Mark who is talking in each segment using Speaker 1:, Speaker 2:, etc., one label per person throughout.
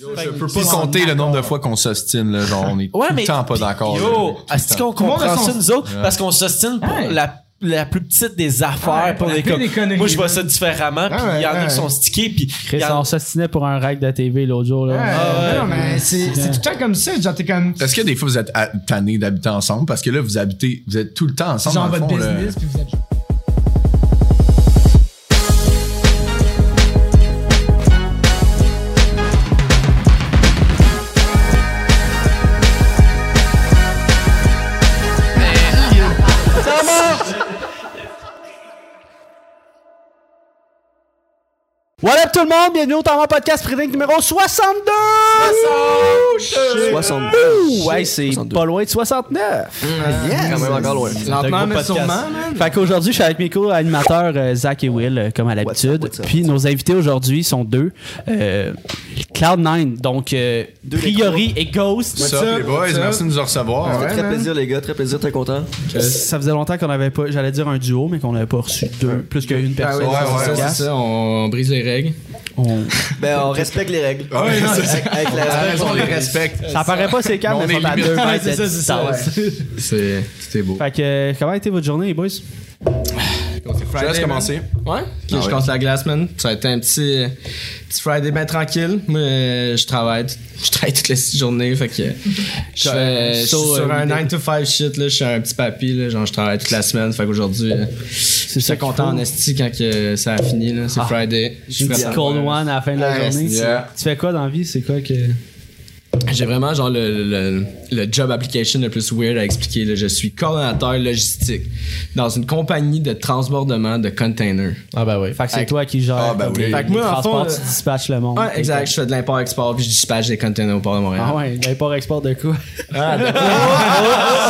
Speaker 1: Yo, je peux pas compter le nombre de fois qu'on s'ostine, là. Genre, on est
Speaker 2: Ouais,
Speaker 1: tout
Speaker 2: mais-
Speaker 1: le temps pas d'accord.
Speaker 2: Yo,
Speaker 1: là.
Speaker 2: est-ce qu'on
Speaker 3: le monde a
Speaker 2: comprend
Speaker 3: son-
Speaker 2: ça, nous autres?
Speaker 1: Ouais.
Speaker 2: Parce qu'on s'ostine pour
Speaker 3: Ouais.
Speaker 2: la, la plus petite des affaires.
Speaker 3: Ouais,
Speaker 2: pour
Speaker 3: la
Speaker 2: les
Speaker 3: plus
Speaker 2: comme-
Speaker 3: économique.
Speaker 2: moi, je vois ça différemment. Puis il
Speaker 3: Ouais,
Speaker 2: y en a
Speaker 3: ouais.
Speaker 2: qui sont stickés. Puis il
Speaker 4: Chris,
Speaker 2: y en
Speaker 4: on s'assinait pour un rack de TV l'autre jour. Là.
Speaker 3: Ouais,
Speaker 2: Ah,
Speaker 3: non,
Speaker 2: ouais.
Speaker 3: mais c'est c'est tout le temps comme ça. Genre, t'es comme.
Speaker 1: Est-ce que des fois vous êtes à- tannés d'habiter ensemble? Parce que là, vous habitez, vous êtes tout le temps ensemble.
Speaker 3: Genre
Speaker 1: dans le
Speaker 3: votre
Speaker 1: fond, là.
Speaker 3: business, puis vous êtes.
Speaker 4: What up tout le monde? Bienvenue au Tarant Podcast Prédink numéro 62! 62! Ouais, c'est pas loin de 69!
Speaker 5: Quand même encore loin.
Speaker 3: Lentement, mais
Speaker 2: podcast.
Speaker 3: sûrement, man.
Speaker 4: Fait qu'aujourd'hui, je suis avec mes co-animateurs euh, Zach et Will, euh, comme à l'habitude.
Speaker 5: what's up?
Speaker 4: Puis nos invités aujourd'hui sont deux. Euh, Cloud9, donc euh, Priori et Ghost.
Speaker 1: What's up, les boys?
Speaker 3: What's up?
Speaker 1: Merci de nous recevoir.
Speaker 5: Très
Speaker 3: man.
Speaker 5: plaisir, les gars, très plaisir, très content.
Speaker 4: Ça faisait longtemps qu'on n'avait pas, j'allais dire un duo, mais qu'on n'avait pas reçu deux, plus qu'une personne.
Speaker 1: ouais,
Speaker 4: sur le
Speaker 1: ouais,
Speaker 4: podcast.
Speaker 3: on brise les règles.
Speaker 4: On-
Speaker 5: Ben, on respecte les règles.
Speaker 1: Ah ouais, non,
Speaker 5: Avec- avec la-
Speaker 1: Ah, raison, on les respecte.
Speaker 4: Ça paraît pas ces câbles,
Speaker 1: Mais
Speaker 4: mais
Speaker 1: on
Speaker 4: sont
Speaker 1: est
Speaker 4: à
Speaker 1: limite.
Speaker 4: deux mètres de
Speaker 3: c'est ça, c'est ça.
Speaker 4: distance.
Speaker 1: C'était beau.
Speaker 4: Fait que, euh, comment a été votre journée, les boys?
Speaker 1: Je laisse commencer.
Speaker 3: Ouais.
Speaker 1: Ah
Speaker 3: je
Speaker 1: ouais.
Speaker 3: casse la glace, man. Ça a été un petit, euh, petit Friday bien tranquille. Moi, euh, je travaille. t- Je travaille toute la journée. Fait que euh, je, fais- je suis sur un 9 to 5 shit. Là, je suis un petit papy. Là, genre, je travaille toute la semaine. Fait qu'aujourd'hui, euh, je suis
Speaker 4: ça qu'il
Speaker 3: content
Speaker 4: faut.
Speaker 3: en esti quand que ça a fini. là.
Speaker 1: Ah.
Speaker 3: C'est Friday. Je suis
Speaker 4: Une petite
Speaker 3: content.
Speaker 4: cold one à la fin de la
Speaker 3: Ouais,
Speaker 4: journée.
Speaker 1: c'est- yeah.
Speaker 4: Hein, Tu fais quoi dans la vie? C'est quoi que.
Speaker 3: J'ai vraiment genre le, le- le job application le plus weird à expliquer. là. Je suis coordonnateur logistique dans une compagnie de transbordement de containers.
Speaker 4: Ah, bah oui. Fait que c'est
Speaker 3: Fait-
Speaker 4: toi qui gères.
Speaker 1: Ah, bah
Speaker 4: les-
Speaker 1: oui.
Speaker 4: les
Speaker 3: Fait que moi, en
Speaker 4: transports,
Speaker 3: fond, euh,
Speaker 4: tu dispatches le monde.
Speaker 3: Ouais, exact. Je fais de l'import-export puis je dispatche des containers au port de Montréal.
Speaker 4: ben, Ah ouais, l'import-export de quoi?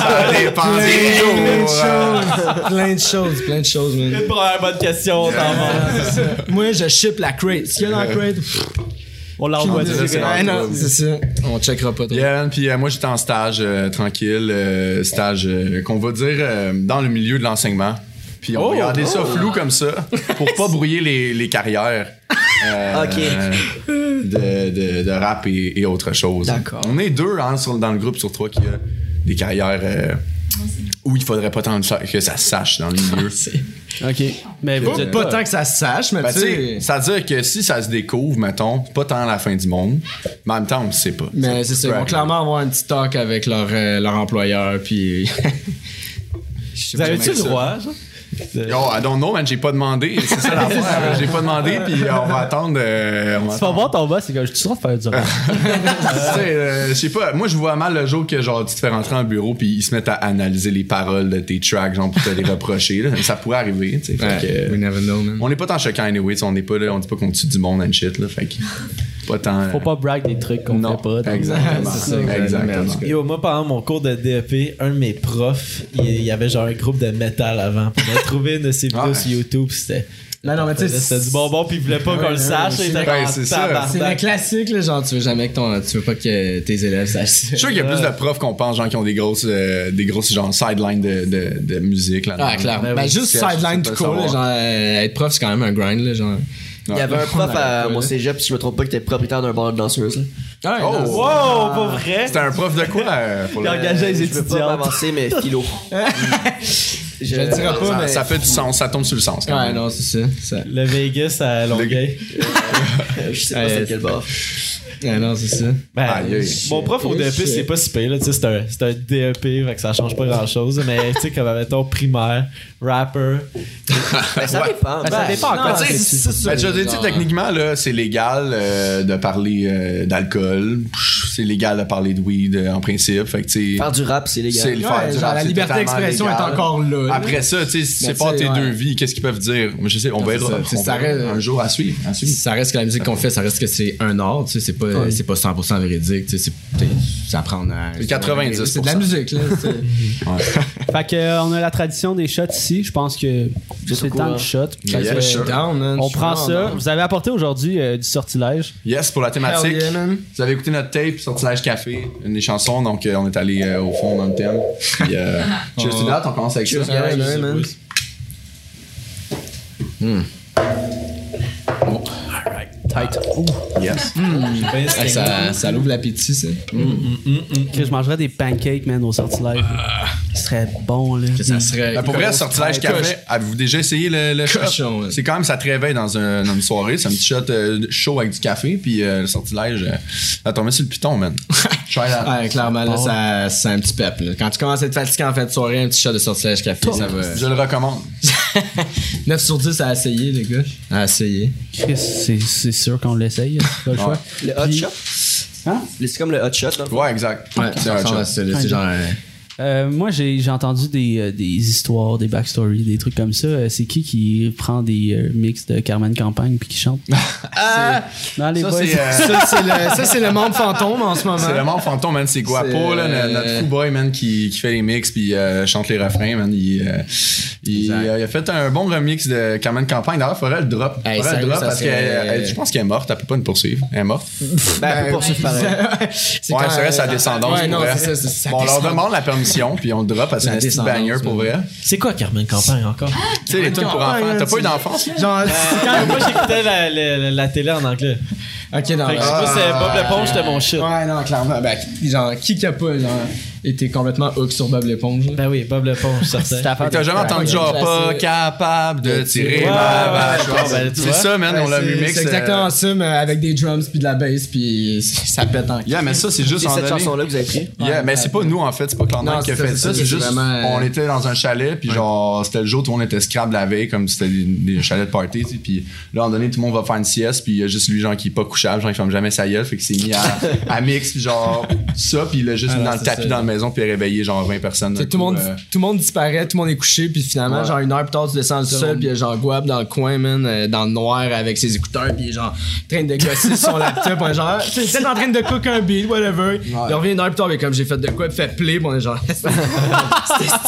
Speaker 1: Ça dépend des jours.
Speaker 3: plein de choses, plein de choses, man.
Speaker 2: a première bonne question, on t'en va.
Speaker 3: Moi, je ship la crate. Ce qu'il y a dans la crate, pff,
Speaker 4: On l'envoie
Speaker 1: dit
Speaker 4: direct.
Speaker 1: c'est
Speaker 3: ouais,
Speaker 1: dans
Speaker 3: non,
Speaker 1: le
Speaker 3: c'est ça. On checkera pas trop.
Speaker 1: Yeah, man, puis euh, moi j'étais en stage euh, tranquille, euh, stage euh, qu'on va dire euh, dans le milieu de l'enseignement. Puis on regardait ça flou comme ça pour pas brouiller les, les carrières. euh,
Speaker 5: Ok.
Speaker 1: De, de- de rap et, et autre chose.
Speaker 5: D'accord.
Speaker 1: On est deux hein, sur- dans le groupe sur trois qui a des carrières euh, où il faudrait pas tant que ça se sache dans le milieu.
Speaker 4: Ok. Mais vous
Speaker 3: Pas,
Speaker 4: êtes
Speaker 3: pas tant que ça se sache, mais
Speaker 1: Ben,
Speaker 3: tu sais.
Speaker 1: ça veut dire que si ça se découvre, mettons, pas tant la fin du monde, mais en même temps, on ne sait pas.
Speaker 3: Mais c'est ça. Ils vont
Speaker 1: Right.
Speaker 3: clairement avoir un petit talk avec leur, euh, leur employeur, puis.
Speaker 2: Vous avez-tu le
Speaker 1: ça.
Speaker 2: droit? ça?
Speaker 1: Yo, I don't know, man, j'ai pas demandé. C'est ça l'affaire. j'ai pas demandé, puis euh, on va attendre. euh, on va
Speaker 4: Tu vas voir ton boss, c'est comme, tu seras faire du rap.
Speaker 1: attendre. Tu sais, euh, je sais pas, moi, je vois mal le jour que, genre, tu te fais rentrer en bureau, puis ils se mettent à analyser les paroles de tes tracks, genre, pour te les reprocher. là. Ça pourrait arriver, tu sais. fait que, euh,
Speaker 3: We never know, man.
Speaker 1: On n'est pas tant choquant, anyway. tu sais, On n'est pas là, on dit pas qu'on tue du monde and shit, là. Fait que, pas tant. euh,
Speaker 4: Faut pas brag des trucs qu'on
Speaker 1: Non,
Speaker 4: fait pas. donc.
Speaker 1: exactement.
Speaker 3: C'est ça,
Speaker 1: exactement.
Speaker 3: exactement.
Speaker 2: Yo, moi, pendant mon cours de DEP, un de mes profs, il il y avait genre un groupe de métal avant. Puis on a trouvé une de ses vidéos
Speaker 1: Ah, Ouais.
Speaker 2: sur YouTube. puis C'était.
Speaker 3: Non, non, mais tu sais,
Speaker 2: C'était du bonbon, puis il voulait pas qu'on le
Speaker 3: ouais,
Speaker 2: sache.
Speaker 3: c'est-
Speaker 2: il était
Speaker 1: Ouais,
Speaker 2: comme
Speaker 1: c'est ça.
Speaker 2: tabarnak.
Speaker 3: C'est le classique, là, genre, tu veux jamais que ton. Tu veux pas que tes élèves sachent ça.
Speaker 1: Je suis sûr qu'il y a plus de profs qu'on pense, genre, qui ont des grosses, euh, des grosses genre, sidelines de, de, de musique. Là,
Speaker 3: Ah, clairement. Ben, juste sideline du cours, là, genre, euh, être prof, c'est quand même un grind, là, genre.
Speaker 5: Il y avait un prof à
Speaker 3: Ouais.
Speaker 5: mon cégep, si je me trompe pas, qui était propriétaire d'un bar de danseuse.
Speaker 3: Ouais,
Speaker 1: Oh!
Speaker 3: non,
Speaker 2: Wow, pas vrai?
Speaker 1: C'était un prof de quoi euh, pour le-
Speaker 4: Engager les
Speaker 5: Je veux pas
Speaker 4: étudiants.
Speaker 5: m'avancer, mais philo.
Speaker 3: Je le dirai pas,
Speaker 1: ça,
Speaker 3: mais.
Speaker 1: ça fait du sens, ça tombe sur le sens. Quand
Speaker 3: Ouais,
Speaker 1: même.
Speaker 3: non, c'est ça. ça.
Speaker 2: Le Vegas à Longueuil.
Speaker 5: Je sais pas
Speaker 3: Ouais,
Speaker 5: c'est
Speaker 3: c'est-
Speaker 5: quel bar.
Speaker 3: Ouais, non, c'est ça.
Speaker 2: Ben,
Speaker 1: Aïe, aïe.
Speaker 2: mon prof au DEP, c'est pas si pire, là. Tu sais, c'est un, c'est un DEP, fait que ça change pas grand chose. Mais, tu sais, comme, mettons, primaire, rapper.
Speaker 5: Ben, ça dépend.
Speaker 4: Ben, ça
Speaker 5: Ben,
Speaker 4: dépend encore.
Speaker 1: tu sais,
Speaker 4: c'est-
Speaker 1: Ben, je veux dire, tu sais, techniquement, là, c'est légal euh, de parler euh, d'alcool. Pff, C'est légal de parler de weed euh, en principe. Fait que, tu sais,
Speaker 5: Faire du rap, c'est
Speaker 1: c'est
Speaker 5: légal.
Speaker 1: le
Speaker 3: Ouais,
Speaker 1: faire du
Speaker 3: genre,
Speaker 1: rap,
Speaker 3: la
Speaker 1: c'est
Speaker 3: liberté
Speaker 1: totalement
Speaker 3: d'expression
Speaker 1: légal.
Speaker 3: est encore là, là.
Speaker 1: Après ça, tu sais, si
Speaker 3: Ben,
Speaker 1: c'est pas
Speaker 3: tu sais,
Speaker 1: tes
Speaker 3: ouais.
Speaker 1: deux vies, qu'est-ce qu'ils peuvent dire? Je sais, on
Speaker 3: Non, c'est
Speaker 1: verra.
Speaker 3: ça.
Speaker 1: On
Speaker 3: C'est- ça
Speaker 1: verra.
Speaker 3: reste-
Speaker 1: Un jour à suivre. À suivre.
Speaker 3: Ça reste que la musique qu'on fait, ça reste que c'est un art, tu sais, c'est pas, c'est pas 100% véridique, tu sais, c'est- t'es- ça prend un-
Speaker 1: C'est 90%.
Speaker 3: C'est de la musique, là. c'est-
Speaker 4: Fait que, euh, on a la tradition des shots ici. Je pense que c'est le
Speaker 5: courant.
Speaker 4: temps de shot.
Speaker 1: Yeah,
Speaker 4: Fait que, euh,
Speaker 1: sure.
Speaker 3: Down, man.
Speaker 4: On
Speaker 3: Je suis
Speaker 4: prend
Speaker 3: vraiment
Speaker 4: ça.
Speaker 3: down.
Speaker 4: Vous avez apporté aujourd'hui euh, du sortilège.
Speaker 1: Yes, pour la thématique.
Speaker 3: Hell yeah, man.
Speaker 1: Vous avez écouté notre tape, Sortilège Café, une des chansons, donc euh, on est allé euh, au fond dans le thème. Puis, euh, cheers to that, on commence avec ça.
Speaker 3: Yeah, yeah, man.
Speaker 1: Bon.
Speaker 4: tête. Ouh,
Speaker 1: Yes.
Speaker 3: Ah, ça, ça l'ouvre l'appétit, ça.
Speaker 1: Mm.
Speaker 4: que je mangerais des pancakes, man, au sortilège. Ce serait bon, là.
Speaker 3: Ah. Ça serait.
Speaker 1: Ben, pour vrai, sortilège café, avez-vous déjà essayé le, le shot?
Speaker 3: Cochon, ouais.
Speaker 1: C'est quand même, ça te réveille dans, un- dans une soirée. C'est un petit shot euh, chaud avec du café, puis euh, le sortilège, euh, t'as tombé sur le piton, man. Try that.
Speaker 3: Ouais, clairement, là, ça, c'est un petit pep. là. Quand tu commences à être fatigué en fin de soirée, un petit shot de sortilège café, ça va.
Speaker 1: Je le recommande.
Speaker 3: 9 sur 10 à essayer, les gars. À essayer.
Speaker 4: Chris, c'est c'est sûr qu'on l'essaye. Pas le choix.
Speaker 5: Le hot
Speaker 4: Puis-
Speaker 5: shot?
Speaker 4: Hein?
Speaker 5: C'est comme le hot shot, là.
Speaker 1: Ouais, exact.
Speaker 3: Ouais,
Speaker 1: c'est un
Speaker 3: ça ressemble à
Speaker 1: shot.
Speaker 3: ça, là, c'est genre. euh,
Speaker 4: Euh, moi, j'ai j'ai entendu des, euh, des histoires, des backstories, des trucs comme ça. Euh, c'est qui qui prend des euh, mix de Carmen Campagne puis qui chante?
Speaker 1: Ah!
Speaker 4: Non, les
Speaker 1: Ça,
Speaker 4: boys.
Speaker 1: c'est, euh,
Speaker 3: ça, c'est le, ça, c'est le monde fantôme en ce moment.
Speaker 1: C'est vraiment fantôme, man. C'est Guapo,
Speaker 3: C'est,
Speaker 1: là,
Speaker 3: euh,
Speaker 1: no- notre fou boy, man, qui, qui fait les mix puis euh, chante les refrains, man. Il, euh, il,
Speaker 3: Exact.
Speaker 1: euh, il a fait un bon remix de Carmen Campagne. D'ailleurs, faudrait le drop.
Speaker 3: Hey,
Speaker 1: faudrait
Speaker 3: sérieux,
Speaker 1: le drop
Speaker 3: ça
Speaker 1: parce que
Speaker 3: serait-
Speaker 1: euh, elle- je pense qu'elle est morte. Elle peut pas nous poursuivre. Elle est morte.
Speaker 5: Ben, pour poursuivre pareil.
Speaker 3: c'est
Speaker 1: ouais,
Speaker 3: quand,
Speaker 1: c'est vrai, sa
Speaker 3: euh,
Speaker 1: descendance.
Speaker 3: Ouais,
Speaker 1: pour
Speaker 3: non,
Speaker 1: vrai.
Speaker 3: c'est ça, c'est sa
Speaker 1: Bon, on leur
Speaker 3: descendance.
Speaker 1: demande la permission puis on le drop parce que
Speaker 3: Sa
Speaker 1: c'est un petit
Speaker 3: descendance,
Speaker 1: banger pour
Speaker 3: man.
Speaker 1: vrai.
Speaker 2: C'est quoi Carmen Campagne encore?
Speaker 1: Tu sais, les trucs pour
Speaker 3: Campagne,
Speaker 1: enfants. T'as
Speaker 3: tu-
Speaker 1: pas eu d'enfance?
Speaker 3: Genre,
Speaker 2: Quand moi j'écoutais la, la- la- la télé en anglais.
Speaker 3: ok, non, ben,
Speaker 2: Fait que je sais
Speaker 3: ouais.
Speaker 2: pas si c'était Bob l'éponge, c'était mon shit.
Speaker 3: ben, Ouais, non, clairement. Ben, genre, qui qui a pas genre, été complètement hook sur Bob l'éponge? là?
Speaker 2: Ben oui, Bob l'éponge, certain.
Speaker 1: Fait que T'as jamais entendu genre pas capable de tirer
Speaker 2: Ouais,
Speaker 1: ma
Speaker 2: ouais, ouais,
Speaker 1: vache.
Speaker 2: ouais, tu
Speaker 1: C'est
Speaker 2: vois.
Speaker 1: ça, man, on l'a
Speaker 3: Ouais, c'est-
Speaker 1: Ah, remix. euh,
Speaker 3: C'est exactement ça, mais avec des drums puis de la bass puis ça pète en
Speaker 1: Yeah, mais ça, c'est juste
Speaker 5: C'est
Speaker 1: en
Speaker 5: cette
Speaker 1: donné.
Speaker 5: chanson-là que vous avez pris.
Speaker 1: Yeah, mais c'est pas nous en fait, c'est pas
Speaker 3: Non,
Speaker 1: Clandon qui a
Speaker 3: c'est ça,
Speaker 1: fait
Speaker 3: c'est
Speaker 1: ça,
Speaker 3: ça,
Speaker 1: c'est
Speaker 3: c'est
Speaker 1: juste
Speaker 3: vraiment,
Speaker 1: on
Speaker 3: euh,
Speaker 1: était dans un chalet puis genre c'était le jour tout le monde était scrap la veille comme c'était des, des chalets de party tu sais, puis là à un moment donné tout le monde va faire une sieste puis il y a juste lui genre qui est pas couchable, genre il ferme jamais sa gueule fait qu'il s'est mis à, à mix puis genre ça puis il a juste
Speaker 3: Ah
Speaker 1: mis
Speaker 3: non,
Speaker 1: dans le
Speaker 3: c'est
Speaker 1: tapis
Speaker 3: ça.
Speaker 1: dans la maison puis il a réveillé genre 20 personnes.
Speaker 3: T'sais,
Speaker 1: d'un
Speaker 3: tout, le
Speaker 1: coup,
Speaker 3: monde,
Speaker 1: euh,
Speaker 3: tout le monde disparaît, tout le monde est couché, puis finalement,
Speaker 1: Ouais.
Speaker 3: genre une heure plus tard, tu descends du sol,
Speaker 1: monde-
Speaker 3: puis il y a genre Guab dans le coin, man, euh, dans le noir avec ses écouteurs, puis il est genre en train de gosser sur son laptop, on est genre, t'es peut-être en train de cook un beat, whatever. Il revient une heure plus tard, mais comme j'ai fait de quoi, il fait play, puis on est genre,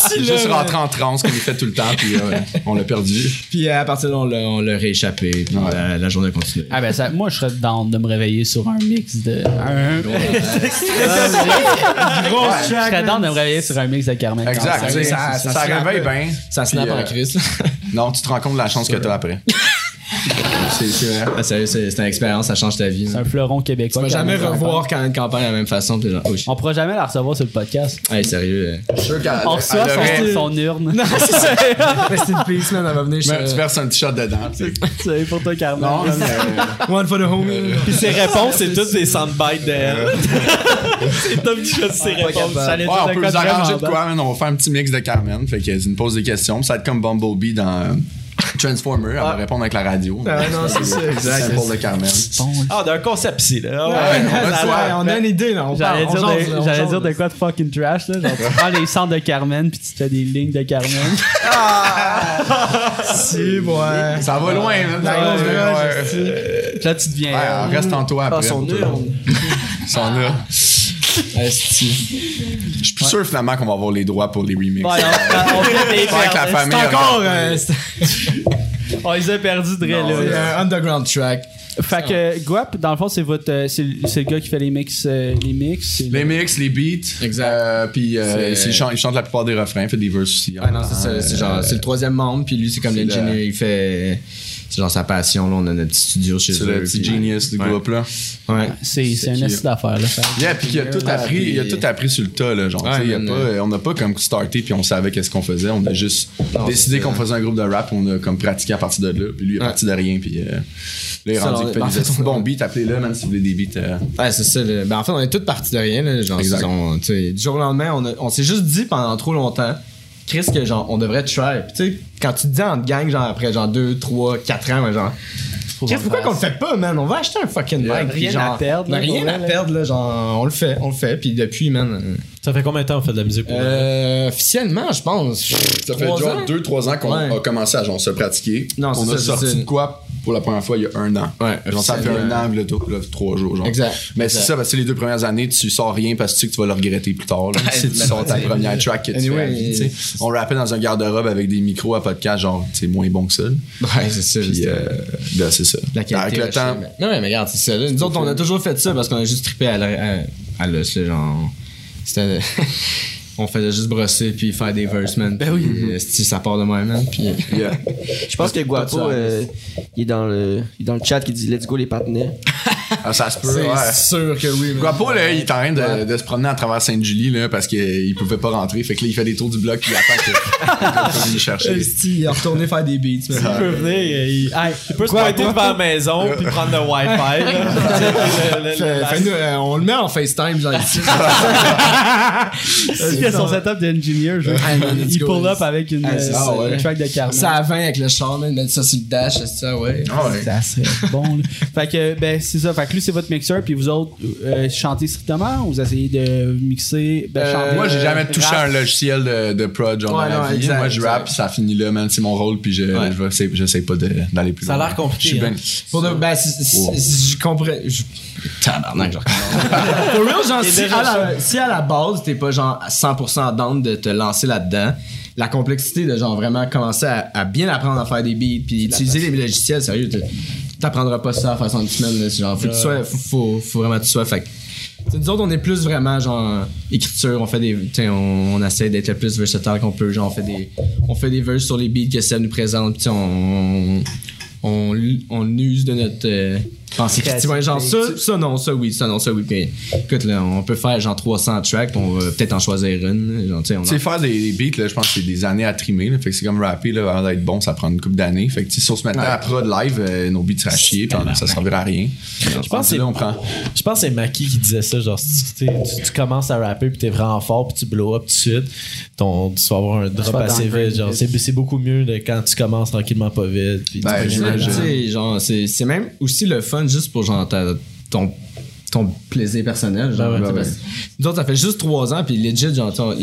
Speaker 1: c'est juste rentré en transe comme il fait tout le temps puis euh, on l'a perdu.
Speaker 3: puis euh, à partir de là, on l'a- on l'a rééchappé, puis euh,
Speaker 1: Ouais.
Speaker 3: la, la journée continue.
Speaker 4: Ah ben ça, moi je serais down de me réveiller sur un mix de. Un, je serais down de me réveiller sur un mix de Carmen.
Speaker 1: Exact,
Speaker 3: ça-
Speaker 1: tu sais,
Speaker 3: ça-
Speaker 1: ça,
Speaker 3: ça se
Speaker 1: réveille
Speaker 3: snap,
Speaker 1: bien.
Speaker 3: Ça
Speaker 1: puis,
Speaker 3: snap
Speaker 1: euh,
Speaker 3: en crise, là.
Speaker 1: Non, tu te rends compte de la chance que t'as après. C'est c'est vrai.
Speaker 3: Ah, sérieux, c'est c'est une expérience, ça change ta vie.
Speaker 4: C'est
Speaker 3: là.
Speaker 4: un fleuron québécois.
Speaker 3: Tu vas jamais
Speaker 4: Carmen
Speaker 3: revoir
Speaker 4: Campagne.
Speaker 3: quand une campagne de la même façon, t'es genre, oh shit.
Speaker 4: On pourra jamais la recevoir sur le podcast.
Speaker 3: Hey, sérieux. euh.
Speaker 1: sûr qu'elle-
Speaker 4: On reçoit
Speaker 1: elle aurait-
Speaker 4: son, son urne. Non,
Speaker 3: Rest in peace, man, elle va venir
Speaker 1: Mais tu
Speaker 3: chez.
Speaker 1: verses un petit shot dedans. tu sais.
Speaker 4: c'est pour toi Carmen.
Speaker 1: Non, mais Euh,
Speaker 3: One for the home.
Speaker 2: Puis ses réponses, c'est toutes des soundbites de elle. c'est top qui choisit ses réponses. J'allais
Speaker 1: ouais,
Speaker 2: dire
Speaker 1: on
Speaker 2: de
Speaker 1: peut vous
Speaker 2: quoi de vraiment
Speaker 1: arranger de
Speaker 2: bon.
Speaker 1: quoi, man. On va faire un petit mix de Carmen. Fait que c'est une pause des questions. Ça va être comme Bumblebee dans euh, Transformer. Elle va répondre avec la radio.
Speaker 3: Ah, non, c'est ça, exact.
Speaker 1: C'est une pause de Carmen.
Speaker 2: Ah, d'un concept psy, là.
Speaker 1: Ah ouais, on a
Speaker 3: Ouais,
Speaker 1: le choix.
Speaker 3: on a une idée, là. On
Speaker 4: J'allais
Speaker 3: parle,
Speaker 4: dire,
Speaker 3: on
Speaker 4: de-
Speaker 3: jase, là, on
Speaker 4: j'allais
Speaker 3: jase,
Speaker 4: dire
Speaker 3: là.
Speaker 4: de quoi de fucking trash, là. Genre, tu prends les centres de Carmen puis tu te fais des lignes de Carmen.
Speaker 3: Si, ouais.
Speaker 1: Ça va loin, man. Ça va
Speaker 3: Ouais,
Speaker 1: loin,
Speaker 3: ouais,
Speaker 1: ouais.
Speaker 4: Puis là, tu deviens. euh,
Speaker 1: Ouais, on reste en
Speaker 3: Ah,
Speaker 1: toi après.
Speaker 5: son
Speaker 1: pour tout.
Speaker 5: urne.
Speaker 1: Son urne.
Speaker 3: Esti.
Speaker 1: Je suis plus sûr finalement qu'on va avoir les droits pour les remixes.
Speaker 4: Ouais, on, on fait des
Speaker 1: Faut avec la
Speaker 4: perles.
Speaker 1: famille.
Speaker 3: C'est encore
Speaker 1: regarde.
Speaker 3: euh, c'est-
Speaker 4: On les a perdus de
Speaker 1: Non,
Speaker 4: là.
Speaker 3: c'est un underground track.
Speaker 4: Fait que Guap, dans le fond, c'est votre, euh, c'est le c'est le gars qui fait les mix, euh, les mix. c'est-
Speaker 1: Les mix, les beats.
Speaker 3: Exact.
Speaker 1: Euh, puis euh,
Speaker 3: C'est-
Speaker 1: c'est- il chante, il chante la plupart des refrains, il fait des verses aussi.
Speaker 3: Ah non, c'est ça. C'est genre, c'est le troisième membre, puis lui, c'est comme
Speaker 1: c'est
Speaker 3: l'ingénieur.
Speaker 1: le-
Speaker 3: Il fait. C'est genre sa passion, là. On a notre petit studio chez
Speaker 1: C'est
Speaker 3: eux.
Speaker 1: le petit
Speaker 3: puis-
Speaker 1: genius du
Speaker 3: Ouais.
Speaker 1: groupe là.
Speaker 3: Ouais.
Speaker 4: C'est c'est un
Speaker 1: qui-
Speaker 4: esti d'affaire, là. Fait que-
Speaker 1: Yeah, puis il a tout appris, il a tout appris sur le tas là, genre.
Speaker 3: euh, Ouais,
Speaker 1: tu sais, il y a
Speaker 3: man,
Speaker 1: pas,
Speaker 3: euh,
Speaker 1: on n'a pas comme starté puis on savait qu'est-ce qu'on faisait, on a juste décidé
Speaker 3: c'est ça.
Speaker 1: qu'on faisait un groupe de rap, on a comme pratiqué à partir de là, puis lui il est
Speaker 3: Ouais.
Speaker 1: parti de rien, puis euh, là il est
Speaker 3: Ça,
Speaker 1: rendu
Speaker 3: on-
Speaker 1: qu'il fait
Speaker 3: en
Speaker 1: des
Speaker 3: fait,
Speaker 1: esti de
Speaker 3: on-
Speaker 1: bons beats, appelez-le man si vous voulez des beats. euh.
Speaker 3: Ouais, c'est ça. là. Ben, en fait, on est tous partis de rien, là. Genre,
Speaker 1: Exact.
Speaker 3: c'est- on- tu sais, du jour au lendemain, on, a- on s'est juste dit pendant trop longtemps. Chris, que genre, on devrait try. Puis, tu sais, quand tu te dis en gang, genre, après genre 2, 3, 4 ans, ouais, genre, Chris, pourquoi qu'on le fait pas, man? On va acheter un fucking
Speaker 1: Yeah.
Speaker 3: mic. puis
Speaker 4: Rien
Speaker 3: genre,
Speaker 4: à perdre,
Speaker 3: on a
Speaker 4: là,
Speaker 3: rien
Speaker 4: pour
Speaker 3: à
Speaker 4: vrai,
Speaker 3: perdre, là. Genre, on le fait, on le fait. Puis depuis, man.
Speaker 2: Ça fait combien de temps on fait de la musique
Speaker 3: euh,
Speaker 2: pour vrai?
Speaker 3: Euh, officiellement, je pense.
Speaker 1: Ça fait genre 2 3 ans qu'on
Speaker 3: Ouais.
Speaker 1: a commencé à genre se pratiquer.
Speaker 3: Non,
Speaker 1: on
Speaker 3: c'est
Speaker 1: a
Speaker 3: ça, c'est
Speaker 1: sorti
Speaker 3: ça.
Speaker 1: de quoi pour la première fois il y a un an.
Speaker 3: Ouais,
Speaker 1: genre ça fait un
Speaker 3: officiellement.
Speaker 1: an le tout, là, trois jours genre.
Speaker 3: Exact.
Speaker 1: Mais
Speaker 3: Exact.
Speaker 1: c'est ça parce que les deux premières années tu sors rien parce que tu sais que tu vas le regretter plus tard. là. si tu sors ta première track que tu fais à
Speaker 3: Anyway,
Speaker 1: vie, tu sais. On rappait dans un garde-robe avec des micros à podcast genre c'est moins bon que ça. là.
Speaker 3: Ouais, c'est ça.
Speaker 1: Puis
Speaker 3: c'est-
Speaker 1: euh, là, c'est ça.
Speaker 3: la qualité.
Speaker 1: Ben, Avec le
Speaker 3: rachetée,
Speaker 1: temps.
Speaker 3: mais- Non, mais, mais regarde, c'est ça. là. Nous autres, on a toujours fait ça parce qu'on a juste trippé à, la- à, à l'os, là, genre. C'était. on faisait juste brosser puis faire des verses, man.
Speaker 4: Ben oui.
Speaker 3: Puis, euh, si ça part de même, man. Puis, euh,
Speaker 5: Je pense que Guapo,
Speaker 3: Pas de
Speaker 5: euh, il, est dans le, il est dans le chat qui dit Let's go les partenaires.
Speaker 1: Ah, ça se peut,
Speaker 3: c'est
Speaker 1: ouais.
Speaker 3: sûr que oui, man.
Speaker 1: Guapo, là, il est en train de, de se promener à travers Sainte-Julie, là, parce qu'il pouvait pas rentrer. Fait que là, il fait des tours du bloc, puis il attend que- que qu'on vienne le chercher.
Speaker 3: Esti, il a retourné faire des beats, man.
Speaker 2: Il peut venir, il, hey, il peut se pointer devant la maison puis prendre le Wi-Fi. là. Le- le- le-
Speaker 3: Fait-
Speaker 2: la-
Speaker 3: fait, nous, euh, on le met en FaceTime, genre ici.
Speaker 1: Ah
Speaker 4: Il y a son setup d'engineer, je veux
Speaker 3: Hey, man, let's
Speaker 4: Il
Speaker 3: go,
Speaker 4: pull
Speaker 3: let's-
Speaker 4: up avec une
Speaker 3: Ah,
Speaker 4: euh,
Speaker 3: c'est
Speaker 1: ça,
Speaker 4: une
Speaker 1: ouais.
Speaker 4: track de Carmen.
Speaker 3: ça à 20 avec le char, man, mettre ça sur le dash, c'est ça, ouais.
Speaker 1: Ah ouais.
Speaker 4: Ça serait bon. là. fait que, ben, c'est ça. Fait que lui, c'est votre mixeur, puis vous autres, euh, chantez strictement ou vous essayez de mixer, ben,
Speaker 3: Euh,
Speaker 4: chanter,
Speaker 1: Moi, j'ai jamais touché
Speaker 4: rap?
Speaker 1: un logiciel de, de prod genre
Speaker 3: Ouais,
Speaker 1: dans
Speaker 3: non,
Speaker 1: ma vie.
Speaker 3: exact,
Speaker 1: Moi, je
Speaker 3: exact.
Speaker 1: rap, puis ça finit là, man. C'est mon rôle, puis je,
Speaker 3: Ouais.
Speaker 1: je vais essayer- j'essaie pas de- d'aller plus
Speaker 2: Ça a
Speaker 1: loin.
Speaker 2: l'air compliqué,
Speaker 1: Je suis ben-
Speaker 2: hein.
Speaker 3: Pour de, ben, si, si-
Speaker 1: Wow.
Speaker 3: si je comprends. Je... Tabarnak, je recommence. Pour real, genre,
Speaker 2: Il est
Speaker 3: si
Speaker 2: déjà
Speaker 3: à, la, si à la base, t'es pas genre à 100% down de te lancer là-dedans, la complexité de genre vraiment commencer à, à bien apprendre à faire des beats, puis utiliser les logiciels, sérieux, t'es- t'apprendras pas ça à faire ça en une semaine, là. C'est genre, faut que tu sois, faut, faut, faut vraiment que tu sois. Fait que, tu sais, nous autres, on est plus vraiment genre écriture, on fait des. tu sais, On, on essaie d'être le plus versatile qu'on peut. Genre, on fait des. On fait des verses sur les beats que ça nous présente. Puis tu sais, on, on, on use de notre euh, pensée critique. Ouais, genre ça, ça non, ça oui, ça non, ça oui. Puis, écoute, là, on peut faire genre 300 tracks, puis on va peut-être en choisir une. là, Genre, tu sais, on en-
Speaker 1: Tu sais, faire des, des beats, là, je pense que c'est des années à trimer. Là, fait que c'est comme rapper, là, avant d'être bon, ça prend une couple d'années. Fait que tu sais, si on se mettait à prod live, euh, nos beats seraient à chier, puis on- ça servirait à rien. Je
Speaker 2: pense que c'est-
Speaker 1: là, on prend.
Speaker 2: Je pense que c'est Maki qui disait ça, genre si tu, tu- tu commences à rapper puis t'es vraiment fort puis tu blow up tout de suite, ton, tu vas avoir un drop
Speaker 4: vas
Speaker 2: assez
Speaker 4: downgrade
Speaker 2: vite. Genre c'est, c'est beaucoup mieux de quand tu commences tranquillement pas vite. Puis tu
Speaker 1: Ben,
Speaker 2: peux-
Speaker 3: Puis là,
Speaker 1: j'imagine.
Speaker 3: tu sais, genre, c'est c'est même aussi le fun juste pour genre ta- ton ton plaisir personnel genre
Speaker 2: Ben ouais,
Speaker 3: tu sais,
Speaker 1: ben
Speaker 3: parce que nous autres ça fait juste trois ans puis legit genre tu sais, on-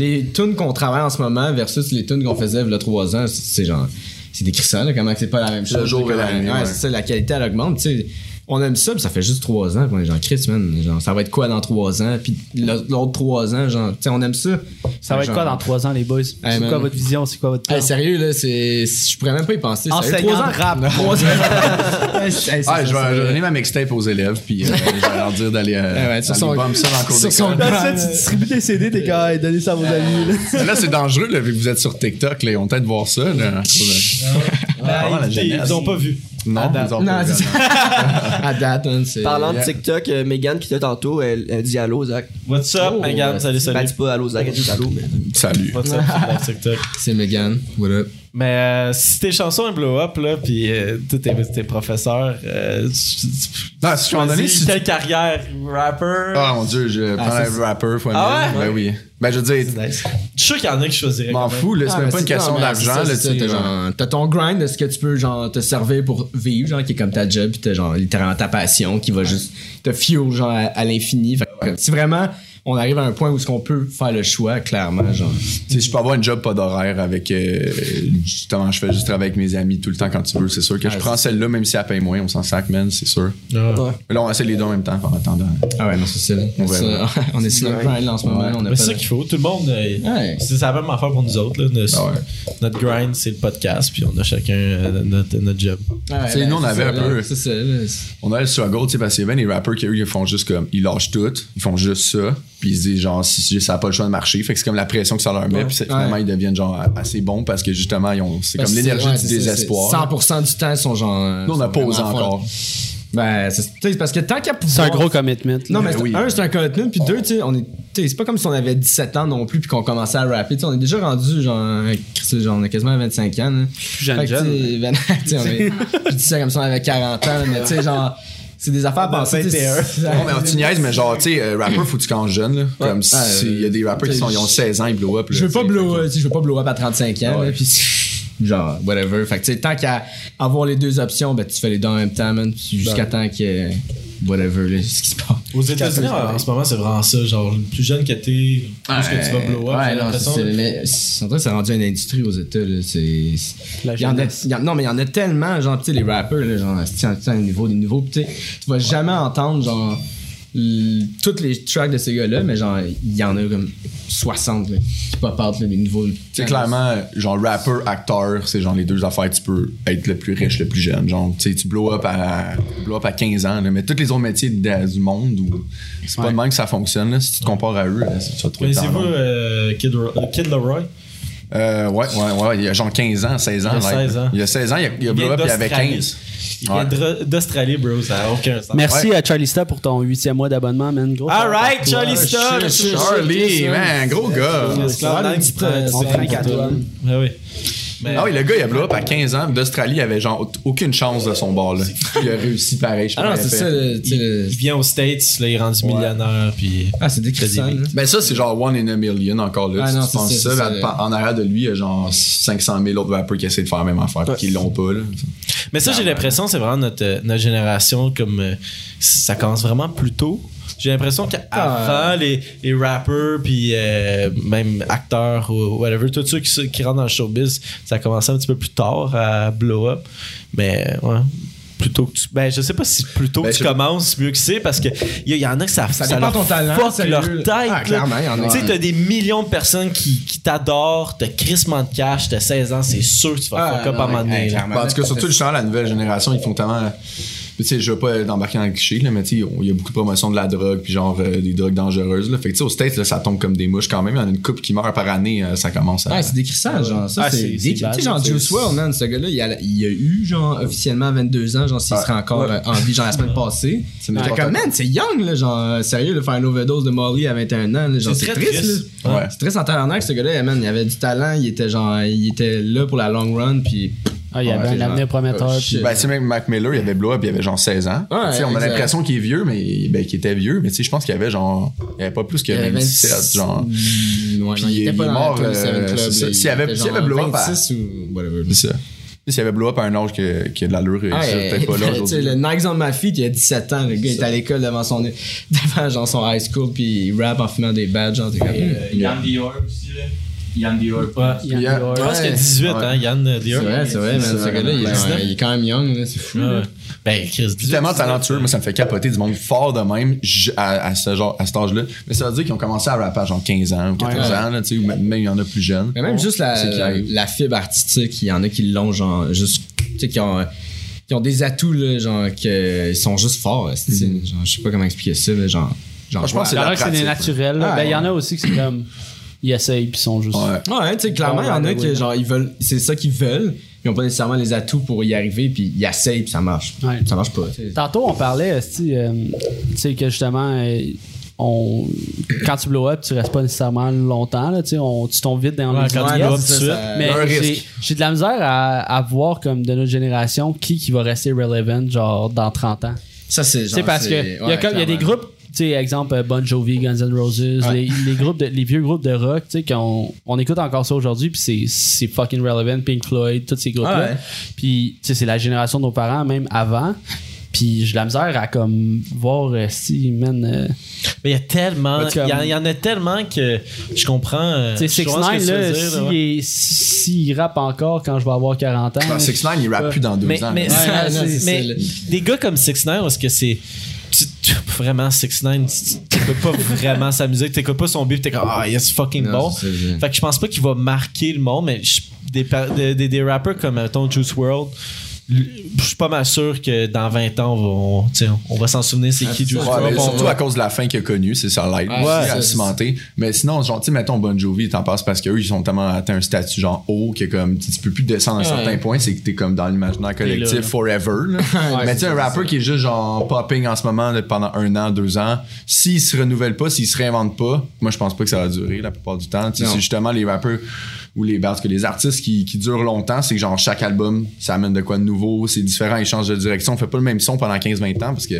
Speaker 3: les tunes qu'on travaille en ce moment versus les tunes qu'on faisait il y a trois ans c'est- c'est genre c'est des crissons, là, comment que c'est pas la même chose
Speaker 1: jour et la
Speaker 3: Comment-
Speaker 1: nuit, ouais.
Speaker 3: ouais, c'est ça, la qualité elle augmente tu sais on aime ça puis ça fait juste trois ans puis on est genre Chris man genre, ça va être quoi dans trois ans puis le- l'autre trois ans genre tu sais on aime ça
Speaker 4: Ça va être quoi dans trois ans, les boys? c'est
Speaker 3: man.
Speaker 4: quoi votre vision? C'est quoi votre plan?
Speaker 3: Hey, sérieux, là, c'est. Je pourrais même pas y penser. sérieux,
Speaker 4: Enseignant
Speaker 3: trois ans
Speaker 4: de rap.
Speaker 3: Trois ans. Hey, c'est- hey, c'est-
Speaker 1: Ah, je vais je vais
Speaker 3: c'est-
Speaker 1: donner ma mixtape aux élèves, puis euh, je vais leur dire d'aller euh,
Speaker 3: ouais, sur
Speaker 1: d'aller
Speaker 3: son-
Speaker 1: bum ça dans le cours
Speaker 3: sur
Speaker 1: d'école.
Speaker 3: son-
Speaker 4: Là, ça, tu distribues des CD, t'es gars, donnez ça à vos amis. là.
Speaker 1: Mais Là, c'est dangereux, là, vu que vous êtes sur TikTok, là, ils ont peut-être voir ça. Là. euh, Vraiment, la
Speaker 2: ils- ils,
Speaker 1: jeunesse.
Speaker 2: ont pas vu.
Speaker 1: Non, ils ont
Speaker 3: Non,
Speaker 1: pas
Speaker 3: c'est
Speaker 1: vu, non.
Speaker 3: À date, man, c'est.
Speaker 5: Parlant de
Speaker 1: yeah.
Speaker 5: TikTok, euh, Megan qui était tantôt, elle, elle dit allô, Zach.
Speaker 2: What's up, Megan? Salut,
Speaker 5: Ben,
Speaker 2: salut.
Speaker 5: dis pas allô, Zach, elle dit allô. mais-
Speaker 1: Salut.
Speaker 2: What's up sur mon TikTok?
Speaker 3: C'est Megan. What up?
Speaker 2: Mais euh, si tes chansons un blow up là, puis euh, tous tes, tes professeurs, euh, tu- tu-
Speaker 1: Non, si tu m'en donnes,
Speaker 2: choisis
Speaker 1: si tu-
Speaker 2: quelle carrière, rapper.
Speaker 1: Ah mon dieu, je prends
Speaker 3: c'est-
Speaker 1: un rapper, fois
Speaker 2: Ah
Speaker 1: mille.
Speaker 2: ouais?
Speaker 1: Ben oui. Ben je veux dire,
Speaker 2: Nice. Je suis sûr qu'il y en a qui choisiraient.
Speaker 1: m'en
Speaker 2: quand même.
Speaker 1: fous, là, c'est
Speaker 3: Ah,
Speaker 1: même
Speaker 3: mais
Speaker 1: pas une question
Speaker 3: non, mais c'est
Speaker 1: d'argent,
Speaker 3: ça,
Speaker 1: là,
Speaker 3: c'est
Speaker 1: tu sais,
Speaker 3: ça, t'as
Speaker 1: genre.
Speaker 3: genre- T'as ton grind de ce que tu peux, genre, te servir pour vivre, genre, qui est comme ta job, pis t'as, genre, littéralement ta passion qui va juste te fuel, genre, à, à l'infini. Fait que si vraiment on arrive à un point où ce qu'on peut faire le choix, clairement, genre.
Speaker 1: Tu sais, je peux avoir une job pas d'horaire avec euh, justement je fais juste travailler avec mes amis tout le temps quand tu veux, c'est sûr que je
Speaker 3: Ah,
Speaker 1: prends celle-là même si elle paye moins, on s'en sac man, c'est sûr.
Speaker 2: Ah.
Speaker 1: Mais là on essaie les deux en même temps en attendant.
Speaker 3: Ah ouais, non, c'est ça. là.
Speaker 1: Ouais,
Speaker 3: Ça, On est sur notre grind, là, en ce moment. on a
Speaker 2: Mais
Speaker 3: pas
Speaker 2: c'est ça
Speaker 3: de-
Speaker 2: qu'il faut. Tout le monde. euh,
Speaker 3: Ouais.
Speaker 2: C'est la même affaire pour nous autres. Là. Nos-
Speaker 1: Ah ouais.
Speaker 2: Notre grind, c'est le podcast, puis on a chacun euh, notre, notre job.
Speaker 3: Ah Ouais,
Speaker 1: Tu sais,
Speaker 3: là,
Speaker 1: nous, on
Speaker 3: c'est
Speaker 1: avait
Speaker 3: ça,
Speaker 1: un
Speaker 3: là,
Speaker 1: peu-
Speaker 3: C'est ça, là.
Speaker 1: On a le struggle, tu sais, parce qu'il y a bien des rappers qui eux, ils font juste comme ils lâchent tout, ils font juste ça, puis ils se disent genre si si ça a pas le choix de marcher, fait que c'est comme la pression que ça leur met, puis c'est- finalement
Speaker 3: Ouais.
Speaker 1: ils deviennent genre assez bons parce que justement ils ont c'est
Speaker 3: Parce
Speaker 1: comme
Speaker 3: que
Speaker 1: l'énergie
Speaker 3: ouais,
Speaker 1: du
Speaker 3: c'est ça,
Speaker 1: désespoir.
Speaker 3: c'est 100% du temps, ils sont genre. euh,
Speaker 1: Nous on a
Speaker 3: sont vraiment
Speaker 1: posé
Speaker 3: à fond,
Speaker 1: encore.
Speaker 3: là. Ben, c'est tu sais, c'est parce que tant qu'à pouvoir.
Speaker 4: C'est un gros commitment. là.
Speaker 3: Non, mais
Speaker 1: Ben
Speaker 3: c'est-
Speaker 1: oui.
Speaker 3: un, c'est un commitment, puis deux, tu sais, on est. tu sais, C'est pas comme si on avait 17 ans non plus, puis qu'on commençait à rapper. Tu sais, on est déjà rendu, genre, Christ, genre, on a quasiment 25 ans. là.
Speaker 4: jeune,
Speaker 3: Fait que,
Speaker 4: jeune.
Speaker 3: tu sais, ben, tu sais, on est- je dis ça comme si on avait 40 ans, mais tu sais, genre, c'est des affaires à penser. tu sais,
Speaker 2: 21.
Speaker 3: c'est-
Speaker 1: Non, mais on tu niaises, mais genre, tu sais, euh, rapper, faut que tu commences jeune, là. Comme si
Speaker 3: Ah,
Speaker 1: il y a des rappers qui sont, ils ont 16 ans, ils blow up. là,
Speaker 3: Je veux pas
Speaker 1: tu sais.
Speaker 3: blow, euh, tu sais, je veux pas blow up à 35 ans,
Speaker 1: Ouais.
Speaker 3: là, puis genre whatever. Fait que tu sais, tant qu'à avoir les deux options, ben tu fais les deux en même temps, man, puis jusqu'à temps que whatever là, ce qui se passe.
Speaker 2: Aux États-Unis,
Speaker 3: Jusqu'à temps que-
Speaker 2: en ce moment, c'est vraiment ça. Genre, le plus jeune que t'es, plus que tu vas blow up.
Speaker 3: Ouais,
Speaker 2: j'ai
Speaker 3: non,
Speaker 2: l'impression.
Speaker 3: c'est, mais c'est- en vrai, c'est rendu une industrie aux États. Là, c'est,
Speaker 4: La
Speaker 3: il y en a,
Speaker 4: jeunesse.
Speaker 3: il y en- non, mais il y en a tellement, genre, tu sais, les rappers, là, genre, c'est un niveau des nouveaux, pis tu sais, tu vas jamais entendre, genre, l- toutes les tracks de ces gars-là, mais genre, il y en a comme 60 là, qui pop out, là, des nouveaux.
Speaker 1: Tu sais, clairement, genre, rapper, acteur, c'est genre les deux affaires, tu peux être le plus riche, le plus jeune. Genre, tu sais, tu blow up à, blow up à 15 ans, là, mais tous les autres métiers de- du monde, où c'est pas
Speaker 4: Ouais.
Speaker 1: de même que ça fonctionne, là, si tu te compares à eux, là, tu vas trouver
Speaker 2: Connaissez-vous
Speaker 1: tellement.
Speaker 2: euh, Kid, Ro- euh, Kid Leroy
Speaker 1: Euh, ouais, ouais, ouais, il y a genre 15 ans, 16 ans.
Speaker 2: Il y a
Speaker 1: là.
Speaker 2: 16 ans.
Speaker 1: Il y a 16 ans, il y a, il y a blow up, il y avait 15.
Speaker 2: Il
Speaker 1: Ouais.
Speaker 2: vient d'Austra- d'Australie, bro, ça n'a aucun sens.
Speaker 4: Merci à Charlie Star pour ton huitième mois d'abonnement, man. Gros
Speaker 2: All right, Charlie
Speaker 4: travail.
Speaker 2: Star!
Speaker 1: Charlie, man, gros gars.
Speaker 2: Esclave,
Speaker 3: Ouais,
Speaker 2: tu prends-
Speaker 4: on
Speaker 2: tu
Speaker 4: prend
Speaker 2: prends
Speaker 4: quatre
Speaker 2: tout.
Speaker 4: tonnes.
Speaker 2: Ah oui. Mais-
Speaker 1: Ah oui, le gars, il a blow up à 15 ans. D'Australie, il avait genre aucune chance de son bord. Là. Il a réussi pareil. Je
Speaker 3: Ah non,
Speaker 1: te l'avais
Speaker 3: c'est ça,
Speaker 1: fait.
Speaker 3: le- tu sais, le-
Speaker 2: Il vient aux States, là, il est rendu millionnaire, puis.
Speaker 3: Ah, c'est décrissant,
Speaker 2: Crédible.
Speaker 3: là.
Speaker 1: Ben ça, c'est genre one in a million encore là.
Speaker 3: Ah
Speaker 1: si
Speaker 3: non,
Speaker 1: tu
Speaker 3: c'est
Speaker 1: penses
Speaker 3: ça,
Speaker 1: ça,
Speaker 3: c'est
Speaker 1: ben,
Speaker 3: ça.
Speaker 1: en arrière de lui, il y a genre 500 000 autres rappers qui essaient de faire la même affaire pis qui l'ont pas. Là.
Speaker 2: Mais ça, j'ai l'impression, c'est vraiment notre, euh, notre génération, comme euh, ça commence vraiment plus tôt. J'ai l'impression qu'avant,
Speaker 3: Ah.
Speaker 2: les, les rappers, puis euh, même acteurs ou whatever, tous ceux qui, se- qui rentrent dans le showbiz, ça a commencé un petit peu plus tard à blow up. Mais euh, ouais. Plutôt que tu. Ben, je sais pas si plus tôt
Speaker 1: Ben,
Speaker 2: que tu
Speaker 1: je-
Speaker 2: commences, mieux que c'est, parce qu'il y, a- y en a que ça, ça,
Speaker 3: dépend
Speaker 2: leur
Speaker 3: ton talent,
Speaker 2: fuck
Speaker 3: sérieux.
Speaker 2: leur tête.
Speaker 3: Ah,
Speaker 2: là.
Speaker 3: clairement, y en a.
Speaker 2: Tu sais, t'as des millions de personnes qui, qui t'adorent, t'as crissement de cash, t'as 16 ans, c'est sûr que tu vas
Speaker 3: Ah,
Speaker 2: fuck up
Speaker 3: non,
Speaker 2: à un moment donné.
Speaker 3: hey,
Speaker 2: là.
Speaker 3: clairement.
Speaker 1: Ben, en tout cas, surtout justement, la nouvelle génération, ils font tellement. Tu sais, je veux pas embarquer dans le cliché, là, mais tu sais, on- il y a beaucoup de promotion de la drogue, puis genre euh, des drogues dangereuses. Là. Fait que tu sais, aux States, là, ça tombe comme des mouches quand même. Il y en a une coupe qui meurt par année, euh, ça commence à.
Speaker 3: Ouais, c'est décrissant, genre. Ça,
Speaker 2: Ah, c'est-
Speaker 3: c'est
Speaker 2: c'est
Speaker 3: décri-
Speaker 2: bad,
Speaker 3: Tu sais, genre,
Speaker 2: c'est-
Speaker 3: Juice WRLD, man, ce gars-là, il a, il a eu, genre, officiellement 22 ans, genre, s'il
Speaker 1: Ouais.
Speaker 3: serait encore euh, en vie, genre, la semaine passée.
Speaker 1: C'est
Speaker 3: J'étais
Speaker 1: n'importe
Speaker 3: comme,
Speaker 1: quoi.
Speaker 3: man, c'est young, là, genre, euh, sérieux, de faire une overdose de Molly à 21 ans, là, genre,
Speaker 2: C'est
Speaker 3: c'est
Speaker 2: très
Speaker 3: triste,
Speaker 2: triste.
Speaker 3: là.
Speaker 1: Ouais.
Speaker 3: C'est triste en tabarnak, ce gars-là, man, il avait du talent, il était, genre, il était là pour la long run, puis.
Speaker 4: Ah, il y avait
Speaker 1: Ouais,
Speaker 4: un avenir prometteur.
Speaker 3: euh,
Speaker 4: puis-
Speaker 1: Ben, c'est même Mac Miller, il avait blow up, il avait genre 16 ans.
Speaker 3: Ouais,
Speaker 1: Tu sais, on a
Speaker 3: exact.
Speaker 1: l'impression qu'il est vieux, mais ben, qu'il était vieux, mais tu sais, je pense qu'il avait genre. Il avait pas plus que 27, genre.
Speaker 3: Ouais,
Speaker 1: Puis
Speaker 3: non, il était
Speaker 1: il
Speaker 3: pas
Speaker 1: est
Speaker 3: dans
Speaker 1: mort,
Speaker 3: le 27
Speaker 1: euh,
Speaker 3: Club,
Speaker 1: c'est ça.
Speaker 3: là,
Speaker 1: S'il avait-
Speaker 3: était
Speaker 1: s'il avait ben,
Speaker 3: genre
Speaker 1: blow up à-
Speaker 3: 26 ou whatever.
Speaker 1: C'est ça. S'il avait blow up à un âge que- qui a de l'allure,
Speaker 3: Ah,
Speaker 1: il serait peut-être pas là
Speaker 3: tu sais,
Speaker 1: aujourd'hui.
Speaker 3: le Nikes on my feet, il a 17 ans, le gars, il est à l'école devant son, devant genre son high school, puis il rappe en fumant des badges, genre, t'es comme,
Speaker 6: Euh, Yann Dior aussi, là. Yann Dior.
Speaker 2: Ouais.
Speaker 4: Yann
Speaker 1: Yeah.
Speaker 4: Dior.
Speaker 2: Je pense qu'il y a 18,
Speaker 1: Ouais.
Speaker 2: hein, Yann
Speaker 3: C'est
Speaker 2: Dior.
Speaker 3: vrai, c'est vrai, man, ce gars-là, il, est genre-
Speaker 2: Ouais.
Speaker 3: il est quand même young, là, c'est fou.
Speaker 2: Ouais.
Speaker 3: là.
Speaker 2: Ben, Chris,
Speaker 1: Puis
Speaker 2: 18.
Speaker 1: tellement talentueux, moi ça me fait capoter du monde fort de même ju- à, à ce genre à cet âge-là. Mais ça veut dire qu'ils ont commencé à rapper à genre 15 ans ou 14
Speaker 3: Ouais.
Speaker 1: ans, là, tu sais, ou même même il y en a plus jeunes.
Speaker 3: Mais même juste la,
Speaker 1: C'est qui
Speaker 3: la,
Speaker 1: arrive.
Speaker 3: la fibre artistique, il y en a qui l'ont, genre, juste, tu sais, qui ont, euh, qui ont des atouts, là, genre, que- ils sont juste forts, là, c'est- genre, je sais pas comment expliquer ça, mais genre, genre,
Speaker 1: Moi, je pense
Speaker 4: Il y en a
Speaker 1: la
Speaker 4: que c'est des
Speaker 1: pratique,
Speaker 4: naturels. là.
Speaker 3: Ah,
Speaker 4: Ben, il y en
Speaker 3: ouais.
Speaker 4: a aussi que c'est comme. Ils essayent puis ils sont juste.
Speaker 1: Ouais.
Speaker 3: Ouais, tu sais, clairement, il y en a qui, genre, ils veulent, c'est ça qu'ils veulent, ils ont pas nécessairement les atouts pour y arriver, puis ils essayent, puis ça marche.
Speaker 4: Ouais.
Speaker 3: Ça marche pas, tu sais.
Speaker 4: Tantôt, on parlait, esti, euh, tu sais, que justement, euh, on, quand tu blow up, tu restes pas nécessairement longtemps, là, tu sais, on- tu tombes vite dans
Speaker 2: Ouais,
Speaker 4: les
Speaker 2: quand
Speaker 4: liens.
Speaker 2: tu blow up
Speaker 3: c'est
Speaker 2: tout de
Speaker 3: ça,
Speaker 2: suite.
Speaker 3: ça-
Speaker 4: Mais
Speaker 1: Il y a un
Speaker 4: j'ai-
Speaker 1: risque.
Speaker 4: j'ai de la misère à, à voir, comme de notre génération, qui, qui va rester relevant, genre, dans 30 ans.
Speaker 3: Ça, c'est
Speaker 4: Tu sais, parce que il y, a comme- il y a des groupes, tu sais, exemple euh, Bon Jovi, Guns N' Roses, les, les groupes de- les vieux groupes de rock, tu sais, qu'on on écoute encore ça aujourd'hui, puis c'est- c'est fucking relevant, Pink Floyd, tous ces groupes-là.
Speaker 3: Ah ouais.
Speaker 4: Puis, tu sais, c'est la génération de nos parents, même avant. Puis, j'ai de la misère à comme voir euh, si, man. euh,
Speaker 2: Mais il y a tellement.
Speaker 4: Mais
Speaker 2: Il y,
Speaker 4: tu comme-
Speaker 2: en- il y en a tellement que je comprends. euh,
Speaker 4: tu
Speaker 2: je
Speaker 4: sais, 6
Speaker 2: comprends ce que
Speaker 4: 9
Speaker 2: tu veux
Speaker 4: là,
Speaker 2: dire,
Speaker 4: s'il
Speaker 2: ouais.
Speaker 4: est- s'il rappe encore quand je vais avoir 40 ans.
Speaker 1: Ah, 6ix9ine, il rappe plus dans deux
Speaker 2: mais,
Speaker 1: ans.
Speaker 2: mais,
Speaker 1: là.
Speaker 2: ça-
Speaker 3: Ouais, non,
Speaker 2: mais
Speaker 3: c'est ça, là.
Speaker 2: des gars comme 6 9 est-ce que c'est tu- tu- vraiment 6 9 tu peux pas vraiment sa musique t'écoutes pas son beat t'es comme ah yes fucking
Speaker 3: Non,
Speaker 2: bon
Speaker 3: c'est ça, c'est-
Speaker 2: fait que je pense pas qu'il va marquer le monde mais je- des, pa- des, des, des rappers comme ton Juice World je suis pas mal sûr que dans 20 ans on va, on, tu sais, on va s'en souvenir c'est qui Juice
Speaker 1: Ah, Ouais,
Speaker 2: World
Speaker 1: mais
Speaker 2: on
Speaker 1: surtout
Speaker 2: va-
Speaker 1: à cause de la fin qu'il a connue, c'est ça l'aide.
Speaker 3: Ouais,
Speaker 1: aussi
Speaker 3: c'est
Speaker 1: à
Speaker 3: ça,
Speaker 1: cimenter. Mais sinon, genre, tu sais, mettons Bon Jovi, t'en passes parce qu'eux, ils sont tellement atteint un statut genre haut que comme tu tu peux plus descendre à un certain point, c'est que t'es comme dans l'imaginaire collectif
Speaker 2: là, là.
Speaker 1: forever. là. mais tu sais, un rapper qui est juste genre popping en ce moment là, pendant un an, deux ans, s'il se renouvelle pas, s'il se réinvente pas, moi je pense pas que ça va durer la plupart du temps. Tu sais,
Speaker 3: Non.
Speaker 1: C'est justement les rappeurs ou les parce que les artistes qui, qui durent longtemps, c'est que genre chaque album, ça amène de quoi de nouveau, c'est différent, ils changent de direction, on fait pas le même son pendant 15-20 ans parce que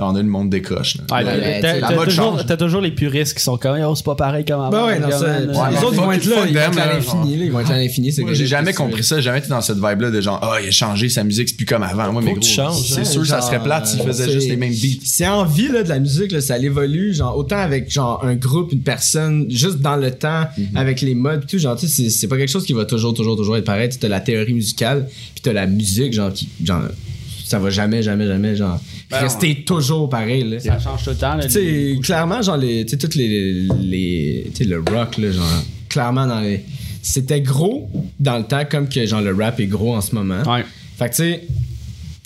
Speaker 1: on a le monde décroche. là.
Speaker 4: Ouais,
Speaker 1: Le-
Speaker 4: t'as-
Speaker 3: mais
Speaker 4: t'as-
Speaker 3: tu sais,
Speaker 1: la
Speaker 4: t'as
Speaker 1: mode
Speaker 4: toujours,
Speaker 1: change.
Speaker 4: t'as toujours les puristes qui sont comme, oh, c'est pas pareil comme avant.
Speaker 3: Bah ouais, non,
Speaker 4: comme,
Speaker 3: ça,
Speaker 4: euh,
Speaker 1: Ouais,
Speaker 3: les autres
Speaker 1: fuck
Speaker 3: vont être
Speaker 1: it,
Speaker 3: là,
Speaker 1: fuck
Speaker 3: ils vont
Speaker 1: them,
Speaker 3: être à
Speaker 1: là,
Speaker 3: l'infini,
Speaker 1: hein, genre.
Speaker 3: là, ils vont être à l'infini, ces
Speaker 1: Moi,
Speaker 3: gars-là.
Speaker 1: j'ai jamais compris ça, j'ai jamais été dans cette vibe-là de genre, ah, il a changé sa musique, c'est plus comme avant. Moi, mais
Speaker 2: que
Speaker 1: gros,
Speaker 2: tu changes,
Speaker 1: c'est
Speaker 3: Ouais,
Speaker 1: sûr, ça
Speaker 3: genre,
Speaker 1: serait plate s'il faisait
Speaker 3: c'est-
Speaker 1: juste les mêmes beats.
Speaker 3: C'est en vie là, de la musique, là, ça évolue, genre autant avec genre un groupe, une personne, juste dans le temps,
Speaker 1: Mhm.
Speaker 3: avec les modes et tout, genre tu sais, c'est- c'est pas quelque chose qui va toujours, toujours, toujours être pareil. Tu sais, T'as la théorie musicale, puis t'as la musique, genre qui, genre ça va jamais, jamais, jamais, genre,
Speaker 1: Ben,
Speaker 3: rester toujours pareil, là.
Speaker 4: Ça change tout le temps. là,
Speaker 3: Tu
Speaker 4: les-
Speaker 3: sais, clairement, genre, les, tu sais, toutes les, les tu sais, le rock, là, genre, clairement, dans les, c'était gros dans le temps, comme que, genre, le rap est gros en ce moment.
Speaker 4: Ouais.
Speaker 3: Fait que, tu sais,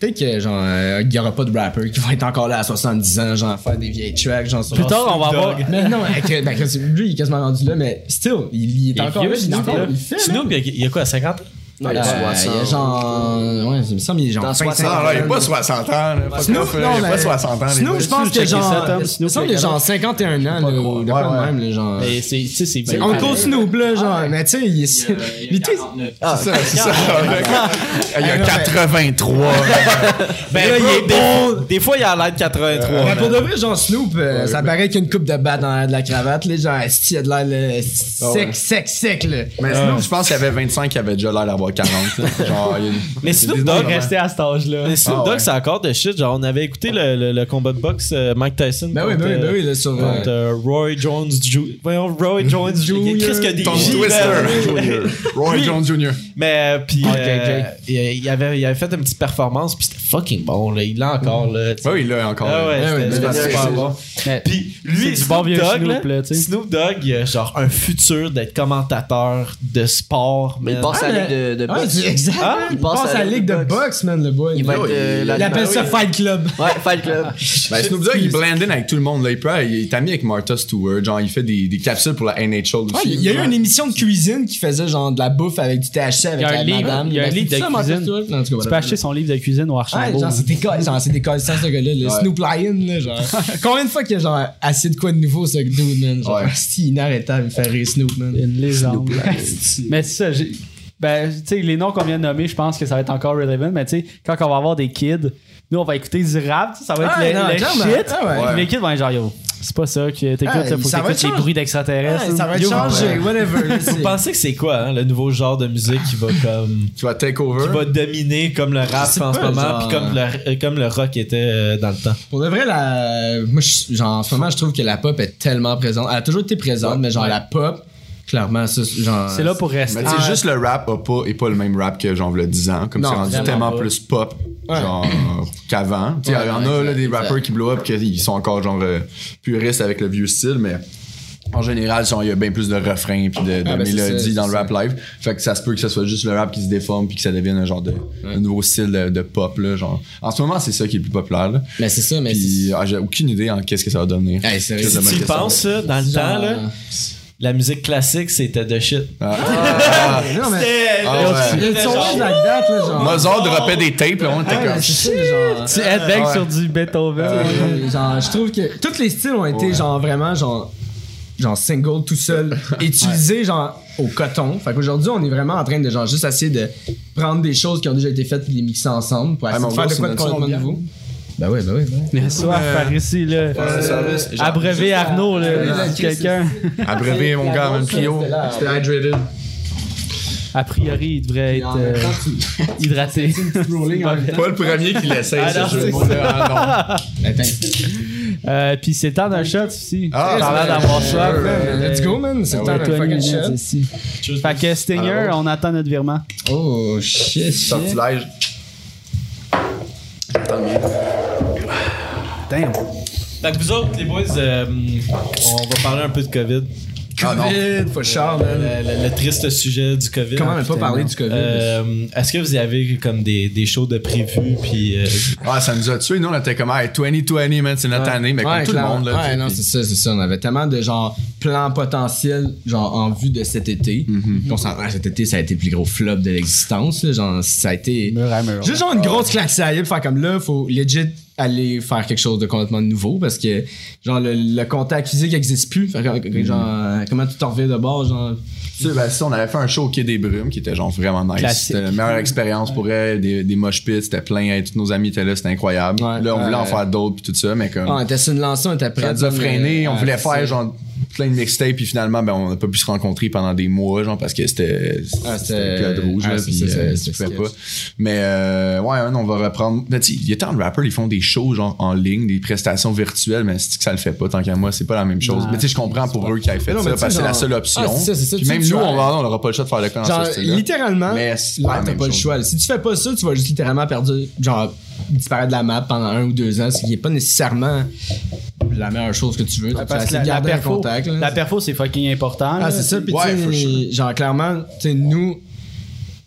Speaker 3: peut-être que, genre, euh, il y aura pas de rapper qui va être encore là à 70 ans, genre, faire des vieilles tracks, genre, sur-
Speaker 4: Plus tard, on va avoir.
Speaker 3: Mais non, avec- ben, que- lui, il est quasiment rendu là, mais still, il, il est
Speaker 2: Il est
Speaker 3: encore
Speaker 2: vieux,
Speaker 3: là, il est
Speaker 2: Snoop,
Speaker 3: encore,
Speaker 2: là.
Speaker 3: il fait,
Speaker 2: Snoop, il y a- il y a quoi, 50 ans?
Speaker 5: Non, il y a
Speaker 3: Euh,
Speaker 5: 60.
Speaker 3: il y a genre. Ouais, il me semble qu'il est genre.
Speaker 5: Dans
Speaker 3: 25,
Speaker 5: 60,
Speaker 1: Non, là, il a pas 60 ans. là. Fuck
Speaker 3: Snoop,
Speaker 1: off, là, il a
Speaker 3: non,
Speaker 1: pas
Speaker 3: mais-
Speaker 1: 60 ans. les
Speaker 3: Snoop,
Speaker 1: gars.
Speaker 3: je pense
Speaker 4: checker
Speaker 3: que genre.
Speaker 4: ça, Tom?
Speaker 3: Il me
Speaker 4: Snoop,
Speaker 3: semble qu'il est genre 51 ans, là, ou de quoi de
Speaker 1: Ouais, ouais.
Speaker 3: même, là, genre.
Speaker 4: Mais c'est, tu sais, c'est
Speaker 3: C'est
Speaker 4: bien
Speaker 3: Uncle
Speaker 4: pareil.
Speaker 3: Snoop, là,
Speaker 4: Ah
Speaker 3: genre. Mais tu sais, il
Speaker 6: Il
Speaker 3: est.
Speaker 6: y a- il y
Speaker 3: Mais
Speaker 6: a
Speaker 3: tu sais,
Speaker 6: 49.
Speaker 1: Ah, c'est ça, c'est ça. Il y a
Speaker 3: Ah, non, mais-
Speaker 1: 83.
Speaker 2: Ben,
Speaker 3: Là, il
Speaker 2: bro,
Speaker 3: est
Speaker 2: des, des fois, il a l'air de
Speaker 4: Ah,
Speaker 2: 83.
Speaker 3: mais
Speaker 2: man.
Speaker 3: pour de vrai, genre Snoop, euh, ça paraît qu'il y a une coupe de batte dans l'air de la cravate, là, genre, esti, il a de l'air
Speaker 4: Ah
Speaker 3: là, sec, sec, sec, là. Ah.
Speaker 1: Mais Snoop, je pense qu'il y avait 25 qui avait déjà l'air d'avoir 40. là. Genre, il y a-
Speaker 2: Mais Snoop
Speaker 1: il y a des
Speaker 2: Dogg
Speaker 1: noms,
Speaker 2: restait-
Speaker 4: Rester à cet âge-là.
Speaker 2: Mais Snoop
Speaker 1: Ah,
Speaker 2: Dogg,
Speaker 1: ouais.
Speaker 2: c'est encore de shit. Genre, on avait écouté le, le- le combat de boxe euh, Mike Tyson.
Speaker 3: Ben oui, ben
Speaker 2: contre,
Speaker 3: oui, ben
Speaker 2: euh,
Speaker 3: oui, là, sur. euh,
Speaker 2: Contre euh, Roy Jones Jr. Voyons, Roy Jones Jr. Qu'est-ce qu'il y a des
Speaker 1: Tom
Speaker 2: J, ben.
Speaker 1: Twister. Roy
Speaker 2: Lui-
Speaker 1: Jones Jr.
Speaker 2: Mais euh, puis
Speaker 4: Ah,
Speaker 2: euh,
Speaker 4: JJ.
Speaker 2: il, il avait, il avait fait une petite performance puis c'était fucking bon là. Il l'a encore là. tu sais.
Speaker 1: Ah oui, là, encore.
Speaker 2: Ah ouais,
Speaker 3: Ouais, ouais,
Speaker 2: c'était-
Speaker 1: mais
Speaker 2: c'était
Speaker 1: c'est-
Speaker 2: super bon.
Speaker 4: Mais-
Speaker 2: Puis
Speaker 4: c'est
Speaker 2: lui,
Speaker 4: du
Speaker 2: Snoop,
Speaker 4: bon vieux
Speaker 2: Dogg,
Speaker 4: Snoop,
Speaker 2: là,
Speaker 4: là, tu sais.
Speaker 2: Snoop Dogg, il a genre un futur d'être commentateur de sport.
Speaker 5: Mais il
Speaker 2: man.
Speaker 5: passe à la
Speaker 3: mais-
Speaker 5: ligue de, de
Speaker 3: Ah, Ouais,
Speaker 5: boxe.
Speaker 3: du- exact.
Speaker 2: Ah,
Speaker 3: il passe à la ligue de boxe, man, le boy.
Speaker 5: Il va être euh, la-
Speaker 3: Il appelle ça Fight Club.
Speaker 5: Ouais, Fight Club.
Speaker 1: Ben, Snoop Dogg, il blend in avec tout le monde. Là. Il, peut- il est ami avec Martha Stewart. Genre, il fait des, des capsules pour la NHL aussi.
Speaker 3: Ouais, il y a eu une émission de cuisine qui faisait genre de la bouffe avec du THC avec
Speaker 4: Il y a un
Speaker 3: la
Speaker 4: livre-
Speaker 3: madame.
Speaker 4: il y a un
Speaker 3: Ben,
Speaker 4: livre
Speaker 3: c'est
Speaker 4: de
Speaker 3: ça, Martha
Speaker 4: cuisine.
Speaker 3: Stewart? Non, en tout cas,
Speaker 4: Tu peux
Speaker 3: voilà.
Speaker 4: acheter son livre de cuisine au
Speaker 3: Ouais,
Speaker 4: Archambault.
Speaker 3: genre, c'est décolle, genre, c'est décolle, ça, ce gars-là, le
Speaker 1: Ouais.
Speaker 3: Snoop Lion, là, genre. Combien de fois qu'il a, genre, assez de quoi de nouveau, ce dude, man? Genre,
Speaker 1: Ouais.
Speaker 3: si inarrêtable, il me fait rire Snoop, man.
Speaker 4: Une légende. mais c'est ça, j'ai- ben, tu sais, les noms qu'on vient de nommer, je pense que ça va être encore relevant, mais tu sais, quand on va avoir des kids, nous, on va écouter du rap, ça va être
Speaker 3: Ouais,
Speaker 4: le,
Speaker 3: non,
Speaker 4: le
Speaker 3: clairement.
Speaker 4: shit.
Speaker 3: Ah ouais.
Speaker 4: Puis Les kids vont être genre, yo, c'est pas ça que t'écoutes,
Speaker 3: Ah,
Speaker 4: là, faut
Speaker 3: ça
Speaker 4: que
Speaker 3: va
Speaker 4: t'écoutes
Speaker 3: être
Speaker 4: les
Speaker 3: changé.
Speaker 4: bruits d'extraterrestres.
Speaker 3: Ouais, ça va être
Speaker 4: Yo,
Speaker 3: changé, whatever. là,
Speaker 2: Vous
Speaker 3: c'est-
Speaker 2: pensez que c'est quoi hein, le nouveau genre de musique qui va comme
Speaker 1: Tu vas take over.
Speaker 2: qui va dominer comme le rap
Speaker 3: sais
Speaker 2: en ce
Speaker 3: pas,
Speaker 2: moment
Speaker 3: genre-
Speaker 2: puis comme le euh, comme le rock était euh, dans le temps.
Speaker 3: Pour de vrai, la... moi, je- genre, en ce moment, je trouve que la pop est tellement présente. Elle a toujours été présente, mais genre, la pop, clairement, ça, c'est genre.
Speaker 4: C'est là pour rester.
Speaker 1: Mais tu sais,
Speaker 3: Ah,
Speaker 1: juste le rap a pas, est pas le même rap que genre le 10 ans. Comme
Speaker 3: Non,
Speaker 1: c'est rendu
Speaker 3: vraiment
Speaker 1: tellement
Speaker 4: pas.
Speaker 1: plus pop
Speaker 3: Ouais.
Speaker 1: genre qu'avant. Tu sais,
Speaker 3: Ouais,
Speaker 1: il y en
Speaker 3: exact,
Speaker 1: a là, des
Speaker 3: exact.
Speaker 1: rappers qui blow up qu'ils sont encore genre euh, puristes avec le vieux style, mais en général, genre, il y a bien plus de refrains puis de, de
Speaker 3: Ah, ben, c'est
Speaker 1: mélodies
Speaker 3: ça,
Speaker 1: dans le
Speaker 3: c'est
Speaker 1: rap live. Fait que ça se peut que ce soit juste le rap qui se déforme puis que ça devienne un genre de un nouveau style de, de pop là, genre. En ce moment, c'est ça qui est le plus populaire. là.
Speaker 3: Mais ben, c'est ça, mais.
Speaker 1: Puis
Speaker 3: c'est-
Speaker 1: ah, j'ai aucune idée en qu'est-ce que ça va devenir.
Speaker 3: Hey, sérieux.
Speaker 1: Très
Speaker 2: Si
Speaker 1: bonne
Speaker 2: tu y
Speaker 1: question.
Speaker 2: penses là, dans le
Speaker 3: Genre-
Speaker 2: temps là, la musique classique c'était de shit.
Speaker 1: Ah.
Speaker 3: Non, mais.
Speaker 2: C'était-
Speaker 1: Ah ouais.
Speaker 3: Il y a une
Speaker 2: Genre-
Speaker 3: soirée de la date, là, genre.
Speaker 1: Mozart dropait des tapes, là, on était
Speaker 3: Ouais,
Speaker 1: comme.
Speaker 3: c'est ça, genre.
Speaker 4: Tu headbang
Speaker 1: Ouais.
Speaker 4: sur du Beethoven.
Speaker 3: Euh, genre, je trouve que tous les styles ont été
Speaker 1: Ouais.
Speaker 3: genre vraiment genre genre single tout seul utilisé genre au coton. Fait qu'aujourd'hui, on est vraiment en train de genre juste essayer de prendre des choses qui ont déjà été faites et les mixer ensemble pour essayer
Speaker 1: mais
Speaker 3: de
Speaker 1: on
Speaker 3: faire
Speaker 1: va
Speaker 3: de quoi de
Speaker 1: sur notre
Speaker 3: complètement
Speaker 1: son
Speaker 3: nouveau. Ben ouais, ben ouais.
Speaker 4: Mais
Speaker 1: Ah,
Speaker 4: soif par ici, là. Abrevé Arnaud, là.
Speaker 3: Ouais.
Speaker 4: Quelqu'un,
Speaker 1: Abrévé, mon gars, même Pio.
Speaker 3: C'était là,
Speaker 1: C'était hydrated.
Speaker 4: a priori, il devrait être euh, hydraté.
Speaker 1: Pas le premier qui l'essaye,
Speaker 4: Ah non,
Speaker 1: ce jeu
Speaker 4: c'est
Speaker 1: de mots-là. Ah, non.
Speaker 4: Euh, Puis c'est le temps d'un shot aussi.
Speaker 1: Ah,
Speaker 4: Parlant d'avoir soif.
Speaker 3: Let's go, man. C'est le temps d'un fucking shot.
Speaker 4: ici. Fait que
Speaker 2: Ah,
Speaker 4: Stinger, on attend notre virement.
Speaker 3: Oh shit.
Speaker 1: Sortilège.
Speaker 4: Damn.
Speaker 2: Fait que vous autres, les boys, euh, on va parler un peu de COVID.
Speaker 1: Ah non.
Speaker 3: Covid, for sure, man.
Speaker 2: Le, le- le triste sujet du COVID.
Speaker 3: Comment ne pas parler du Covid?
Speaker 2: Euh, Est-ce que vous avez comme des, des shows de prévu puis euh,
Speaker 1: Ah, ça nous a tués. Nous, on était comme, hey, 2020, man, c'est notre année, mais comme
Speaker 3: Ouais,
Speaker 1: tout le
Speaker 3: clairement.
Speaker 1: monde, là.
Speaker 3: Ouais,
Speaker 1: tu sais,
Speaker 3: non,
Speaker 1: puis-
Speaker 3: c'est ça, c'est ça. On avait tellement de genre plans potentiels genre en vue de cet été.
Speaker 1: Mm-hmm.
Speaker 3: Puis On s'entend cet été, ça a été le plus gros flop de l'existence. là. Genre, ça a été.
Speaker 4: Mur à mur.
Speaker 3: Juste genre une grosse claque à la gueule, faire comme là, faut legit aller faire quelque chose de complètement nouveau parce que genre le, le contact physique n'existe plus. Fait que, genre,
Speaker 1: Mm-hmm.
Speaker 3: euh, comment tu t'en reviens de bord, genre.
Speaker 1: Tu sais, ben, si on avait fait un show au Quai des Brumes qui était genre vraiment nice.
Speaker 4: Classique.
Speaker 1: C'était la meilleure expérience pour elle, des, des mosh pits, c'était plein, hey, tous nos amis étaient là, c'était incroyable.
Speaker 3: Ouais,
Speaker 1: là, on voulait
Speaker 3: ouais.
Speaker 1: en faire d'autres puis tout ça, mais comme.
Speaker 3: Ah, on était sur une lancée, on était prêts.
Speaker 1: ça
Speaker 3: euh,
Speaker 1: nous a
Speaker 3: mais-
Speaker 1: freiné, on
Speaker 3: ouais,
Speaker 1: voulait
Speaker 3: c'est
Speaker 1: faire
Speaker 3: ça.
Speaker 1: genre plein de mixtapes puis finalement ben on n'a pas pu se rencontrer pendant des mois genre parce que c'était
Speaker 3: Ah, c'était-
Speaker 1: c'était le code rouge
Speaker 3: ah,
Speaker 1: là,
Speaker 3: c'est
Speaker 1: puis
Speaker 3: ça,
Speaker 1: euh,
Speaker 3: c'est-
Speaker 1: tu
Speaker 3: c'est
Speaker 1: pouvais
Speaker 3: sketch.
Speaker 1: pas mais euh, ouais hein, on va reprendre mais tu sais, il y a tant de rappers ils font des shows genre en ligne des prestations virtuelles mais c'est que ça le fait pas tant qu'à moi c'est pas la même chose
Speaker 4: Non,
Speaker 1: mais tu sais je comprends pour eux qui aient fait
Speaker 3: Non, mais
Speaker 1: ça
Speaker 3: tu
Speaker 1: parce
Speaker 3: sais,
Speaker 1: que c'est la
Speaker 3: genre-
Speaker 1: seule option
Speaker 3: Ah, c'est ça, c'est ça,
Speaker 1: puis
Speaker 3: tu-
Speaker 1: même
Speaker 3: tu
Speaker 1: nous
Speaker 3: vois-
Speaker 1: on va on aura pas le choix de faire le cas dans
Speaker 3: Genre,
Speaker 1: ce style
Speaker 3: littéralement,
Speaker 1: Mais
Speaker 3: là,
Speaker 1: c'est pas la
Speaker 3: t'as
Speaker 1: même
Speaker 3: pas le
Speaker 1: chose.
Speaker 3: choix. Si tu fais pas ça, tu vas juste littéralement perdre, genre, disparaître de la map pendant un ou deux ans, ce qui est pas nécessairement la meilleure chose Ah, que tu veux.
Speaker 4: Ouais,
Speaker 3: Tu vas
Speaker 4: parce que
Speaker 3: essayer
Speaker 4: la,
Speaker 3: de
Speaker 4: la
Speaker 3: garder un
Speaker 4: perfo,
Speaker 3: contact. là.
Speaker 4: la perfo, c'est fucking important.
Speaker 3: Ah,
Speaker 4: là.
Speaker 3: c'est ça. Puis,
Speaker 1: Ouais,
Speaker 3: tu
Speaker 1: for
Speaker 3: sais,
Speaker 1: sure.
Speaker 3: genre, clairement, tu sais, nous,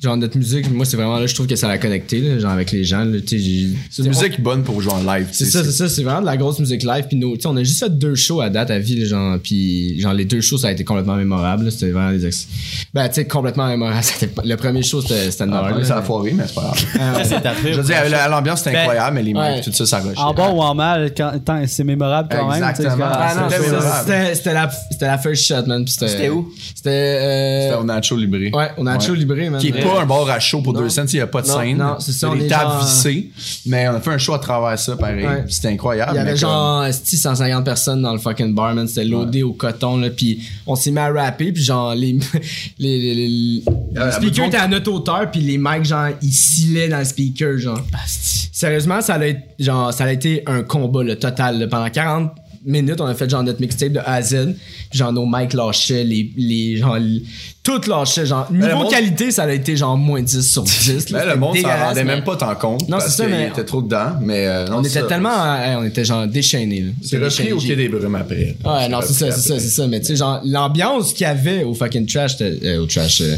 Speaker 3: genre, notre musique, moi, c'est vraiment là, je trouve que ça l'a connecté, là, genre, avec les gens, là, tu sais, j'ai-
Speaker 1: C'est une musique bonne pour jouer en live.
Speaker 3: C'est ça, c'est ça, c'est vraiment de la grosse musique live. Puis nous, tu sais, on a juste fait deux shows à date à vie, là, genre, puis genre les deux shows, ça a été complètement mémorable. là, C'était vraiment des ex. Ben, tu sais, complètement mémorable. C'était pas- Le premier show, c'était c'était une horreur,
Speaker 1: Ah,
Speaker 3: là.
Speaker 1: ça a foiré, mais c'est pas grave.
Speaker 3: Ah, ouais.
Speaker 2: C'est ta
Speaker 1: Je
Speaker 2: fille.
Speaker 1: veux dire, la- l'ambiance c'était
Speaker 2: Ben,
Speaker 1: incroyable, mais les
Speaker 3: ouais.
Speaker 1: mecs, tout ça, ça rushait.
Speaker 4: En bon ou en mal, quand- tant- c'est mémorable quand même. tu sais,
Speaker 1: Exactement.
Speaker 4: c'est-
Speaker 1: Ah, non,
Speaker 4: c'est-
Speaker 1: c'est-
Speaker 4: c'est-
Speaker 1: mémorable.
Speaker 3: C'était c'était la, c'était la first shot, man. puis
Speaker 5: C'était où?
Speaker 3: C'était. euh,
Speaker 1: C'était au Nacho Libré.
Speaker 3: Ouais, on a show
Speaker 1: Ouais.
Speaker 3: libré, man.
Speaker 1: Qui est
Speaker 3: Ouais.
Speaker 1: pas un bar à chaud pour
Speaker 3: Non.
Speaker 1: deux cents, il n'y a pas de
Speaker 3: Non,
Speaker 1: scène.
Speaker 3: non, c'est ça, on
Speaker 1: des
Speaker 3: est
Speaker 1: tables
Speaker 3: genre-
Speaker 1: vissées. Mais on a fait un show à travers ça, pareil.
Speaker 3: Ouais.
Speaker 1: Puis C'était incroyable.
Speaker 3: Il y avait
Speaker 1: mais
Speaker 3: genre esti, 150 personnes dans le fucking bar, man. C'était loadé au coton, là. Puis on s'est mis à rapper, puis genre, les. Les, les, les, les
Speaker 1: Euh,
Speaker 3: speakers
Speaker 1: donc-
Speaker 3: étaient à notre hauteur, puis les mics, genre, ils silaient dans le speaker, genre.
Speaker 1: Ah,
Speaker 3: Sérieusement, ça a, été- genre, ça a été un combat, le total. là. Pendant 40 minutes, on a fait genre notre mixtape de A à Z. Puis genre, nos mics lâchaient, les. les genre, les- tout lâchait, genre. Niveau
Speaker 1: le monde-
Speaker 3: qualité, ça a été genre moins 10 sur 10. là.
Speaker 1: Là, le
Speaker 3: C'était
Speaker 1: monde s'en
Speaker 3: dégueulasse,
Speaker 1: rendait
Speaker 3: mais-
Speaker 1: même pas tant compte. Non,
Speaker 3: Non, c'est
Speaker 1: c'est
Speaker 3: ça, mais-
Speaker 1: était trop dedans. Mais euh, non,
Speaker 3: On
Speaker 1: c'est
Speaker 3: était
Speaker 1: ça.
Speaker 3: tellement. hey, on était genre déchaînés, là.
Speaker 1: C'est repris
Speaker 3: Déchaînés.
Speaker 1: au Quai des Brumes après.
Speaker 3: Ouais, non, c'est ça, c'est ça, c'est ça. Mais tu sais, genre, l'ambiance qu'il y avait au fucking trash, c'était- euh, au trash. euh,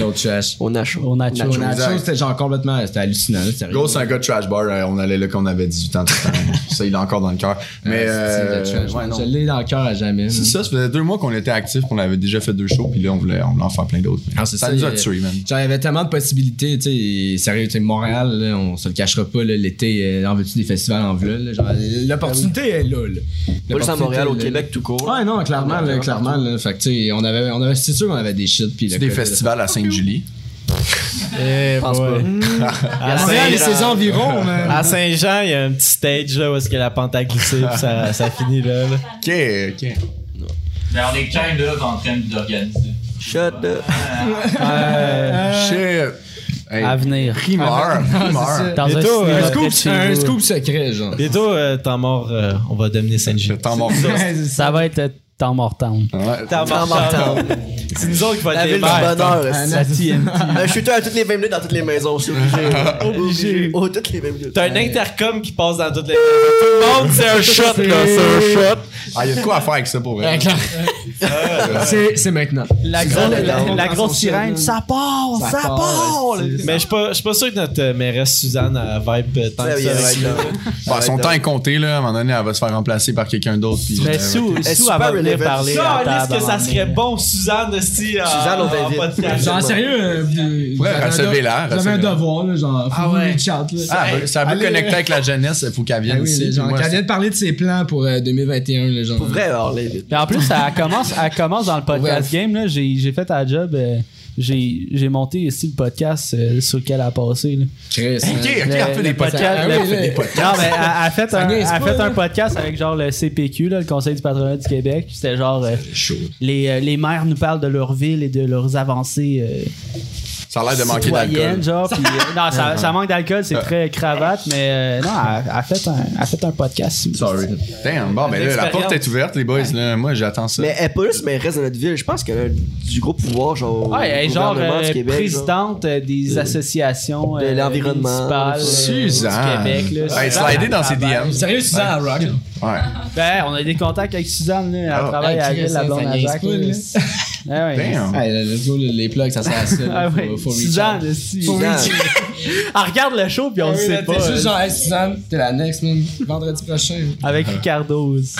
Speaker 3: L'autre trash.
Speaker 5: On a chaud.
Speaker 4: Au Nacho.
Speaker 3: Au Nacho, c'était genre complètement. C'était hallucinant, là, sérieux.
Speaker 1: Gros, c'est un gars de trash bar. euh, On allait là quand on avait 18 ans. tout le temps. ça, il est encore dans le cœur. Mais.
Speaker 3: Ouais, c'est- c'est
Speaker 1: euh,
Speaker 3: le trash.
Speaker 1: ouais, non.
Speaker 3: Je l'ai dans le cœur à jamais.
Speaker 1: C'est ça, ça faisait deux mois qu'on était actifs, qu'on avait déjà fait deux shows, puis là, on voulait, on voulait en faire plein d'autres. mais
Speaker 3: Ah, c'est
Speaker 1: ça, nous a
Speaker 3: il y-
Speaker 1: tués, man.
Speaker 3: Genre, il y avait tellement de possibilités, tu sais, sérieux, tu sais, Montréal, là, on se le cachera pas, là, l'été, euh, en veux-tu des festivals en vlà, là, genre, l'opportunité est là, là.
Speaker 5: Pas juste à
Speaker 3: L'opportunité,
Speaker 5: Montréal, au
Speaker 3: là.
Speaker 5: Québec, tout court.
Speaker 3: Ouais, non, clairement, là, clairement, là, fait que, tu sais, on avait, on avait, c'est sûr qu'on avait des shit, puis
Speaker 1: C'est
Speaker 3: le
Speaker 1: des
Speaker 3: COVID, là.
Speaker 1: festivals à Sainte-Julie.
Speaker 2: Eh,
Speaker 5: pense
Speaker 2: ouais.
Speaker 3: À
Speaker 2: À
Speaker 3: Montréal et ses
Speaker 2: Saint-Jean-
Speaker 3: environs, man.
Speaker 2: à Saint-Jean, il y a un petit stage là, où est-ce que la pente glissé, puis ça, ça finit là. là.
Speaker 1: Ok, ok.
Speaker 6: Mais on est kind of en train d'organiser.
Speaker 5: Shut up.
Speaker 3: Euh,
Speaker 1: Shit. Hey,
Speaker 4: À venir.
Speaker 1: Primeur, primeur.
Speaker 4: Dans
Speaker 2: Et
Speaker 4: un
Speaker 2: toi,
Speaker 4: cinéma
Speaker 2: un
Speaker 4: près de
Speaker 3: scoop,
Speaker 4: chez
Speaker 3: un
Speaker 4: vous.
Speaker 3: scoop secret, genre.
Speaker 2: Bientôt, euh, temps mort, euh, on va dominer Saint-Jean.
Speaker 1: Le temps mort.
Speaker 4: Ça va être euh, temps mort town.
Speaker 1: Ouais.
Speaker 2: Temps mort,
Speaker 5: mort.
Speaker 2: C'est nous autres qui va
Speaker 5: La
Speaker 2: être
Speaker 5: ville
Speaker 2: les
Speaker 5: du
Speaker 2: maires.
Speaker 5: bonheur. Ben, esti.
Speaker 4: La TM.
Speaker 5: Un shooter à toutes les 20 minutes dans toutes les maisons. C'est obligé.
Speaker 2: Obligé.
Speaker 5: Oh, toutes les 20 minutes.
Speaker 2: T'as un intercom qui passe dans toutes les. Tout le monde, c'est un shot, là. C'est un shot.
Speaker 1: Ah, il y a de quoi à faire avec ça pour vrai.
Speaker 3: C'est c'est maintenant.
Speaker 4: La,
Speaker 5: grand-
Speaker 4: grosse-
Speaker 5: la-
Speaker 4: la
Speaker 5: la
Speaker 4: grosse sirène, ça part, ça, part. là.
Speaker 2: Mais je suis pas, je suis pas sûr que notre euh, mairesse Suzanne a vibe euh, tant que ça. avec nous.
Speaker 1: Bah, son temps est compté, là. À un moment donné, elle va se faire remplacer par quelqu'un d'autre. puis-
Speaker 4: Mais
Speaker 1: euh,
Speaker 4: Ben, Sue,
Speaker 5: Est-ce
Speaker 4: Sue,
Speaker 5: super
Speaker 4: elle va venir
Speaker 5: relevant?
Speaker 4: parler. à la
Speaker 2: Ça,
Speaker 4: table
Speaker 2: est-ce que
Speaker 4: à un
Speaker 2: ça
Speaker 4: moment
Speaker 2: serait
Speaker 4: donné.
Speaker 2: bon, Suzanne, euh, de style.
Speaker 5: Suzanne, on t'invite.
Speaker 3: Genre, sérieux, euh, vous-
Speaker 1: Ouais,
Speaker 3: j'avais un
Speaker 1: recevez-la,
Speaker 3: devoir- J'avais un
Speaker 1: recevez-la.
Speaker 3: devoir, là, genre, faut vous reach out, là.
Speaker 1: Ah, elle veut- ça veut
Speaker 3: Allez.
Speaker 1: connecter avec la jeunesse, il faut qu'elle
Speaker 3: Ah
Speaker 1: vienne
Speaker 3: oui,
Speaker 1: ici.
Speaker 3: là, genre,
Speaker 1: Moi,
Speaker 3: qu'elle vient de parler de ses plans pour euh, 2021, là, genre.
Speaker 5: Pour vrai, alors, les-
Speaker 4: Puis en plus, elle commence, elle commence dans le podcast game. Là. J'ai, j'ai fait ta job. euh, j'ai, j'ai monté ici le podcast euh, sur lequel elle a passé. Là.
Speaker 3: Chris,
Speaker 1: c'est-
Speaker 3: hein.
Speaker 1: Ok, ok, elle fait des podcasts.
Speaker 3: Ah oui,
Speaker 4: le-
Speaker 1: Elle fait des
Speaker 3: là.
Speaker 1: podcasts.
Speaker 4: Non, mais ben, elle, elle a fait,
Speaker 3: Ça
Speaker 4: un,
Speaker 3: niaise
Speaker 4: elle a
Speaker 3: pas, hein.
Speaker 4: fait
Speaker 3: là.
Speaker 4: un podcast avec genre le CPQ, là, le Conseil du patronat du Québec. C'était genre euh, les, euh, les maires nous parlent de leur ville et de leurs avancées euh,
Speaker 1: Ça a l'air de manquer
Speaker 4: citoyennes.
Speaker 1: d'alcool.
Speaker 4: Genre, puis, euh, non, ça, ça manque d'alcool, c'est très cravate, mais euh, non, elle, elle a fait un, elle a fait un podcast. si vous
Speaker 1: Sorry. Damn, bon, ben là, la
Speaker 2: L'expérience.
Speaker 1: porte est ouverte, les boys. Là. Moi, j'attends ça.
Speaker 4: euh,
Speaker 5: Mais elle est pas juste, mais elle reste dans notre ville. Je pense qu'elle a du gros pouvoir, genre.
Speaker 4: Ouais, elle est
Speaker 5: au
Speaker 4: genre
Speaker 5: gouvernement du
Speaker 4: euh,
Speaker 5: Québec, genre.
Speaker 4: présidente euh, des associations euh,
Speaker 5: l'environnement,
Speaker 4: municipales,
Speaker 5: tout
Speaker 4: euh,
Speaker 1: Suzanne.
Speaker 4: du Québec. Là.
Speaker 1: Hey,
Speaker 4: Suzanne,
Speaker 1: slidez dans ses
Speaker 4: elle travaille-
Speaker 1: DM.
Speaker 3: euh, Sérieux, Suzanne à Rock.
Speaker 1: Ouais.
Speaker 4: Ben, on a des contacts avec Suzanne. Là. Elle
Speaker 1: Ah,
Speaker 4: travaille
Speaker 3: hey,
Speaker 4: à
Speaker 3: Chris,
Speaker 4: Ville, la
Speaker 3: ça,
Speaker 4: blonde
Speaker 3: ça
Speaker 4: à
Speaker 3: niaise
Speaker 4: Jacques.
Speaker 3: pas,
Speaker 4: là. Ah ouais.
Speaker 1: Damn.
Speaker 3: Hey, là, let's go, là, les plugs, ça sert à ça. là.
Speaker 4: Ah
Speaker 3: Faut-
Speaker 4: ouais,
Speaker 3: faut reach out.
Speaker 4: Suzanne, si.
Speaker 5: Suzanne.
Speaker 4: Elle regarde le show puis on
Speaker 3: Ah
Speaker 4: le
Speaker 3: oui, là,
Speaker 4: sait
Speaker 3: T'es
Speaker 4: pas.
Speaker 3: juste
Speaker 4: euh, Ah,
Speaker 3: genre, hey, Suzanne, t'es la next, man. Vendredi prochain.
Speaker 4: Avec Ricardo aussi.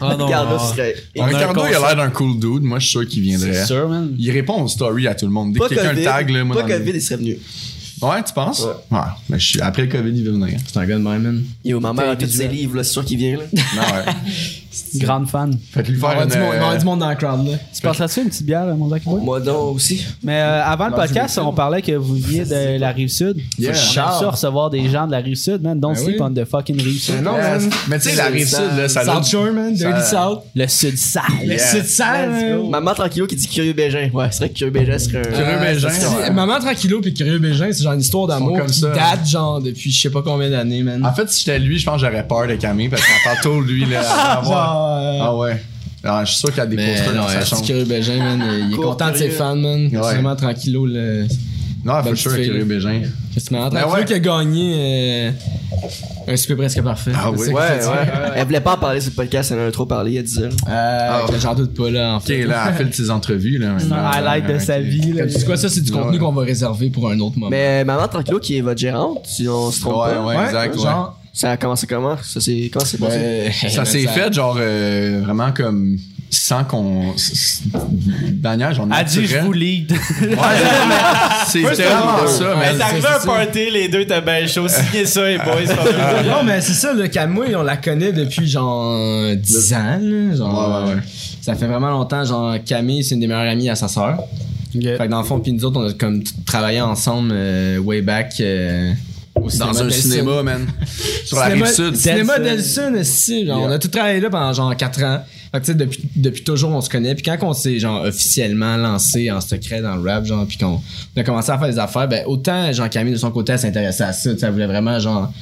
Speaker 2: Ah non.
Speaker 5: Regarde, là, ce serait.
Speaker 2: a un
Speaker 1: Ricardo, il a
Speaker 2: concept.
Speaker 1: l'air d'un cool dude. Moi, je suis sûr qu'il
Speaker 3: hein.
Speaker 1: viendrait.
Speaker 4: sûr, man.
Speaker 1: Il répond aux stories à tout le monde. Dès
Speaker 5: Pas
Speaker 1: que quelqu'un le
Speaker 5: COVID.
Speaker 1: tag, là, moi,
Speaker 5: Pas
Speaker 1: dans le-
Speaker 5: COVID, il serait venu.
Speaker 1: Ouais, tu penses? Ouais. Mais je suis... après le COVID, il veut venir.
Speaker 3: C'est un gars de même, man.
Speaker 5: Yo, ma mère a tous ses livres, là, c'est sûr qu'il vient, là.
Speaker 1: Non, ouais.
Speaker 4: Grande fan.
Speaker 1: Faites lui
Speaker 3: Ah Il va
Speaker 1: faire une.
Speaker 3: y avoir du monde- il va y avoir
Speaker 1: euh,
Speaker 3: du monde dans le crowd, là.
Speaker 4: Tu passeras-tu une petite bière, mon Zach Boy?
Speaker 5: Moi, donc, aussi.
Speaker 4: Mais euh, avant le podcast, on parlait que vous veniez de la Rive-Sud.
Speaker 1: Yeah.
Speaker 4: On aime ça recevoir des gens de la Rive-Sud, man. Don't
Speaker 3: Ben
Speaker 4: sleep
Speaker 3: oui.
Speaker 4: on the fucking Rive-Sud.
Speaker 3: Ben Non,
Speaker 1: yes.
Speaker 3: man.
Speaker 1: Mais tu sais, la rive sud, là, ça a
Speaker 3: South Shore, man. Dirty
Speaker 1: ça-
Speaker 3: South.
Speaker 4: Le Sud sale.
Speaker 1: Yeah.
Speaker 3: C'est ça,
Speaker 4: Let's
Speaker 3: man.
Speaker 4: go.
Speaker 5: Maman tranquillo qui dit Curieux Bégin. Ouais, c'est vrai que Curieux Bégin serait un.
Speaker 1: Curieux
Speaker 3: Euh,
Speaker 1: Bégin,
Speaker 3: c'est-
Speaker 1: Ah, ouais.
Speaker 3: Maman Tranquillo puis Curieux Bégin, c'est genre une histoire d'amour
Speaker 1: comme
Speaker 3: qui
Speaker 1: ça. Ah,
Speaker 3: date genre depuis je sais pas combien d'années, man.
Speaker 1: En fait, si j'étais lui, je pense que j'aurais peur de Camille parce qu'on parle tôt de lui. Là, à avoir-
Speaker 3: Genre, euh,
Speaker 1: Ah ouais. Ah, je suis sûr qu'il y a des
Speaker 3: mais
Speaker 1: posters
Speaker 3: non,
Speaker 1: dans sa
Speaker 3: ouais, c'est
Speaker 1: chambre.
Speaker 3: Curieux Bégin, man, euh, il est
Speaker 5: Court
Speaker 3: content de ses
Speaker 5: curieux.
Speaker 3: fans, man. C'est
Speaker 1: Ouais.
Speaker 3: Vraiment Tranquillo, le...
Speaker 1: Non,
Speaker 3: Bonne
Speaker 1: for sure,
Speaker 3: fille.
Speaker 1: Kyrie Bégin.
Speaker 3: C'est marrant.
Speaker 1: Ben
Speaker 3: Ben
Speaker 1: ouais.
Speaker 3: qui a gagné euh, un super presque parfait.
Speaker 1: Ah
Speaker 3: C'est
Speaker 1: oui.
Speaker 3: ça que
Speaker 1: Ouais,
Speaker 3: je te dis.
Speaker 5: Elle voulait pas en parler sur le podcast, elle en a trop parlé, elle disait.
Speaker 3: Euh,
Speaker 1: Ah,
Speaker 3: que J'en doute pas là en
Speaker 1: Ok,
Speaker 3: fait.
Speaker 1: là, elle file ses entrevues. là,
Speaker 3: Ah,
Speaker 4: C'est un
Speaker 1: maintenant.
Speaker 4: highlight de
Speaker 1: Ouais,
Speaker 4: sa
Speaker 1: ok.
Speaker 4: vie. là.
Speaker 3: Comme tu dis quoi, ça c'est du
Speaker 1: Ouais.
Speaker 3: contenu qu'on va réserver pour un autre moment.
Speaker 5: Mais maman tranquillo qui est votre gérante, si on se
Speaker 1: Ouais,
Speaker 5: trompe
Speaker 1: ouais,
Speaker 5: pas.
Speaker 1: exact. ouais.
Speaker 3: genre,
Speaker 5: Ça a commencé comment Ça c'est comment c'est passé
Speaker 3: euh,
Speaker 1: Ça s'est fait, genre, euh, vraiment comme sans qu'on. s- s- de manière, genre.
Speaker 2: Elle dit, je
Speaker 1: naturelle.
Speaker 2: vous lead.
Speaker 1: C'est vraiment ça, man.
Speaker 2: Mais
Speaker 3: c'est
Speaker 2: t'arrives à un
Speaker 3: ça.
Speaker 2: party, les deux, t'as bien chaud. Signez ça, les boys.
Speaker 3: Non, mais c'est ça, le Camouille, on la connaît depuis genre 10 ans. là, genre,
Speaker 1: Ouais, ouais, ouais.
Speaker 3: Ça fait vraiment longtemps. Genre, Camille, c'est une des meilleures amies à sa sœur. Fait que dans le fond, puis nous autres, on a comme t- travaillé ensemble euh, way back euh, au cinéma
Speaker 1: Dans un
Speaker 3: d'Elson.
Speaker 1: cinéma, man. Sur la rive
Speaker 3: Cinéma-
Speaker 1: sud.
Speaker 3: Cinéma
Speaker 4: Delson.
Speaker 3: d'Elson, aussi. genre,
Speaker 1: Yeah.
Speaker 3: On a tout travaillé là pendant genre 4 ans. Fait que tu sais, depuis, depuis toujours, on se connaît. Puis quand on s'est genre officiellement lancé en secret dans le rap, genre, puis qu'on on a commencé à faire des affaires, ben autant Jean-Camille de son côté, elle s'intéressait à ça. tu sais, Elle voulait vraiment, genre,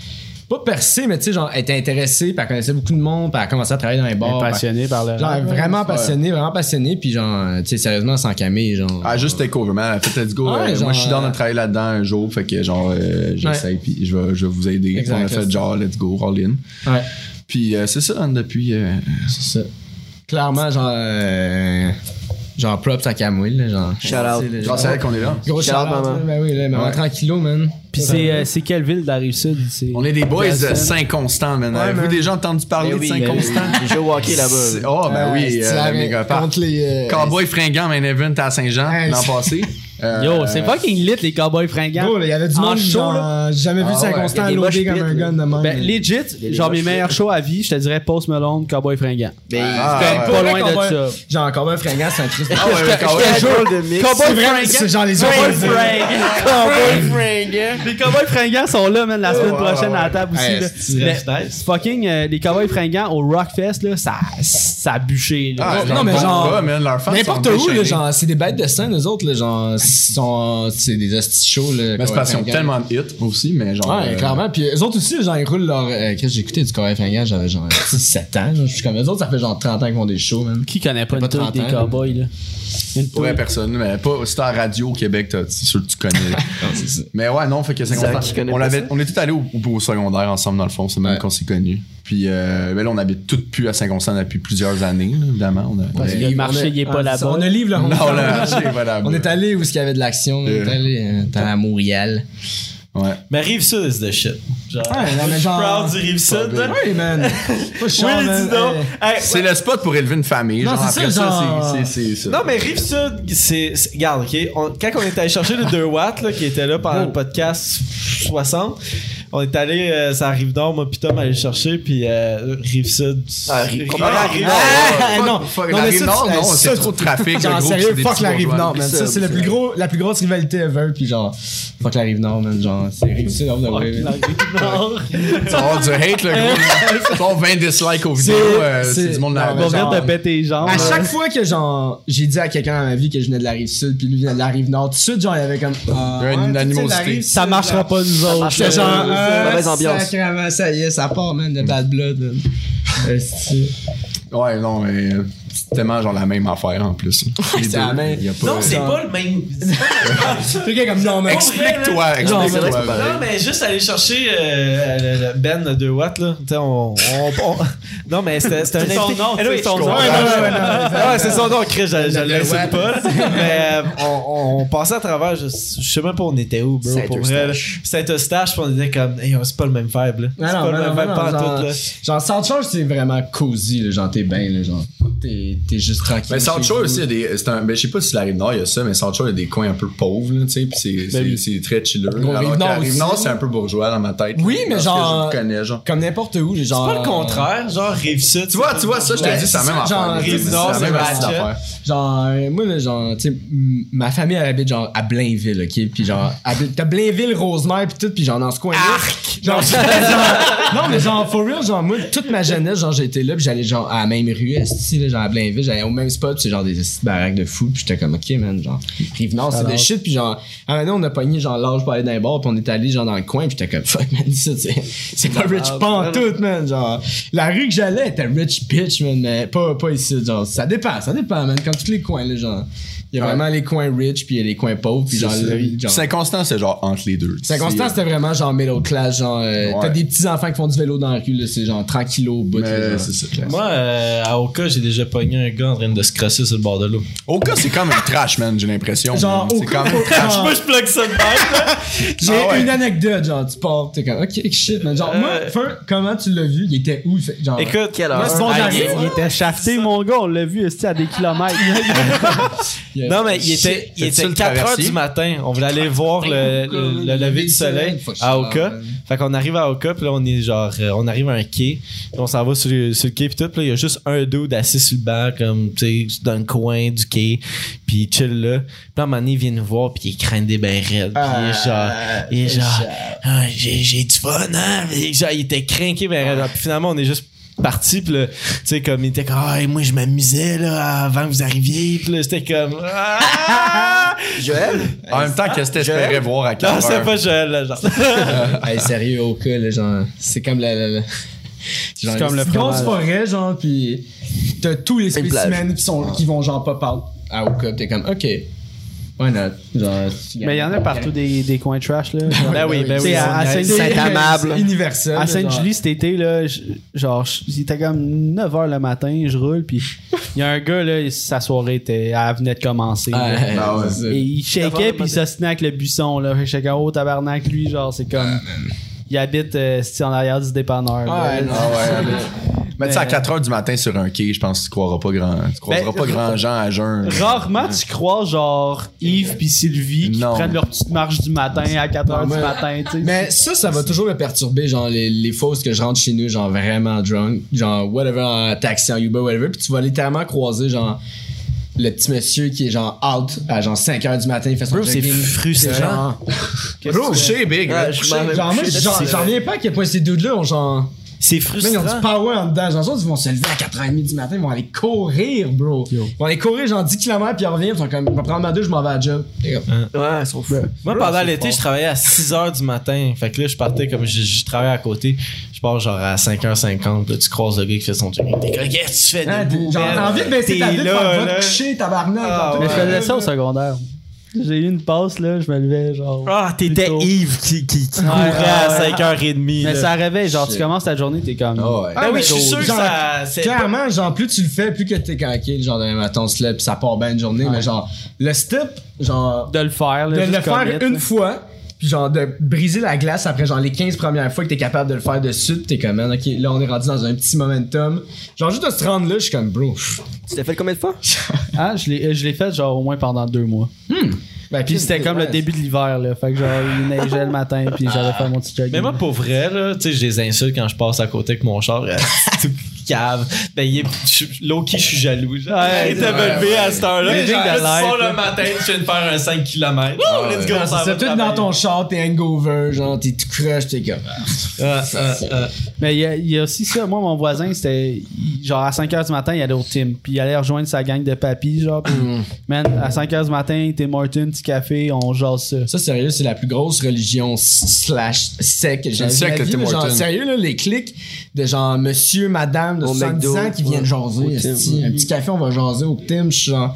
Speaker 3: pas percer, mais tu sais, genre, elle était intéressée, puis elle connaissait beaucoup de monde, puis elle a commencé à travailler dans les bars. puis-
Speaker 4: passionné par le.
Speaker 3: Genre,
Speaker 4: rap.
Speaker 3: vraiment passionné, vraiment passionné, puis genre, tu sais, sérieusement, sans Camille, genre.
Speaker 1: Ah, juste take over, man. Fait, let's go.
Speaker 3: Ouais,
Speaker 1: Euh,
Speaker 3: genre,
Speaker 1: moi, je suis dans
Speaker 3: euh,
Speaker 1: de travailler là-dedans un jour. Fait que, genre, euh, j'essaye, puis je vais, je vais vous aider.
Speaker 3: Exact,
Speaker 1: On a fait,
Speaker 3: c'est-
Speaker 1: genre, let's go, all in.
Speaker 3: Ouais,
Speaker 1: Puis, euh, c'est ça, man, depuis. euh,
Speaker 3: c'est ça. Clairement, genre, euh, genre, props à Camille, là, genre.
Speaker 5: Shout out.
Speaker 3: C'est le-
Speaker 1: grâce à elle qu'on est là.
Speaker 3: Gros
Speaker 5: Shout
Speaker 3: shout
Speaker 5: out, maman.
Speaker 3: Ben oui, là, maman,
Speaker 1: Ouais.
Speaker 3: tranquillo, man.
Speaker 4: Puis c'est euh, c'est quelle ville de la Rive-Sud
Speaker 1: On est des boys de
Speaker 4: Delson.
Speaker 1: Saint-Constant, man. Avez-vous déjà entendu parler
Speaker 5: Ben
Speaker 1: de
Speaker 5: oui, ben oui.
Speaker 1: Saint-Constant?
Speaker 3: euh,
Speaker 5: J'ai walké
Speaker 1: C'est-
Speaker 5: là-bas.
Speaker 1: Oh, ben oui,
Speaker 3: c'est
Speaker 1: euh, méga parc.
Speaker 3: Contre les. euh,
Speaker 1: Cowboy fringant, main event à Saint-Jean
Speaker 3: Ouais,
Speaker 1: l'an
Speaker 3: c'est-
Speaker 1: passé. Euh,
Speaker 4: Yo, c'est fucking lit, les cowboys
Speaker 3: Gros,
Speaker 4: fringants.
Speaker 3: là, il y avait du
Speaker 4: En
Speaker 3: monde
Speaker 4: show,
Speaker 3: genre, euh, J'ai jamais vu
Speaker 1: Ah ouais.
Speaker 3: Saint-Constant
Speaker 5: Il y a des
Speaker 3: loader
Speaker 5: mosh
Speaker 3: comme un
Speaker 5: pits,
Speaker 3: gun de
Speaker 5: là.
Speaker 3: même.
Speaker 4: Ben,
Speaker 3: là.
Speaker 4: legit, genre mes meilleurs shows à vie, je te dirais Post Malone, Cowboy Fringant.
Speaker 5: Mais
Speaker 1: Ah,
Speaker 4: Ben,
Speaker 1: ouais.
Speaker 4: pas
Speaker 3: Ouais,
Speaker 4: loin
Speaker 3: Cowboy-
Speaker 4: de ça.
Speaker 3: Genre, Cowboy Fringant, c'est un triste.
Speaker 1: Ah ouais, ouais, Cowboy.
Speaker 5: Quel drôle de mix.
Speaker 3: C'est vrai, c'est genre les autres.
Speaker 4: Les cowboys fringants sont là, man, la semaine prochaine à la table aussi.
Speaker 3: Ouais,
Speaker 4: là.
Speaker 3: c'est-
Speaker 4: Mais c'est fucking, euh, les cowboys fringants au Rockfest, là, ça, ça a bûché. là.
Speaker 1: Ah,
Speaker 3: Non,
Speaker 1: non,
Speaker 3: mais
Speaker 1: mais
Speaker 3: genre-
Speaker 1: genre.
Speaker 3: N'importe où, là, genre, c'est des bêtes de scène, eux autres, là, genre, ils sont- Ben, c'est des hosties chauds, là.
Speaker 1: Mais c'est parce qu'ils ont
Speaker 3: Cowboy Fringant.
Speaker 1: tellement de hits aussi, mais genre.
Speaker 3: Ouais,
Speaker 1: euh,
Speaker 3: clairement. Puis eux autres aussi, genre, ils roulent leur. euh, Qu'est-ce que j'ai écouté du Cowboy Fringant? J'avais genre 17 ans. genre, Je suis comme eux autres, ça fait genre 30 ans qu'ils font des shows, man.
Speaker 4: Qui connaît pas
Speaker 3: Pas
Speaker 4: une touche
Speaker 3: 30
Speaker 4: des
Speaker 3: ans, ben,
Speaker 4: cowboys, là? Une
Speaker 1: Pour la
Speaker 4: touche.
Speaker 1: personne, mais pas. Si t'es en radio au Québec, t'as- c'est sûr que tu connais. mais ouais, non, fait que c'est
Speaker 5: Zach, il connaît
Speaker 1: on,
Speaker 5: pas
Speaker 1: l'avait-
Speaker 5: ça?
Speaker 1: on est tous allés au, au- au secondaire ensemble, dans le fond, c'est même
Speaker 3: Ouais.
Speaker 1: qu'on s'est connus. Puis euh, ben là, on habite toutes plus à Saint-Constant depuis plusieurs années, là, évidemment. On a,
Speaker 4: Parce que
Speaker 1: mais-
Speaker 4: le marché, il est pas là-bas.
Speaker 3: On a livre, là.
Speaker 1: Non, on l'a acheté, voilà.
Speaker 3: On est allé où il y avait de l'action, on est
Speaker 1: Euh.
Speaker 3: allé euh, dans la Montréal.
Speaker 1: Ouais.
Speaker 2: Mais Rive-Sud is the shit. Genre,
Speaker 3: Ouais, non,
Speaker 2: je
Speaker 3: mais
Speaker 2: suis
Speaker 3: genre-
Speaker 2: proud du Rive-Sud. là.
Speaker 3: Oui, man. Pas chiant,
Speaker 2: Willy,
Speaker 3: man.
Speaker 2: dis donc.
Speaker 3: Hey.
Speaker 2: Hey,
Speaker 1: C'est le spot pour élever une famille.
Speaker 3: Non,
Speaker 1: genre,
Speaker 3: c'est
Speaker 1: après
Speaker 3: ça,
Speaker 1: ça,
Speaker 3: genre-
Speaker 1: c'est- c'est c'est ça.
Speaker 2: Non, mais Rive-Sud, c'est. c'est- Regarde, OK? on- quand on est allé chercher le 2 watts, là, qui était là pendant le podcast 60, on est allé, euh, ça arrive d'or, moi, puis Tom, aller le chercher, puis euh, Rive-Sud.
Speaker 5: Ah,
Speaker 2: Rive-
Speaker 5: Rive- Ah,
Speaker 1: Ah,
Speaker 2: Rive-
Speaker 1: Rive-Nord, ouais,
Speaker 3: Ah,
Speaker 1: ouais.
Speaker 3: non.
Speaker 1: Fuck- fuck,
Speaker 3: Non,
Speaker 1: la
Speaker 3: mais ça,
Speaker 1: Rive-Nord,
Speaker 3: tu-
Speaker 1: non,
Speaker 3: ça,
Speaker 1: c'est
Speaker 3: tu-
Speaker 1: trop de trafic. le
Speaker 3: Genre,
Speaker 1: gros,
Speaker 3: sérieux,
Speaker 1: c'est des
Speaker 3: fuck
Speaker 1: petits
Speaker 3: la
Speaker 1: bourgeois.
Speaker 3: Rive-Nord, man.
Speaker 5: C'est
Speaker 3: Ça, c'est le
Speaker 5: ça.
Speaker 3: plus gros, la plus grosse rivalité ever, puis genre, fuck la Rive-Nord, man. Genre, c'est Rive-Sud, on
Speaker 4: Fuck,
Speaker 3: devrait.
Speaker 4: la Rive-Nord.
Speaker 1: Tu vas avoir du hate, le gros. Tu vas avoir 20 dislikes aux vidéos. euh, C'est du monde là
Speaker 4: On va venir
Speaker 3: Genre-
Speaker 4: te péter les jambes.
Speaker 3: À
Speaker 4: là.
Speaker 3: chaque fois que genre j'ai dit à quelqu'un dans ma vie que je venais de la rive sud puis lui venait de la rive nord, tout de suite genre il y avait comme Ah,
Speaker 1: Il y a une
Speaker 3: ouais, tu sais,
Speaker 1: animosité.
Speaker 3: la Rive-Sud,
Speaker 4: Ça marchera
Speaker 3: là.
Speaker 4: pas, nous autres.
Speaker 5: marchera
Speaker 3: J'étais genre
Speaker 5: Euh,
Speaker 3: Ah,
Speaker 5: mauvaise ambiance.
Speaker 3: sacrément, ça y est, ça part man de bad blood. man. Esti.
Speaker 1: Ouais, non, mais euh, c'est tellement genre la même affaire en plus. Les
Speaker 3: c'est la
Speaker 1: deux,
Speaker 3: même.
Speaker 1: il y a pas-
Speaker 2: Non, c'est pas le même.
Speaker 3: Quelqu'un comme non mais
Speaker 1: Explique-toi,
Speaker 3: Non, c'est vrai
Speaker 5: que c'est
Speaker 1: explique-toi.
Speaker 5: pas-
Speaker 2: Non, mais juste aller chercher euh, le- le Ben de 2 watts, là. Tu sais, on, on- on- Non, mais c'était c'était un
Speaker 4: C'est son
Speaker 2: invité-
Speaker 4: nom,
Speaker 2: Anyway,
Speaker 4: c'est son
Speaker 2: je
Speaker 4: nom.
Speaker 2: comprends.
Speaker 1: Ouais, ouais, ouais, ouais, non,
Speaker 2: Ah ouais, c'est son nom, Chris, je je
Speaker 3: Le
Speaker 2: le sais
Speaker 3: Watt.
Speaker 2: pas. là. Mais euh, on, on- on passait à travers, je, je sais même pas on était où, bro, pour vrai. là. C'était Eustache, puis on était comme, hey, c'est pas le même vibe, là. C'est
Speaker 3: Non,
Speaker 2: pas
Speaker 3: non,
Speaker 2: le
Speaker 3: non,
Speaker 2: même
Speaker 3: non,
Speaker 2: vibe, pas en
Speaker 3: genre-
Speaker 2: tout, là.
Speaker 3: Genre South Shore c'est vraiment cozy là, genre t'es bien là, genre t'es t'es juste tranquille.
Speaker 1: Mais South Shore
Speaker 3: chez
Speaker 1: aussi, il y a des. c'est un- Ben, je sais pas si la Rive-Nord, il y a ça, mais South Shore, il y a des coins un peu pauvres, là, tu sais, puis
Speaker 3: Ben
Speaker 1: c'est- c'est
Speaker 4: oui.
Speaker 1: c'est très chiller.
Speaker 3: Gros,
Speaker 1: Alors que
Speaker 3: Rive-Nord
Speaker 1: la Rive-Nord,
Speaker 3: aussi.
Speaker 1: c'est un peu bourgeois dans ma tête.
Speaker 3: Oui,
Speaker 1: là,
Speaker 3: mais
Speaker 1: parce
Speaker 3: genre-
Speaker 1: que Je le connais, genre.
Speaker 3: vous. comme n'importe où les gens.
Speaker 2: C'est pas le contraire, genre Rive-Sud.
Speaker 1: Tu vois, tu vois, ça, je
Speaker 3: Ouais,
Speaker 1: te dis, c'est la
Speaker 3: c'est
Speaker 1: même
Speaker 3: ça, genre,
Speaker 1: affaire. C'est
Speaker 2: Rive-Nord,
Speaker 1: la même
Speaker 2: c'est
Speaker 1: affaire.
Speaker 2: ratchet.
Speaker 3: Genre, euh, moi, là, genre, tu sais, m- ma famille, elle habite, genre, à Blainville, OK? Puis, genre, à Bl- t'as Blainville, Rosemère, puis tout, puis genre, dans ce coin-là. Genre, genre, non, mais genre, for real, genre, moi, toute ma jeunesse, genre, j'étais là, puis j'allais, genre, à la même rue, esti, là, genre, à Blainville, j'allais au même spot, puis c'est genre des esti de baraques de fou, puis j'étais comme, OK, man, genre, Rive-Nord, c'est de shit, puis genre, à un moment, donné, on a pogné, genre, l'âge pour aller dans les bars, puis on est allé, genre, dans le coin, puis j'étais comme, fuck, man, ça, c'est- c'est pas rich pantoute, man, genre, la rue que j'allais était rich bitch, man, mais pas, pas ici, genre, ça dépend, ça dépend, man, comme tous les coins, là, genre. Il y a vraiment les coins rich, puis il y a les coins pauvres, puis
Speaker 1: C'est
Speaker 3: genre,
Speaker 1: ça.
Speaker 3: le- genre-
Speaker 1: C'est inconstant, c'est genre entre les deux. euh,
Speaker 3: Saint-Constant, c'était vraiment genre middle class, genre euh,
Speaker 1: Ouais.
Speaker 3: t'as des petits enfants qui font du vélo dans la rue, là, c'est genre tranquillo au bout. là,
Speaker 1: Mais
Speaker 3: genre.
Speaker 1: c'est ça.
Speaker 2: Moi, euh, à Oka, j'ai déjà pogné un gars en train de se crosser sur le bord de l'eau.
Speaker 1: Au cas, c'est quand même trash, man, j'ai l'impression.
Speaker 3: Genre,
Speaker 1: C'est
Speaker 3: au
Speaker 1: quand
Speaker 3: cas-
Speaker 1: même
Speaker 3: au cas-
Speaker 1: trash.
Speaker 3: Ah.
Speaker 2: Moi, je plug ça de même.
Speaker 3: J'ai
Speaker 1: Ah ouais.
Speaker 3: une anecdote, genre tu pars, t'es comme ok shit, man. Genre
Speaker 2: Euh,
Speaker 3: moi, Feu, comment tu l'as vu Il était où Il fait- genre,
Speaker 2: Écoute,
Speaker 5: Quelle heure?
Speaker 3: Moi, c'est mon
Speaker 2: Ah,
Speaker 3: dernier.
Speaker 2: il-
Speaker 4: Il était shafté, mon gars, on l'a vu esti, à des kilomètres.
Speaker 3: il-
Speaker 2: Non, mais il était, il
Speaker 1: C'était
Speaker 2: était
Speaker 1: le
Speaker 2: 4 heures
Speaker 1: traversier.
Speaker 2: du matin. On voulait aller voir le, le- le lever du soleil à Oka. Fait qu'on arrive à Oka, puis là, on est genre, euh, on arrive à un quai, puis on s'en va sur, le- sur le quai, puis tout, puis là, il y a juste un dude assis sur le banc, comme, tu sais, dans le coin du quai, puis il chill là. Puis là, à un moment donné, il vient nous voir, puis il craint des bains raides, puis il est genre, il est genre, Ah, j'ai j'ai du fun, hein? Puis genre, il était craqué, ben raide. Puis finalement, on est juste parti puis là, tu sais comme il était comme ah et moi je m'amusais là avant que vous arriviez puis là c'était comme ah!
Speaker 5: Joël?
Speaker 1: En même temps, qu'est-ce que t'espérais voir à
Speaker 2: non
Speaker 1: 4
Speaker 2: c'est
Speaker 1: heures?
Speaker 2: pas Joël là, genre
Speaker 3: Euh, Hey, sérieux, Oka, là, genre, c'est comme la. la, la- genre,
Speaker 4: comme le
Speaker 3: une grosse
Speaker 4: fromage.
Speaker 3: forêt, genre, pis t'as tous les
Speaker 5: Une plage.
Speaker 3: spécimens qui, sont, qui vont genre pop out à Oka, pis Ah, t'es comme, ok, why not? Genre,
Speaker 4: Mais il y en a partout des, des coins trash, là. Genre,
Speaker 3: Ah
Speaker 2: Ben oui, ben
Speaker 4: oui,
Speaker 3: à-
Speaker 4: on
Speaker 3: à
Speaker 4: y allait.
Speaker 3: Saint-
Speaker 5: Saint-Amable.
Speaker 3: c'est Universel.
Speaker 4: À
Speaker 3: là, genre.
Speaker 4: Sainte-Julie cet été, là, je- genre, je- il était comme 9h le matin, je roule, puis il y a un gars, là, sa soirée était, elle venait de commencer. là.
Speaker 3: Ouais,
Speaker 1: Ah ouais.
Speaker 3: c'est ça.
Speaker 4: Et il shakeait, puis il s'assinait avec le buisson, là. Fait que j'étais comme, oh, tabarnak, lui, genre, c'est comme. il habite euh, c'est en arrière du dépanneur. là.
Speaker 3: Ouais, non,
Speaker 1: Ah ouais,
Speaker 3: c'est-
Speaker 1: mais- Mais tu sais, à 4 heures du matin sur un quai, je pense que tu croiras pas grand. Tu croiseras
Speaker 4: Ben,
Speaker 1: pas grand gens à jeun.
Speaker 4: Rarement tu crois genre Yves puis Sylvie qui
Speaker 1: Non.
Speaker 4: prennent leur petite marche du matin à 4h du
Speaker 3: mais-
Speaker 4: matin, tu sais.
Speaker 3: Mais ça, ça va toujours me perturber, genre les, les fois où est-ce que je rentre chez nous, genre vraiment drunk, genre whatever, en taxi, en Uber, whatever, puis tu vas littéralement croiser, genre, le petit monsieur qui est genre out à genre 5h du matin, il fait son
Speaker 2: Bro, c'est
Speaker 3: jogging.
Speaker 2: frustrant.
Speaker 3: C'est genre-
Speaker 1: Bro, chez Big. là.
Speaker 5: Ouais, je m'en vais
Speaker 3: Genre, moi,
Speaker 5: me coucher.
Speaker 3: genre, j'en reviens pas à quel point ces dudes-là ont genre.
Speaker 2: c'est
Speaker 3: Man, ils ont
Speaker 2: frustrant
Speaker 3: du power en dedans. Genre, eux autres, ils vont se lever à 4h30 du matin, ils vont aller courir, bro. Ils vont aller courir genre 10 km, puis ils reviennent, ils sont comme, je vais prendre ma douche, je m'en vais à la job. T'es comme,
Speaker 5: Ouais, ils sont fous.
Speaker 2: Moi,
Speaker 3: Bro,
Speaker 2: pendant
Speaker 3: c'est
Speaker 2: l'été,
Speaker 3: fort.
Speaker 2: je travaillais à 6 h du matin. Fait que là, je partais comme je, je travaillais à côté. Je pars genre à 5h50. Là, tu croises le gars qui fait son jogging. T'es comme, qu'est-ce que tu fais
Speaker 3: Hein,
Speaker 2: debout?
Speaker 3: t'es- genre,
Speaker 2: man?
Speaker 3: t'as envie de baisser ta
Speaker 2: T'es
Speaker 3: douche,
Speaker 2: là,
Speaker 3: va
Speaker 2: là. Ah,
Speaker 3: te coucher, tabarnak. genre,
Speaker 4: Mais je
Speaker 3: t'es-
Speaker 4: faisais ça au secondaire. J'ai eu une passe là, je me levais genre.
Speaker 2: Ah, t'étais
Speaker 4: Plutôt.
Speaker 2: Yves qui, qui, qui
Speaker 4: Ouais,
Speaker 2: courait à
Speaker 4: ouais.
Speaker 2: 5h30.
Speaker 4: Mais
Speaker 2: là.
Speaker 4: ça réveille, genre tu
Speaker 3: Shit.
Speaker 4: commences ta journée, t'es comme.
Speaker 1: Ah ouais.
Speaker 2: Ah oui, je suis sûr que
Speaker 3: Genre,
Speaker 2: ça. c'est-
Speaker 3: Clairement, genre, plus tu le fais, plus que t'es tranquille, genre, demain matin, on se lève, pis ça part bien une journée, mais genre, le step, genre,
Speaker 4: De le faire, là.
Speaker 3: de
Speaker 4: juste
Speaker 3: le faire
Speaker 4: commit,
Speaker 3: une
Speaker 4: là.
Speaker 3: fois, puis genre, de briser la glace après, genre, les 15 premières fois que t'es capable de le faire dessus, pis t'es comme, man, ok, là, on est rendu dans un petit momentum. Genre, juste de se rendre là, je suis comme, bro. pff.
Speaker 5: Tu l'as fait combien de fois?
Speaker 4: Ah, je l'ai, je l'ai fait genre au moins pendant deux mois.
Speaker 3: Ben,
Speaker 4: Puis c'était comme le début de l'hiver, là. Fait que genre, il neigeait le matin, puis j'allais faire mon petit jogging.
Speaker 2: Mais moi, pour vrai, là, tu sais, je les insulte quand je passe à côté avec mon char. euh, Tout cave. Ben, il est. je- Low key, je suis jaloux. Genre, hey, t'as me levé à cette heure-là.
Speaker 4: Les
Speaker 2: Genre,
Speaker 4: gens de
Speaker 2: là, tu
Speaker 4: life,
Speaker 2: sors
Speaker 4: là.
Speaker 2: le matin, tu viens de faire un 5 km.
Speaker 1: Ah ouais.
Speaker 2: let's go, on s'en va
Speaker 3: C'est tout dans
Speaker 2: travailler.
Speaker 3: ton char, t'es hangover, genre, t'es tout crush, t'es comme. ah.
Speaker 2: Ah, ah, ah.
Speaker 4: Mais il y, a- il y a aussi ça. Moi, mon voisin, c'était il- genre à 5h du matin, il allait au team. Puis il allait rejoindre sa gang de papy, genre. Puis, man, à 5h du matin, t'es Martin, petit café, on jase ça.
Speaker 3: Ça, sérieux, c'est la plus grosse religion s- slash secte que j'ai
Speaker 1: Une
Speaker 3: jamais
Speaker 1: secte,
Speaker 3: vue de ma vie,
Speaker 1: Tim
Speaker 3: mais genre,
Speaker 1: Hortons.
Speaker 3: Sérieux, là, les clics de genre monsieur, madame de
Speaker 5: Au
Speaker 3: 70
Speaker 5: McDo,
Speaker 3: ans qui viennent
Speaker 5: ouais. Au
Speaker 3: jaser.
Speaker 5: Tim,
Speaker 3: esti.
Speaker 5: ouais.
Speaker 3: Un petit café, on va jaser au Tim. je suis genre-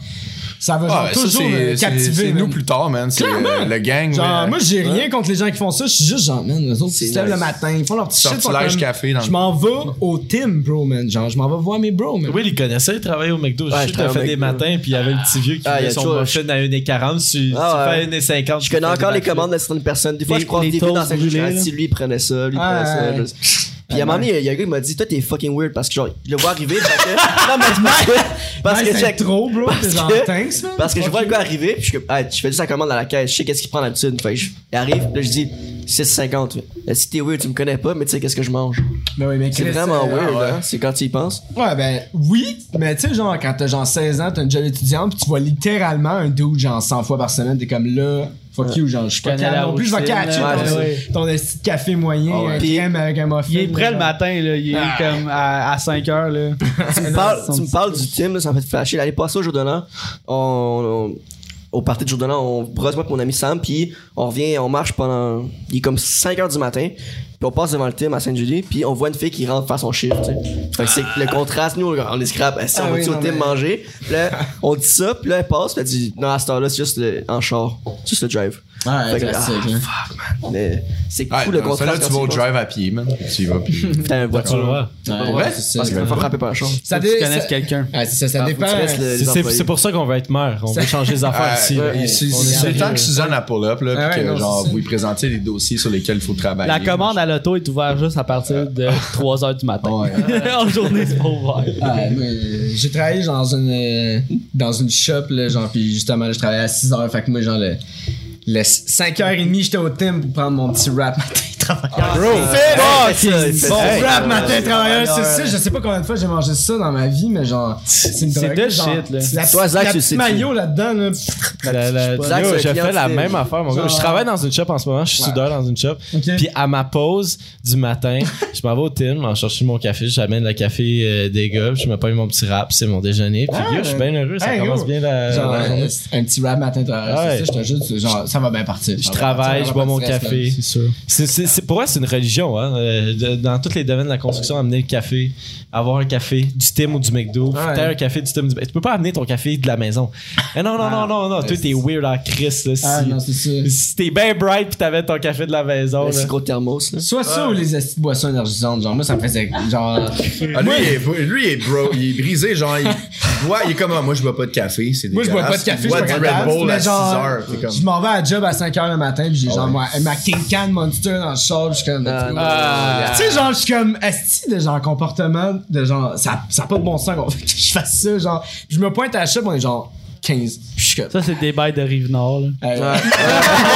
Speaker 3: Ça va genre,
Speaker 1: Ah, ça,
Speaker 3: toujours me
Speaker 1: c'est- c'est
Speaker 3: captiver.
Speaker 1: c'est
Speaker 3: man.
Speaker 1: nous plus tard, man. C'est
Speaker 3: Clairement.
Speaker 1: euh, le gang.
Speaker 3: Genre,
Speaker 1: man.
Speaker 3: moi, j'ai rien contre les gens qui font ça. Je suis juste genre, man, les autres,
Speaker 5: C'est
Speaker 3: ils se lèvent
Speaker 5: nice.
Speaker 3: le matin, ils font leur petit shit. ils sont
Speaker 1: Sortilège
Speaker 3: comme,
Speaker 1: café dans le-
Speaker 3: Je m'en vais au Tim, bro, man. Genre, je m'en vais voir mes bros, man.
Speaker 2: Oui, il connaissait, il travaillait au McDo.
Speaker 5: Ouais,
Speaker 2: je
Speaker 5: je
Speaker 2: sais qu'il a fait
Speaker 5: travaille
Speaker 2: des
Speaker 5: au McDo.
Speaker 2: matins, puis il y avait le petit vieux qui
Speaker 5: Ah, il y
Speaker 2: faisait
Speaker 5: a
Speaker 2: son
Speaker 5: toujours-
Speaker 2: muffin à 1,40. Si tu
Speaker 5: Ah,
Speaker 2: fais
Speaker 5: ouais.
Speaker 2: 1,50.
Speaker 5: Je
Speaker 2: tu fais
Speaker 5: connais encore
Speaker 2: des
Speaker 5: les
Speaker 2: backflips.
Speaker 5: commandes de certaines personnes. Des fois,
Speaker 4: Les-
Speaker 5: je croise
Speaker 4: les
Speaker 5: des vues dans
Speaker 4: toasts
Speaker 5: sa je suis
Speaker 4: brûlés,
Speaker 5: genre, si lui il prenait ça, lui il
Speaker 3: Ah,
Speaker 5: prenait ça.
Speaker 3: ouais.
Speaker 5: je sais. Puis à un moment donné, il y a un gars qui m'a dit Toi, t'es fucking weird parce que genre, il le voit arriver. parce que- Non, mais parce que- parce
Speaker 3: Ouais,
Speaker 5: que
Speaker 3: c'est
Speaker 5: check.
Speaker 3: trop, bro.
Speaker 5: Parce
Speaker 3: C'est genre,
Speaker 5: que-
Speaker 3: thanks, man.
Speaker 5: Parce que je vois le gars arriver, puis je suis comme, ah, je fais juste la commande à la caisse, je sais qu'est-ce qu'il prend d'habitude. Fait que je- il arrive, là, je dis 6,50. Si t'es weird, tu me connais pas, mais tu sais qu'est-ce que je mange.
Speaker 3: Ben oui, mais
Speaker 5: C'est
Speaker 3: Chris,
Speaker 5: vraiment
Speaker 3: euh,
Speaker 5: weird,
Speaker 3: ouais.
Speaker 5: hein, c'est quand tu y penses.
Speaker 3: Ouais, ben oui, mais tu sais, genre, quand t'as genre 16 ans, t'as une job étudiante, puis tu vois littéralement un dude genre 100 fois par semaine, t'es comme là, fuck you, genre, je suis pas
Speaker 4: Connais la
Speaker 3: calme non plus, je vais
Speaker 4: routine,
Speaker 3: catcher
Speaker 5: ouais,
Speaker 3: ton,
Speaker 4: ouais.
Speaker 3: ton esti de café moyen,
Speaker 1: Ah ouais.
Speaker 3: un
Speaker 5: Puis-
Speaker 3: crème avec un muffin.
Speaker 4: Il est prêt
Speaker 5: Ah.
Speaker 4: le
Speaker 3: genre.
Speaker 4: matin, là. Il est comme à, 5h, là.
Speaker 5: Tu me parles, tu me parles du team, là, ça m'a fait flasher. L'année passée au jour de l'an, on, on- au party du jour de l'an, on brosse moi et mon ami Sam, puis on revient, on marche pendant. Il est comme 5 heures du matin, puis on passe devant le thym à Sainte-Julie, puis on voit une fille qui rentre faire son chiffre, tu sais. Fait que c'est le contraste, nous, on les scrap, si
Speaker 3: Ah
Speaker 5: on va
Speaker 3: oui,
Speaker 5: au
Speaker 3: non,
Speaker 5: thym
Speaker 3: mais-
Speaker 5: manger, puis là, on dit ça, puis là, elle passe, puis elle dit, non, à cette heure-là, c'est juste le- en char, c'est juste le drive.
Speaker 3: Ah,
Speaker 5: Fait que,
Speaker 3: classique,
Speaker 5: ah,
Speaker 3: hein.
Speaker 5: fuck, man. Mais c'est
Speaker 1: Ah,
Speaker 5: cool le
Speaker 1: dans ça,
Speaker 5: contraste.
Speaker 1: là, tu vas au drive à pied, man. Tu y vas, puis.
Speaker 5: T'as une
Speaker 4: Tu le
Speaker 5: voiture.
Speaker 4: vois.
Speaker 3: Ouais,
Speaker 1: Ouais,
Speaker 3: c'est
Speaker 1: parce
Speaker 3: ça.
Speaker 1: que-
Speaker 5: Tu vas pas frapper par la char.
Speaker 3: Ça
Speaker 4: Faut que tu
Speaker 3: dé-
Speaker 4: connaisses
Speaker 3: ça-
Speaker 4: quelqu'un.
Speaker 3: Ah, c'est ça, ça
Speaker 5: Ah, faut que
Speaker 3: dépend.
Speaker 5: tu restes le-
Speaker 2: C'est-
Speaker 5: les
Speaker 2: C'est
Speaker 5: employés.
Speaker 2: c'est pour ça qu'on veut être maire. On veut changer les affaires
Speaker 1: Ah,
Speaker 2: ici.
Speaker 1: ouais, c'est-
Speaker 2: On
Speaker 1: C'est
Speaker 2: essaie
Speaker 1: le
Speaker 2: de-
Speaker 1: temps que Suzanne a pull up, là,
Speaker 3: Ah
Speaker 1: puis
Speaker 3: ouais,
Speaker 1: que
Speaker 3: non,
Speaker 1: genre,
Speaker 3: c'est ça.
Speaker 1: vous lui présentez les dossiers sur lesquels il faut travailler.
Speaker 4: La commande à l'auto est ouverte juste à partir de 3h du matin.
Speaker 1: Ouais.
Speaker 4: en journée, c'est pas ouvert.
Speaker 3: Ah, moi, euh, j'ai travaillé dans une euh, dans une shop là, genre puis justement là, je travaillais à 6 heures fait que moi genre le, le 5h30 j'étais au thym pour prendre mon petit rap matin travailleur.
Speaker 5: Fuck, c'est
Speaker 3: Bon
Speaker 5: Hey, euh,
Speaker 3: rap matin travailleur, c'est ça, je sais pas combien de fois j'ai mangé ça dans ma vie mais genre c'est une
Speaker 4: C'est
Speaker 3: drogue,
Speaker 4: de
Speaker 3: genre,
Speaker 4: shit, là.
Speaker 3: La,
Speaker 5: Toi, Zach,
Speaker 3: la
Speaker 5: tu
Speaker 3: petite
Speaker 5: sais-tu?
Speaker 3: maillot là-dedans là.
Speaker 2: La- la-
Speaker 5: Zach,
Speaker 2: Yo,
Speaker 5: c'est un
Speaker 2: je
Speaker 5: client
Speaker 2: fais la
Speaker 5: fidèle.
Speaker 2: même affaire, mon gars. Je travaille dans une shop en ce moment, je suis soudeur dans une shop.
Speaker 3: Ok.
Speaker 2: Puis à ma pause du matin, je m'en vais au Tim, en chercher mon café, j'amène le café euh, des gars, puis je me pogne mon petit rap, c'est mon déjeuner. Puis
Speaker 3: Ah,
Speaker 2: yo, je suis bien heureux, ça
Speaker 3: hey,
Speaker 2: commence
Speaker 3: yo.
Speaker 2: bien la,
Speaker 3: Genre,
Speaker 2: la journée.
Speaker 3: euh, un petit rap matin travailleur,
Speaker 2: Ouais.
Speaker 3: c'est ça, je te jure tu- genre ça va bien partir.
Speaker 2: Je travaille, je bois mon café.
Speaker 4: C'est sûr.
Speaker 2: C'est- c'est- c'est- pour moi, c'est une religion. Hein. Euh, de- dans tous les domaines de la construction, amener le café, avoir un café du Tim ou du McDo,
Speaker 3: Ouais.
Speaker 2: faire un café du Tim ou du Tu peux pas amener ton café de la maison. Eh non, non, non, non, non. Toi, t'es weird en Chris. Là, si
Speaker 3: Ah non, c'est ça.
Speaker 2: si t'es bien bright pis t'avais ton café de la maison.
Speaker 5: Le
Speaker 2: là.
Speaker 5: si gros thermos, là.
Speaker 3: Soit ça ou les esti de boissons énergisantes, genre moi ça me faisait genre
Speaker 1: Ah, lui, il est, lui, il est bro, il est brisé, genre, il boit, il est comme, ah, moi, je bois pas de café, c'est
Speaker 3: Moi, je bois pas de
Speaker 1: dégueulasse.
Speaker 3: café,
Speaker 1: Il
Speaker 3: je
Speaker 1: boit
Speaker 3: me
Speaker 1: du
Speaker 3: regarde,
Speaker 1: Red Bull à
Speaker 3: mais
Speaker 1: 6
Speaker 3: genre,
Speaker 1: heures, t'es comme. Ah
Speaker 3: je m'en vais à la job à 5h le matin, puis j'ai genre
Speaker 1: ouais.
Speaker 3: moi, ma King Can Monster dans le char, puis je suis comme...
Speaker 5: Ah,
Speaker 3: tu sais, genre, je suis comme esti de genre comportement, de genre, ça ça a pas de bon sens qu'on- que je fasse ça, genre, je me pointe à la shop, on est genre 15, puis je suis comme...
Speaker 4: Ça, c'est des bails de Rive-Nord. là.
Speaker 3: Hey.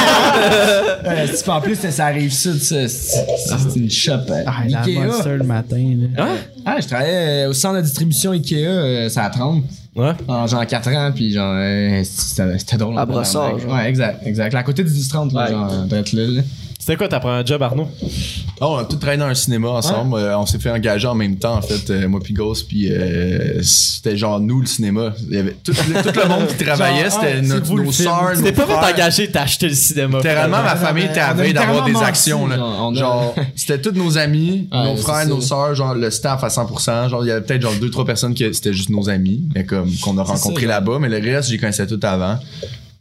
Speaker 3: Ouais, esti, puis en plus, ça arrive ça, tu sais, c'est c'est une shop. euh,
Speaker 4: Ah, la
Speaker 3: Ikea.
Speaker 4: Monster le matin. Là.
Speaker 3: Ah, je travaillais euh, au centre de distribution Ikea, euh, ça à 30.
Speaker 2: Ouais.
Speaker 3: En genre 4 ans, puis genre, euh, c'était c'était drôle.
Speaker 5: À Brossard, genre.
Speaker 3: Ouais, exact, exact. À côté du 10-30, là, genre, euh, d'être là, là.
Speaker 2: C'était quoi ta première job, Arnaud?
Speaker 1: Ah, on a tout traîné dans un cinéma ensemble. Euh, on s'est fait engager en même temps, en fait, euh, moi puis Ghost. Puis euh, c'était genre nous, le cinéma. Il y avait tout, le- tout le monde qui travaillait,
Speaker 3: Genre,
Speaker 1: c'était
Speaker 3: ah, c'est
Speaker 1: notre,
Speaker 3: vous, le
Speaker 1: nos
Speaker 3: film.
Speaker 1: sœurs.
Speaker 2: T'es
Speaker 1: nos
Speaker 2: pas fait
Speaker 1: frères.
Speaker 2: t'engager, t'as acheté le cinéma.
Speaker 1: Littéralement, ma famille était
Speaker 3: on a
Speaker 1: avée d'avoir des
Speaker 3: littéralement
Speaker 1: actions.
Speaker 3: menti,
Speaker 1: Là.
Speaker 3: genre, on
Speaker 1: Genre,
Speaker 3: a-
Speaker 1: c'était tous nos amis,
Speaker 3: Ouais,
Speaker 1: nos
Speaker 3: c'est
Speaker 1: frères,
Speaker 3: ça.
Speaker 1: nos sœurs, genre le staff à 100%. Genre, il y avait peut-être genre deux, trois personnes que c'était juste nos amis, mais comme qu'on a rencontrés là-bas. Mais le reste, j'y connaissais tout avant.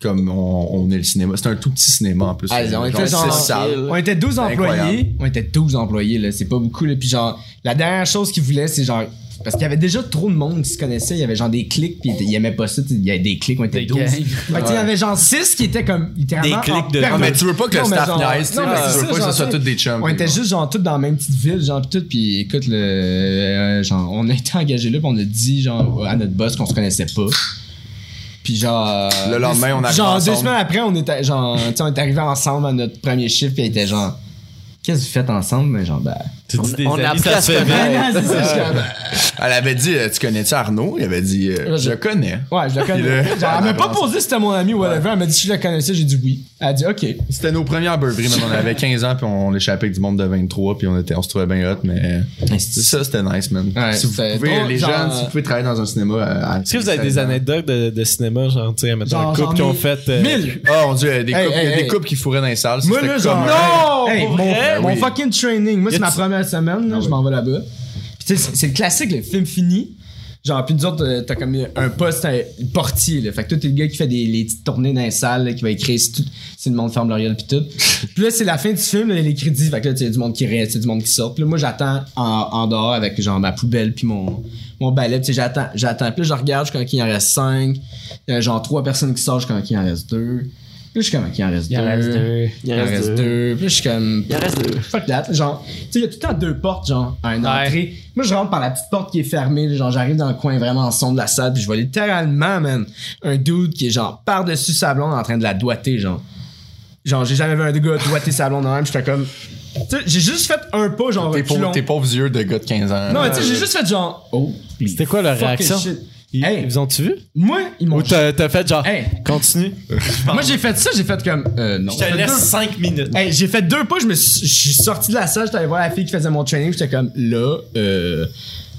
Speaker 1: Comme on, on est le cinéma. C'était un tout petit cinéma en plus.
Speaker 3: Ah, on était
Speaker 1: six
Speaker 3: genre-
Speaker 1: salles.
Speaker 3: On était 12
Speaker 1: Euh, C'est
Speaker 3: employés.
Speaker 1: incroyable.
Speaker 3: On était 12 employés, là. C'est pas beaucoup, là. Puis genre, la dernière chose qu'ils voulaient, c'est genre. Parce qu'il y avait déjà trop de monde qui se connaissait. Il y avait genre des clics, puis ils aimaient pas ça. Il y avait des clics, on était
Speaker 4: Des
Speaker 3: 12.
Speaker 4: gangs.
Speaker 3: Fait que, tu sais, il y avait genre 6 qui étaient comme. littéralement
Speaker 2: Des clics
Speaker 3: en
Speaker 2: de-
Speaker 3: permanence.
Speaker 1: Non, mais tu veux pas que le
Speaker 3: Non, mais
Speaker 1: staff
Speaker 3: genre-
Speaker 1: niaise, tu sais,
Speaker 3: non, mais
Speaker 1: tu
Speaker 3: c'est
Speaker 1: veux
Speaker 3: ça,
Speaker 1: pas que ce
Speaker 3: genre,
Speaker 1: soit
Speaker 3: tu
Speaker 1: tous
Speaker 3: sais,
Speaker 1: des chums.
Speaker 3: On était
Speaker 1: genre.
Speaker 3: juste genre tous dans la même petite ville, genre pis tout, puis écoute le euh, genre on a été engagés là, pis on a dit genre à notre boss qu'on se connaissait pas. Puis genre
Speaker 1: Le
Speaker 3: euh,
Speaker 1: lendemain, on arrive
Speaker 3: Genre
Speaker 1: ensemble.
Speaker 3: deux semaines après, on était genre tu sais on est arrivé ensemble à notre premier chiffre, puis il était genre qu'est-ce que vous faites ensemble mais genre ben
Speaker 2: Tu dis des
Speaker 5: on a
Speaker 2: amis,
Speaker 5: appris
Speaker 2: ça
Speaker 5: à
Speaker 2: se
Speaker 5: se
Speaker 2: fait bien.
Speaker 5: connaître.
Speaker 3: Ah, c'est ça, je suis comme,
Speaker 1: Elle avait dit, euh, tu connais-tu Arnaud? Il avait dit, euh,
Speaker 3: Ouais,
Speaker 1: je
Speaker 3: je-
Speaker 1: connais.
Speaker 3: Ouais, je le
Speaker 1: le-
Speaker 3: connais. Genre, elle m'a pas
Speaker 1: avance.
Speaker 3: posé si c'était mon ami ou whatever, elle m'a dit si je le connaissais, j'ai dit oui. Elle a dit OK.
Speaker 1: C'était nos premières burberies, même on avait 15 ans, puis on l'échappait avec du monde de 23, puis on, était, on se trouvait bien hot, mais c'est ça, c'était nice, man.
Speaker 3: Ouais,
Speaker 1: si vous
Speaker 3: c'était
Speaker 1: pouvez,
Speaker 3: drôle,
Speaker 1: les
Speaker 3: genre-
Speaker 1: jeunes, si vous pouvez travailler dans un cinéma... euh, à- à-
Speaker 2: Est-ce que vous avez des anecdotes de, de cinéma, genre, tu sais, mettons,
Speaker 3: Genre,
Speaker 2: un couple
Speaker 3: j'en
Speaker 2: qui ont
Speaker 3: ai
Speaker 2: fait. euh,
Speaker 3: Mille
Speaker 1: Oh mon dieu, des
Speaker 3: Hey,
Speaker 1: couples, il y a
Speaker 3: hey,
Speaker 1: des
Speaker 3: hey.
Speaker 1: couples qui fourraient dans les salles. ça,
Speaker 3: Moi,
Speaker 1: c'était
Speaker 3: là, genre,
Speaker 1: comme-
Speaker 3: non!
Speaker 2: pour
Speaker 3: mon,
Speaker 2: vrai?
Speaker 3: mon
Speaker 1: Oui.
Speaker 3: fucking training. Moi,
Speaker 2: Y
Speaker 3: c'est ma
Speaker 2: a-tu-
Speaker 3: première semaine, là, je m'en vais là-bas. Puis, tu sais, c'est- c'est le classique, le film fini. Genre, puis nous autres, euh, t'as comme un poste, un portier, là. Fait que toi, t'es le gars qui fait des, les petites tournées dans les salles, là, qui va écrire si, tout, si le monde ferme leur gueule, puis tout. puis là, c'est la fin du film, là, les crédits. Fait que là, t'as du monde qui reste, t'as du monde qui sort. Puis là, moi, j'attends en, en dehors avec, genre, ma poubelle, puis mon, mon balai. Puis, tu sais, j'attends, j'attends. Puis là, je regarde, je suis comme, qu'il en reste cinq. Il y a genre trois personnes qui sortent, je suis comme, qu'il en reste deux. Puis là, je suis comme, qu'il en reste
Speaker 4: Il en reste deux.
Speaker 5: Il
Speaker 3: il en reste deux. Puis là, je suis comme.
Speaker 5: Il en reste deux.
Speaker 3: Fuck that. Genre, tu sais, il y a tout le temps deux portes, genre, à une
Speaker 4: Ouais.
Speaker 3: entrée. Moi, je rentre par la petite porte qui est fermée. là, Genre, j'arrive dans le coin vraiment en sombre de la salle. Puis je vois littéralement, man, un dude qui est genre par-dessus sa blonde en train de la doigter, genre. Genre, j'ai jamais vu un gars doigter sa blonde de même. J'étais comme. Tu sais, j'ai juste fait un pas, genre,
Speaker 1: Tes
Speaker 3: reculons.
Speaker 1: pauvres, tes pauvres yeux de gars de 15 ans.
Speaker 3: Non, mais tu sais, j'ai juste fait genre. Oh,
Speaker 2: C'était quoi leur
Speaker 3: fucking
Speaker 2: réaction?
Speaker 3: shit.
Speaker 2: Ils,
Speaker 3: Hey.
Speaker 2: ils ont-tu vu?
Speaker 3: Moi, ils m'ont.
Speaker 2: Ou t'as t'as fait genre,
Speaker 3: Hey.
Speaker 2: continue?
Speaker 3: Moi, j'ai fait ça, j'ai fait comme. Euh, non. J'ai fait deux-
Speaker 2: 5 minutes.
Speaker 3: Hey, j'ai fait deux pas, je me suis, je suis sorti de la salle, j'étais allé voir la fille qui faisait mon training, j'étais comme là, euh,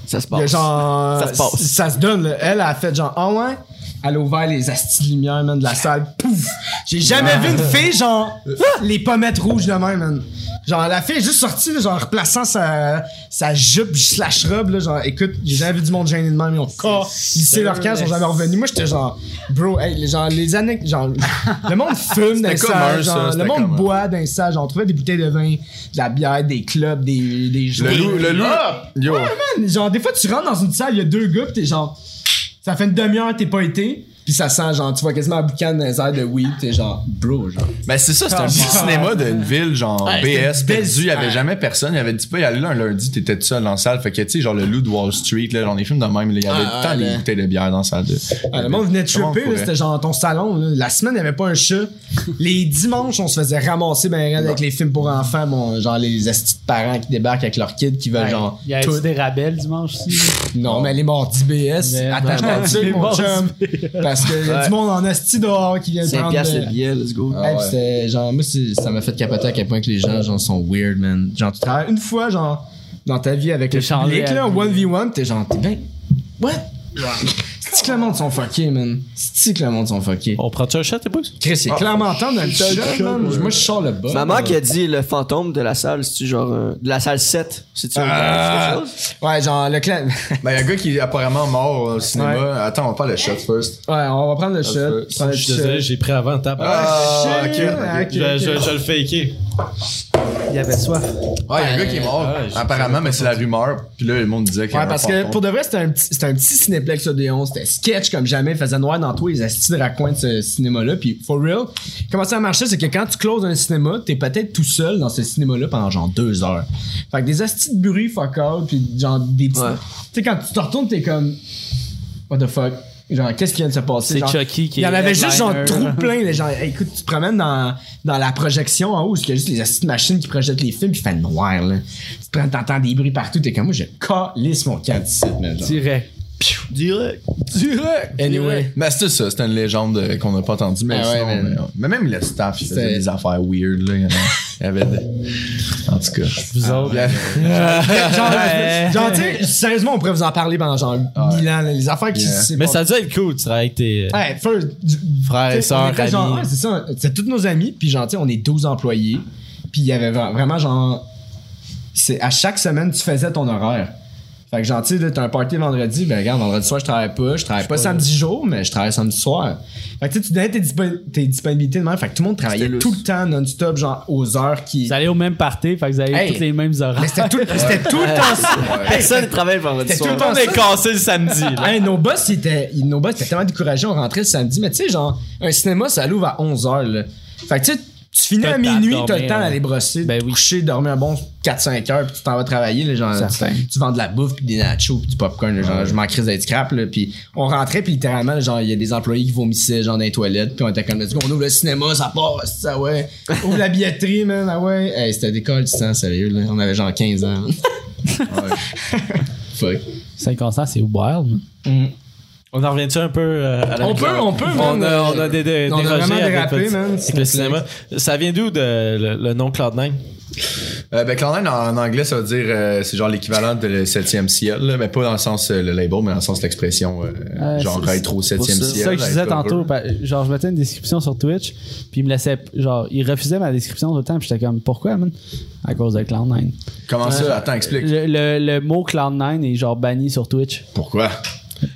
Speaker 5: Ça se
Speaker 3: il y a
Speaker 5: passe.
Speaker 3: genre,
Speaker 5: Ça se passe.
Speaker 3: ça se donne. là. Elle a fait genre, ah ouais. elle a ouvert les astis de lumière, man, de la salle. Pouf! J'ai jamais vu une fille, genre, les pommettes rouges de même, man. Genre, la fille est juste sortie, là, genre, replaçant sa, sa jupe slash robe, là, genre, écoute, j'ai jamais vu du monde gêné de même, ils ont corps, lissé leur camp, ils sont jamais revenus. Moi, j'étais genre, bro, hey, les- genre, les années, genre, le monde fume dans les
Speaker 1: C'était
Speaker 3: salles,
Speaker 1: commun, ça,
Speaker 3: genre, le
Speaker 1: c'était
Speaker 3: monde
Speaker 1: commun.
Speaker 3: boit dans les salles, genre, on trouvait des bouteilles de vin, de la bière, des clubs, des, des jeux.
Speaker 1: Le loup, le loup.
Speaker 5: Ah!
Speaker 1: Yo.
Speaker 3: Ah,
Speaker 2: Ah!
Speaker 3: Man, genre, des fois, tu rentres dans une salle, il y a deux gars, pis t'es genre. Ça fait une demi-heure, t'es pas été, pis ça sent, genre, tu vois quasiment un boucan dans les airs de weed, t'es genre, bro, genre.
Speaker 1: Ben, c'est ça, c'est un petit cinéma d'une ville, genre BS,
Speaker 3: c'était une belle-
Speaker 1: perdu. Il y avait jamais personne. Il y avait dit pas, y aller là un lundi, t'étais tout seul dans la salle. Fait que, tu sais, genre le loup de Wall Street, là, genre les films de même, là, il y avait
Speaker 3: Ah,
Speaker 1: tant
Speaker 3: là.
Speaker 1: des bouteilles de bière dans la salle. De...
Speaker 3: Ah, le monde venait de
Speaker 1: Comment on
Speaker 3: choper,
Speaker 1: pourrait?
Speaker 3: c'était genre ton salon, là. La semaine, il y avait pas un chat. Les dimanches, on se faisait ramasser ben raide avec les films pour enfants, mon- genre les astis de parents qui débarquent avec leurs kids qui veulent, genre.
Speaker 4: Il y a
Speaker 3: tout.
Speaker 4: des rabels dimanche aussi.
Speaker 3: Non, mais les mordis BS,
Speaker 4: Mais-
Speaker 3: attache
Speaker 4: mais-
Speaker 3: ton tuque,
Speaker 4: les
Speaker 3: mon
Speaker 4: mordis
Speaker 3: chum. Parce qu'il y a du monde en asti dehors qui vient prendre.
Speaker 5: 5 piastres
Speaker 3: de-
Speaker 5: le billet, let's go.
Speaker 3: Ouais, pis c'était genre, moi, c'est- ça m'a fait capoter à quel point que les gens, genre, sont weird, man. Genre, tu travailles une fois, genre, dans ta vie avec le
Speaker 4: changé
Speaker 3: public,
Speaker 4: à
Speaker 3: là,
Speaker 4: vie.
Speaker 3: 1v1, t'es genre, t'es bien. What? C'est que le monde sont fuckés, man. C'est que le monde sont fuckés.
Speaker 2: On prend-tu un shot, t'es pouce?
Speaker 3: Oh. Chris, c'est clairement temps dans le shot, man. Moi, je sors le bas.
Speaker 5: Ma mère qui a dit le fantôme de la salle, c'est-tu genre. euh, de la salle 7, c'est-tu un-
Speaker 1: Ah.
Speaker 5: quelque chose?
Speaker 3: Ouais, genre, le clan.
Speaker 1: Ben, y a un gars qui est apparemment mort au cinéma. Attends, on parle de shots first.
Speaker 3: Ouais, on va prendre le shot.
Speaker 1: peut-
Speaker 3: Prendre le
Speaker 2: Je suis désolé,
Speaker 3: shot.
Speaker 2: j'ai pris avant, tape.
Speaker 1: Ah,
Speaker 3: shit.
Speaker 1: ok, ok.
Speaker 3: Ah,
Speaker 2: Je, je- je le faker.
Speaker 4: Il y avait soif.
Speaker 1: Ouais, y a un gars qui est mort.
Speaker 2: Ouais, je-
Speaker 1: apparemment, mais c'est la rumeur. Puis là, le monde disait qu'il y
Speaker 3: Ouais,
Speaker 1: avait
Speaker 3: parce
Speaker 1: un
Speaker 3: que
Speaker 1: fantôme.
Speaker 3: pour de vrai, c'était un petit, c'était un petit cinéplex Odéon. C'était sketch comme jamais. Il faisait noir dans tous les astis de raccoins de ce cinéma-là. Puis, for real, comment ça a marché, c'est que quand tu closes un cinéma, t'es peut-être tout seul dans ce cinéma-là pendant genre deux heures. Fait que des astis de bruit, fuck all, puis genre des petits.
Speaker 5: Ouais.
Speaker 3: Tu sais, quand tu te retournes, t'es comme. What the fuck? Genre, qu'est-ce qui vient de se passer?
Speaker 4: C'est
Speaker 3: Genre,
Speaker 4: Chucky qui
Speaker 3: Il y
Speaker 4: est
Speaker 3: en avait juste genre
Speaker 4: headliner.
Speaker 3: trop plein. Les gens, Hey, écoute, tu te promènes dans, dans la projection en haut, parce qu'il y a juste les assises de machines qui projettent les films, puis il fait noir, là. Tu te prends- t'entends des bruits partout, t'es comme moi, je calisse mon camp d'ici, man, genre.
Speaker 4: Direct.
Speaker 5: Direct.
Speaker 1: Direct!
Speaker 3: Anyway.
Speaker 1: Mais Ben, c'est ça, c'est une légende euh, qu'on n'a pas entendue. Mais,
Speaker 3: Ah ouais,
Speaker 1: sinon,
Speaker 3: mais-
Speaker 1: mais, euh, mais même le staff, il faisait
Speaker 3: C'était-
Speaker 1: des affaires weird. Là, il y en a- il y avait des- En tout cas.
Speaker 2: Vous autres.
Speaker 1: Il y avait-
Speaker 3: Genre, genre, tu sais, sérieusement, on pourrait vous en parler pendant genre mille ans, là, les affaires qui
Speaker 1: Yeah.
Speaker 3: c'est
Speaker 2: Mais
Speaker 3: pas-
Speaker 2: ça a dû être cool, tu serais avec tes. euh,
Speaker 3: Ouais, first, du-
Speaker 2: Frères et
Speaker 3: t'sais,
Speaker 2: sœurs,
Speaker 3: on était genre,
Speaker 2: amis.
Speaker 3: ouais, c'est ça. C'est tous nos amis, puis genre, tu sais, on est 12 employés. Puis il y avait vra- vraiment genre. C'est à chaque semaine, tu faisais ton horaire. Fait que genre, tu sais, là, t'as un party vendredi, ben regarde, vendredi soir, je travaille pas. Je travaille pas samedi jour, mais je travaille samedi soir. Fait que tu sais, tu donnais tes, dispo- tes disponibilités de même. Fait que tout le monde travaillait
Speaker 5: C'était lousse.
Speaker 3: tout le temps, non-stop, genre aux heures qui.
Speaker 4: Vous allez au même party, fait que vous avez
Speaker 3: Hey.
Speaker 4: toutes les mêmes
Speaker 3: Mais
Speaker 4: horaires.
Speaker 3: c'était tout, c'était tout le temps ça.
Speaker 5: Personne ne travaille le vendredi
Speaker 3: C'était tout le
Speaker 5: soir.
Speaker 3: temps
Speaker 2: On
Speaker 3: ça.
Speaker 2: est cassé le samedi, là.
Speaker 3: Hey, nos boss ils étaient, ils- nos boss étaient tellement découragés, on rentrait le samedi, mais tu sais, genre, un cinéma, ça l'ouvre à 11h, là. Fait que tu sais, tu finis
Speaker 4: T'as
Speaker 3: à
Speaker 4: le temps de
Speaker 3: minuit, t'as
Speaker 4: dormir,
Speaker 3: le temps d'aller
Speaker 4: ouais.
Speaker 3: brosser,
Speaker 4: Ben
Speaker 3: te
Speaker 4: oui.
Speaker 3: coucher, dormir un bon 4-5 heures, puis tu t'en vas travailler, les gens.
Speaker 4: Certain.
Speaker 3: Tu, tu vends de la bouffe, puis des nachos, puis du popcorn, là, genre, je m'en crise d'être scrap, là. Puis on rentrait, puis littéralement, genre, il y a des employés qui vomissaient, genre, dans les toilettes, puis on était comme, let's go, on ouvre le cinéma, ça part, ça ouais. Ouvre la billetterie, man, ah ouais. Hey, c'était des cols distants, sérieux, là. On avait genre 15 ans. Fuck.
Speaker 4: Saint-Constant, c'est wild.
Speaker 2: On en revient-tu un peu euh, à la
Speaker 3: On peut, on peut,
Speaker 2: on
Speaker 3: man.
Speaker 2: a, on a des, des,
Speaker 3: On a
Speaker 2: dérogé
Speaker 3: vraiment
Speaker 2: avec
Speaker 3: dérapé,
Speaker 2: le-
Speaker 3: man.
Speaker 2: avec le cinéma. Ça vient d'où de- le, le nom Cloud9?
Speaker 1: Euh, ben, Cloud9, en, en anglais, ça veut dire euh, c'est genre l'équivalent de le 7e ciel. Là, mais pas dans le sens euh, le label, mais dans le sens de l'expression. euh,
Speaker 4: Euh,
Speaker 1: genre
Speaker 4: c'est-
Speaker 1: être au 7e
Speaker 5: pour ça.
Speaker 1: ciel.
Speaker 4: C'est ça que je disais
Speaker 1: être heureux.
Speaker 4: tantôt. pa- Genre, je mettais une description sur Twitch, puis il me laissait. Genre, il refusait ma description tout le temps, puis j'étais comme, pourquoi, man À cause de Cloud9.
Speaker 1: Comment ça? Attends, explique.
Speaker 4: Le, le- le mot Cloud9 est genre banni sur Twitch.
Speaker 1: Pourquoi?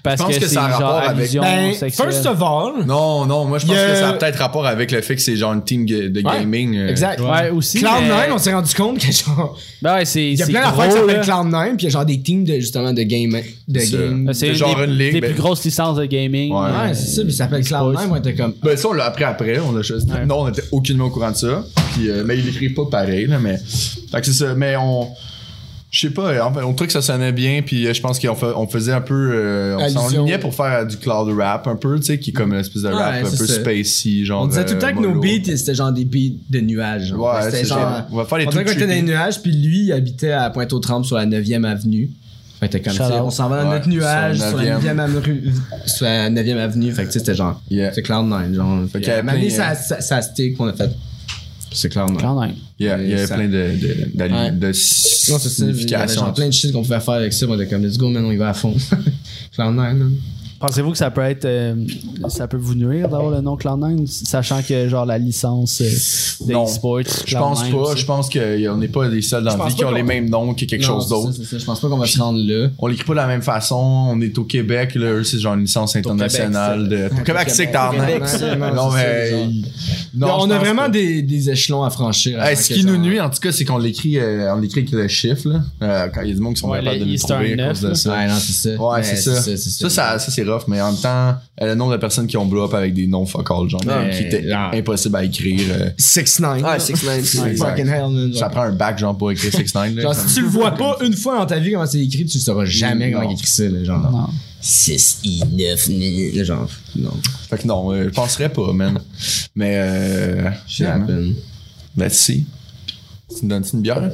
Speaker 4: Parce
Speaker 1: Je pense
Speaker 4: que,
Speaker 1: que
Speaker 4: c'est
Speaker 1: ça a
Speaker 4: genre
Speaker 1: rapport avec-
Speaker 4: allusion
Speaker 3: Ben,
Speaker 4: sexuelle.
Speaker 3: first of all,
Speaker 1: Non, non, moi je pense
Speaker 3: Il y a-
Speaker 1: que ça a peut-être rapport avec le fait que c'est genre une team ga- de
Speaker 3: Ouais,
Speaker 1: gaming. euh,
Speaker 3: Exact.
Speaker 4: Ouais, aussi.
Speaker 3: Cloud9,
Speaker 4: mais-
Speaker 3: on s'est rendu compte que genre.
Speaker 4: Ben ouais, c'est.
Speaker 3: Il y a
Speaker 4: c'est
Speaker 3: plein
Speaker 4: gros,
Speaker 3: d'affaires qui s'appellent
Speaker 4: là.
Speaker 3: Cloud9, puis il y a genre des teams de, justement de game. De
Speaker 1: C'est ça.
Speaker 3: game.
Speaker 4: C'est une
Speaker 1: genre
Speaker 4: des,
Speaker 1: une ligue,
Speaker 4: des
Speaker 1: ben-
Speaker 4: plus grosses licences de gaming.
Speaker 1: Ouais.
Speaker 3: Ouais, c'est ça, puis ça s'appelle Cloud9, on était comme.
Speaker 1: Ben ça, on l'a appris après, on l'a juste- Non, on était aucunement au courant de ça. Puis, euh, mais il écrit pas pareil, là, mais. Fait que c'est ça. Mais on. Je sais pas, en fait, on trouvait que ça sonnait bien, puis euh, je pense qu'on fa- on faisait un peu. euh, on
Speaker 3: Allusion.
Speaker 1: s'enlignait pour faire euh, du cloud rap un peu, tu sais, qui est comme une espèce de rap
Speaker 3: Ouais,
Speaker 1: un
Speaker 3: c'est
Speaker 1: peu
Speaker 3: ça.
Speaker 1: spacey, genre. euh,
Speaker 3: On disait tout le temps que nos
Speaker 1: mollo.
Speaker 3: beats, c'était genre des beats de nuages. genre.
Speaker 1: Ouais,
Speaker 3: c'était
Speaker 1: c'est
Speaker 3: genre.
Speaker 1: genre- on va faire les
Speaker 3: On dirait qu'on
Speaker 1: trucs
Speaker 3: était dans les
Speaker 1: trippy.
Speaker 3: nuages, puis lui, il habitait à Pointe-aux-Trembles sur la 9e avenue. Fait que t'es comme,
Speaker 4: Shout
Speaker 3: tu sais,
Speaker 4: out.
Speaker 3: on s'en va dans
Speaker 1: Ouais,
Speaker 3: notre nuage,
Speaker 1: sur
Speaker 3: sur
Speaker 1: la
Speaker 3: la
Speaker 1: 9e.
Speaker 3: 9e avenue. Sur la 9e avenue, fait que tu sais, c'était genre.
Speaker 1: Yeah.
Speaker 3: C'est Cloud9, genre. Fait
Speaker 1: qu'il y avait
Speaker 3: que, Mané,
Speaker 1: plein, euh,
Speaker 3: ça ça- ça a stick, on a fait. C'est Cloud9.
Speaker 4: Cloud9.
Speaker 1: Yeah, il y avait
Speaker 3: Ça-
Speaker 1: plein de, de, d'alli-
Speaker 3: Ouais.
Speaker 1: de
Speaker 3: Non, c'est ça. Il y avait
Speaker 1: significations.
Speaker 3: genre plein de shit qu'on pouvait faire avec ça. On était comme, let's go, man, on y va à fond. Cloud9, man.
Speaker 7: Pensez-vous que ça peut être. euh, ça peut vous nuire d'avoir le nom Cloud9, sachant que, genre, la licence euh, de
Speaker 1: Non.
Speaker 7: eSports.
Speaker 1: Je pense
Speaker 7: Cloud9,
Speaker 1: pas.
Speaker 7: c'est-
Speaker 1: Je pense qu'on n'est pas les seuls dans
Speaker 3: Je
Speaker 1: la
Speaker 3: pense
Speaker 1: vie qui
Speaker 3: pas
Speaker 1: ont les
Speaker 3: qu'on-
Speaker 1: mêmes noms que quelque
Speaker 3: Non,
Speaker 1: chose
Speaker 3: c'est ça,
Speaker 1: d'autre.
Speaker 3: c'est ça. Je pense pas qu'on va se rendre là.
Speaker 1: On l'écrit pas de la même façon. On est au Québec. Là, eux, c'est genre une licence internationale de. Au Québec, c'est que t'en
Speaker 3: Québec,
Speaker 1: as.
Speaker 3: c'est- non,
Speaker 1: Non,
Speaker 3: c'est ça,
Speaker 1: mais.
Speaker 3: les gens.
Speaker 1: non, je
Speaker 3: on a
Speaker 1: pense
Speaker 3: vraiment
Speaker 1: pas.
Speaker 3: des, des échelons à franchir.
Speaker 1: Hey,
Speaker 3: avant
Speaker 1: ce
Speaker 3: que
Speaker 1: qui
Speaker 3: ça-
Speaker 1: nous nuit, en tout cas, c'est qu'on l'écrit euh, on l'écrit avec le chiffre. Là. Euh, quand il y a des gens qui sont
Speaker 4: Ouais,
Speaker 1: capables
Speaker 4: les
Speaker 1: de le
Speaker 4: Easter
Speaker 1: trouver à cause de
Speaker 4: 9,
Speaker 1: ça.
Speaker 3: Ouais, non, c'est ça.
Speaker 1: Ouais,
Speaker 3: Mais
Speaker 1: c'est ça.
Speaker 3: c'est
Speaker 1: Ça, ça, ça, c'est rough, mais en même temps, euh, le nombre de personnes qui ont blow up avec des noms fuck all, genre,
Speaker 3: Ouais,
Speaker 1: qui étaient
Speaker 3: non.
Speaker 1: impossible à écrire. euh,
Speaker 3: 6-9.
Speaker 5: Ah, 6
Speaker 1: Ouais, exact.
Speaker 3: fucking hell, man.
Speaker 1: ça prend un bac, genre, pour écrire 6 9
Speaker 3: Genre, si tu le vois pas une fois dans ta vie comment c'est écrit, tu sauras jamais
Speaker 1: Non.
Speaker 3: comment écrit ça, là, genre.
Speaker 7: Non.
Speaker 3: 6 i 9 ni- genre. Non.
Speaker 1: Fait que non, euh, je penserais pas, man. Mais, euh, yeah, man.
Speaker 3: Happen.
Speaker 1: let's see. Tu me donnes-tu une bière?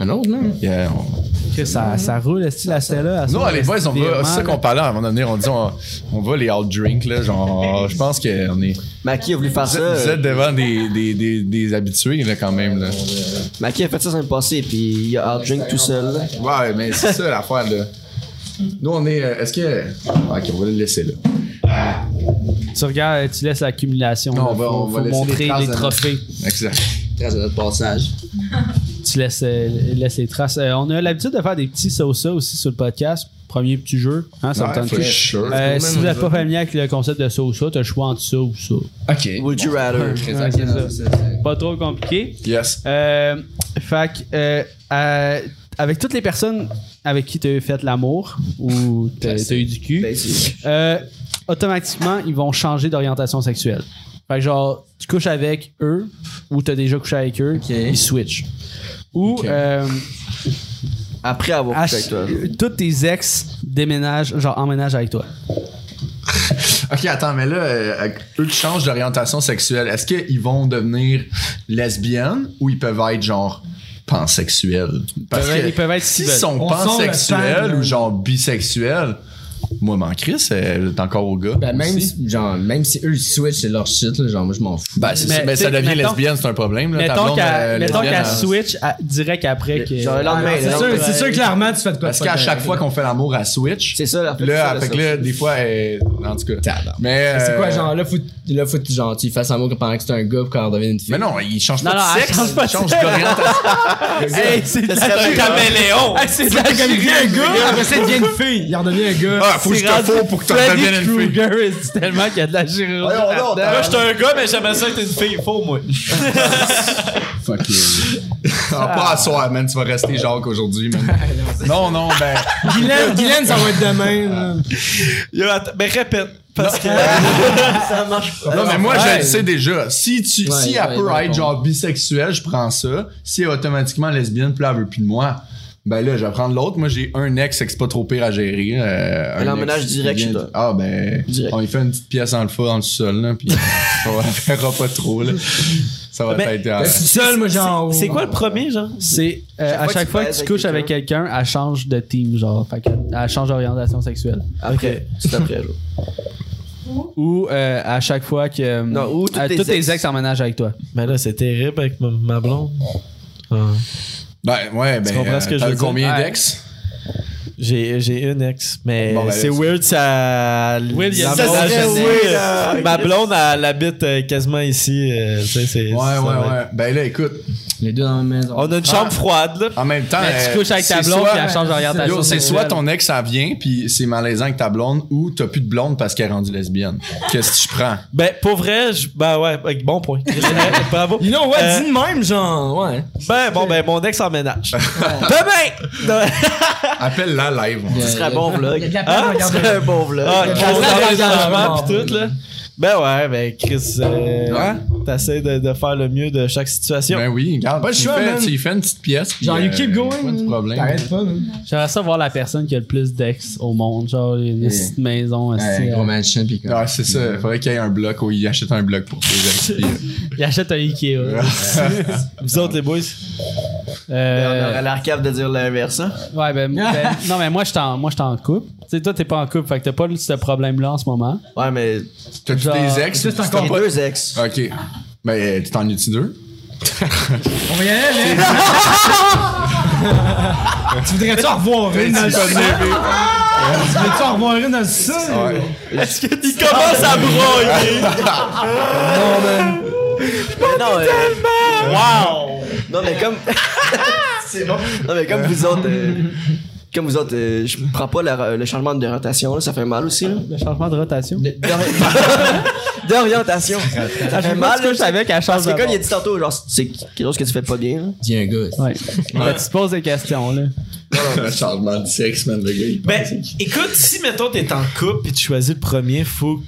Speaker 3: Un autre, là?
Speaker 1: Yeah, on-
Speaker 7: Que ça, ça roule, est-ce que la Stella? elle
Speaker 1: Non,
Speaker 7: sort
Speaker 1: ah, les boys, on va.
Speaker 7: vraiment,
Speaker 1: C'est ça qu'on
Speaker 7: là.
Speaker 1: parlait avant d'en venir. On dit, on, on va les out drink, là. Genre, je pense qu'on est.
Speaker 5: Maki a voulu faire
Speaker 1: Vous
Speaker 5: ça.
Speaker 1: êtes, vous
Speaker 5: euh,
Speaker 1: êtes devant des, des, des, des habitués, là, quand même, là.
Speaker 5: Maki a fait ça semaine passée, puis il a outdrink tout seul. là.
Speaker 1: Ouais, mais c'est ça l'affaire, là. Nous, on est. euh, Est-ce que. Ah, Ok, on va le laisser là.
Speaker 4: Tu regardes, tu laisses l'accumulation.
Speaker 1: Non,
Speaker 4: là.
Speaker 1: on va-
Speaker 4: Faut-
Speaker 1: on va laisser
Speaker 4: faut
Speaker 1: les
Speaker 4: montrer
Speaker 1: traces
Speaker 4: les,
Speaker 1: de notre-
Speaker 4: trophées.
Speaker 1: Exact.
Speaker 5: Grâce à notre passage.
Speaker 4: Tu laisses, euh, laisses les traces. Euh, on a l'habitude de faire des petits sauces aussi sur le podcast. Premier petit jeu. Hein, ça me
Speaker 1: Ouais,
Speaker 4: tente
Speaker 1: for sure.
Speaker 4: Euh, si vous n'êtes pas familier avec le concept de sauce, t'as le choix entre ça ou ça.
Speaker 3: Ok.
Speaker 5: Would you rather?
Speaker 4: Ouais, c'est ça. Pas trop compliqué.
Speaker 1: Yes.
Speaker 4: Euh, fait que, euh, euh, avec toutes les personnes avec qui t'as fait l'amour ou t'as t'as eu du
Speaker 5: Ben,
Speaker 4: cul, euh, automatiquement, ils vont changer d'orientation sexuelle. Fait que genre, tu couches avec eux ou t'as déjà couché avec eux, ils switchent. Ou euh,
Speaker 5: Après avoir couché
Speaker 4: à-
Speaker 3: Ah,
Speaker 5: avec toi.
Speaker 4: tous tes ex déménagent, genre emménagent avec toi.
Speaker 1: Ok, attends, mais là, euh, eux qui changent d'orientation sexuelle, est-ce qu'ils vont devenir lesbiennes ou ils peuvent être genre pansexuels? Parce
Speaker 4: Ils peuvent-
Speaker 1: que
Speaker 4: ils peuvent être
Speaker 1: s'ils
Speaker 4: civils.
Speaker 1: sont
Speaker 3: On sent le
Speaker 1: pansexuels
Speaker 3: pan,
Speaker 1: ou
Speaker 3: là.
Speaker 1: genre bisexuels, moi, m'en Chris, elle est encore au gars.
Speaker 3: Ben, même
Speaker 1: aussi.
Speaker 3: si, genre, même si eux ils switchent, c'est leur shit, là, genre, moi je m'en fous.
Speaker 1: Ben, c'est
Speaker 4: Mais,
Speaker 1: ça, mais
Speaker 4: tu sais,
Speaker 1: ça devient
Speaker 4: mettons-
Speaker 1: lesbienne, c'est un problème. Là, ta
Speaker 4: mettons
Speaker 1: blonde, euh,
Speaker 4: qu'elle mettons
Speaker 1: lesbienne,
Speaker 4: qu'elle
Speaker 2: hein.
Speaker 1: elle-
Speaker 4: switch à- direct après que.
Speaker 5: Genre, le lendemain,
Speaker 3: Ah, c'est
Speaker 5: le lendemain.
Speaker 3: sûr, c'est sûr, clairement, tu fais de quoi
Speaker 1: Parce qu'à chaque fois qu'on fait l'amour, à switch.
Speaker 5: C'est ça, la
Speaker 1: Là,
Speaker 5: c'est
Speaker 1: fait
Speaker 5: ça,
Speaker 1: que là, des fois, elle- en tout cas. Mais.
Speaker 3: C'est quoi,
Speaker 1: euh,
Speaker 3: genre, là, faut, là, faut que, genre, tu fasses un mot pendant que c'est un gars pour qu'on devienne une fille.
Speaker 1: Mais non, il change
Speaker 4: Non,
Speaker 1: pas
Speaker 4: non,
Speaker 1: de
Speaker 4: elle
Speaker 1: sexe.
Speaker 4: change pas de
Speaker 1: il change
Speaker 4: sexe.
Speaker 1: d'orientation.
Speaker 4: Hey, c'est de la
Speaker 5: serait bien.
Speaker 4: caméléon! Hey, c'est de la
Speaker 3: un gars, après ça, il devient une fille. Il en devient un gars.
Speaker 1: Ah, faut que je te fous pour que tu
Speaker 4: Freddy
Speaker 1: deviennes une fille.
Speaker 4: Krueger, il dit tellement qu'il y a de la chirurgie.
Speaker 3: Eh,
Speaker 1: Voyons donc,
Speaker 4: là-dedans.
Speaker 1: t'as-
Speaker 2: Moi, j'étais un gars, mais j'aimerais ça être une fille. Faux, moi.
Speaker 1: Fuck you. Ah, pas à soir, man. Tu vas rester Jacques aujourd'hui, man. non, non, ben.
Speaker 3: Guylaine, Guylaine, ça va être demain. là.
Speaker 2: Yo, attends, mais répète. Parce que.
Speaker 1: Non, mais moi, je le sais déjà. Si, tu,
Speaker 3: Ouais,
Speaker 1: si
Speaker 3: ouais,
Speaker 1: elle peut
Speaker 3: ouais,
Speaker 1: être
Speaker 3: bon.
Speaker 1: genre bisexuelle, je prends ça. Si elle est automatiquement lesbienne, puis là, elle veut plus de moi. Ben là, je vais prendre l'autre. Moi, j'ai un ex, c'est que c'est pas trop pire à gérer. Euh, un
Speaker 5: Elle
Speaker 1: ex
Speaker 5: emménage
Speaker 1: qui
Speaker 5: direct
Speaker 1: vient-
Speaker 5: chez toi.
Speaker 1: Ah, ben.
Speaker 5: Direct.
Speaker 1: On y fait une petite pièce dans le fond, dans le sol, là, puis on la verra pas trop, là. Ça va
Speaker 4: Mais-
Speaker 1: être. euh,
Speaker 3: Je suis Ben, seul, moi, genre.
Speaker 2: C'est quoi le premier, genre?
Speaker 4: C'est euh, à chaque fois que tu couches avec quelqu'un, elle change de team, genre. Fait que, elle change d'orientation sexuelle.
Speaker 5: Après, c'est après, genre.
Speaker 4: Ou euh, à chaque fois que. euh,
Speaker 5: Non, ou tous
Speaker 4: euh,
Speaker 5: tes
Speaker 4: tous tes
Speaker 5: ex.
Speaker 4: ex emménagent avec toi.
Speaker 2: Mais Ben là, c'est terrible avec ma, ma blonde. Ah.
Speaker 1: Ben, ouais, ben.
Speaker 2: comprends ce que
Speaker 1: euh,
Speaker 2: je
Speaker 1: t'as
Speaker 2: veux dire?
Speaker 1: combien
Speaker 4: Ouais.
Speaker 1: d'ex?
Speaker 2: J'ai, j'ai une ex, mais
Speaker 1: Bon, ben,
Speaker 2: c'est
Speaker 1: là,
Speaker 2: weird, ça.
Speaker 4: Weird, il y a
Speaker 2: la
Speaker 4: ça,
Speaker 2: blonde-
Speaker 4: c'est
Speaker 2: la-
Speaker 4: weird,
Speaker 2: oui, euh, Ma blonde, elle habite euh, quasiment ici. euh, tu sais,
Speaker 1: Ouais,
Speaker 2: c'est,
Speaker 1: ouais, ouais. Ah. Ben là, écoute,
Speaker 3: Les deux dans la maison.
Speaker 2: On a une chambre froide, là.
Speaker 1: en même temps.
Speaker 4: Mais
Speaker 1: euh,
Speaker 4: tu couches avec ta
Speaker 1: c'est
Speaker 4: blonde,
Speaker 1: soit-
Speaker 4: puis elle change d'orientation
Speaker 1: Yo, c'est
Speaker 4: sexuelle.
Speaker 1: soit ton ex, elle vient, puis c'est malaisant avec ta blonde, ou t'as plus de blonde parce qu'elle est rendue lesbienne. Qu'est-ce que tu prends?
Speaker 2: Ben, pour vrai, je- ben ouais, avec- bon point. Bravo.
Speaker 3: You know what?
Speaker 2: Euh,
Speaker 3: Dis de même, genre. Ouais.
Speaker 2: ben, bon, ben, mon ex emménage. Demain!
Speaker 1: Appelle-la live. on dit.
Speaker 5: Ce serait un
Speaker 3: Euh,
Speaker 5: bon vlog.
Speaker 2: Ah,
Speaker 5: Ce serait un bon vlog.
Speaker 2: Ah,
Speaker 3: Bon,
Speaker 2: on
Speaker 3: bon,
Speaker 2: l'engagement
Speaker 3: bon,
Speaker 2: pis tout, là. Ben ouais, ben Chris, euh, hein, t'essaies de, de faire le mieux de chaque situation.
Speaker 1: Ben oui, regarde.
Speaker 3: Pas le
Speaker 1: tu
Speaker 3: choix,
Speaker 1: fais-
Speaker 3: man.
Speaker 1: Tu y fais une petite pièce. puis,
Speaker 3: Genre, you
Speaker 1: euh,
Speaker 3: keep going.
Speaker 1: Pas de problème.
Speaker 3: T'arrêtes pas, man.
Speaker 4: J'aimerais ça voir la personne qui a le plus d'ex au monde. Genre, une petite maison. esti,
Speaker 3: Ouais,
Speaker 4: euh,
Speaker 3: ben, gros mansion, pis quoi.
Speaker 1: Ouais, Ah, c'est ça. Il faudrait qu'il y ait un bloc où il achète un bloc pour ses ex. puis, euh,
Speaker 4: il achète un Ikea.
Speaker 2: Vous autres, les boys?
Speaker 5: On
Speaker 4: Euh,
Speaker 5: aurait l'air capable de dire l'inverse. hein.
Speaker 4: ouais, ben, ben, Non, mais moi, je suis en- moi, je suis en couple. Tu sais, toi, t'es pas en couple. Fait que t'as pas ce problème-là en ce moment.
Speaker 5: Ouais, mais.
Speaker 1: T'as tous
Speaker 4: Genre-
Speaker 1: tes ex.
Speaker 3: Ça, c'est
Speaker 1: puis
Speaker 3: encore
Speaker 5: Les
Speaker 1: t'as
Speaker 5: deux ex.
Speaker 1: pas- Ok. Ben, euh, tu t'en es-tu deux?
Speaker 3: On va y aller, tu voudrais-tu en revoir une dans le sol? Tu voudrais-tu en revoir une dans le sol?
Speaker 1: Ouais.
Speaker 2: Il commence à broyer.
Speaker 5: non, euh,
Speaker 2: Wow!
Speaker 5: non, mais comme. c'est bon. Non, mais comme vous autres. euh, Comme vous autres, euh, je prends pas la- le changement de rotation, là, ça fait mal aussi. là.
Speaker 4: Le changement de rotation.
Speaker 5: D'ori- D'orientation. Ça fait mal. là,
Speaker 4: je savais qu'elle change
Speaker 5: Parce que
Speaker 4: de
Speaker 5: comme il a
Speaker 4: bord.
Speaker 5: dit tantôt, genre, c'est quelque chose que tu fais pas bien. là.
Speaker 3: Dis un gars.
Speaker 4: Ouais. Ben, tu te poses des questions, là.
Speaker 1: Le changement de sexe, man, le gars, il
Speaker 2: Ben, écoute, si mettons t'es en couple puis tu choisis le premier, faut.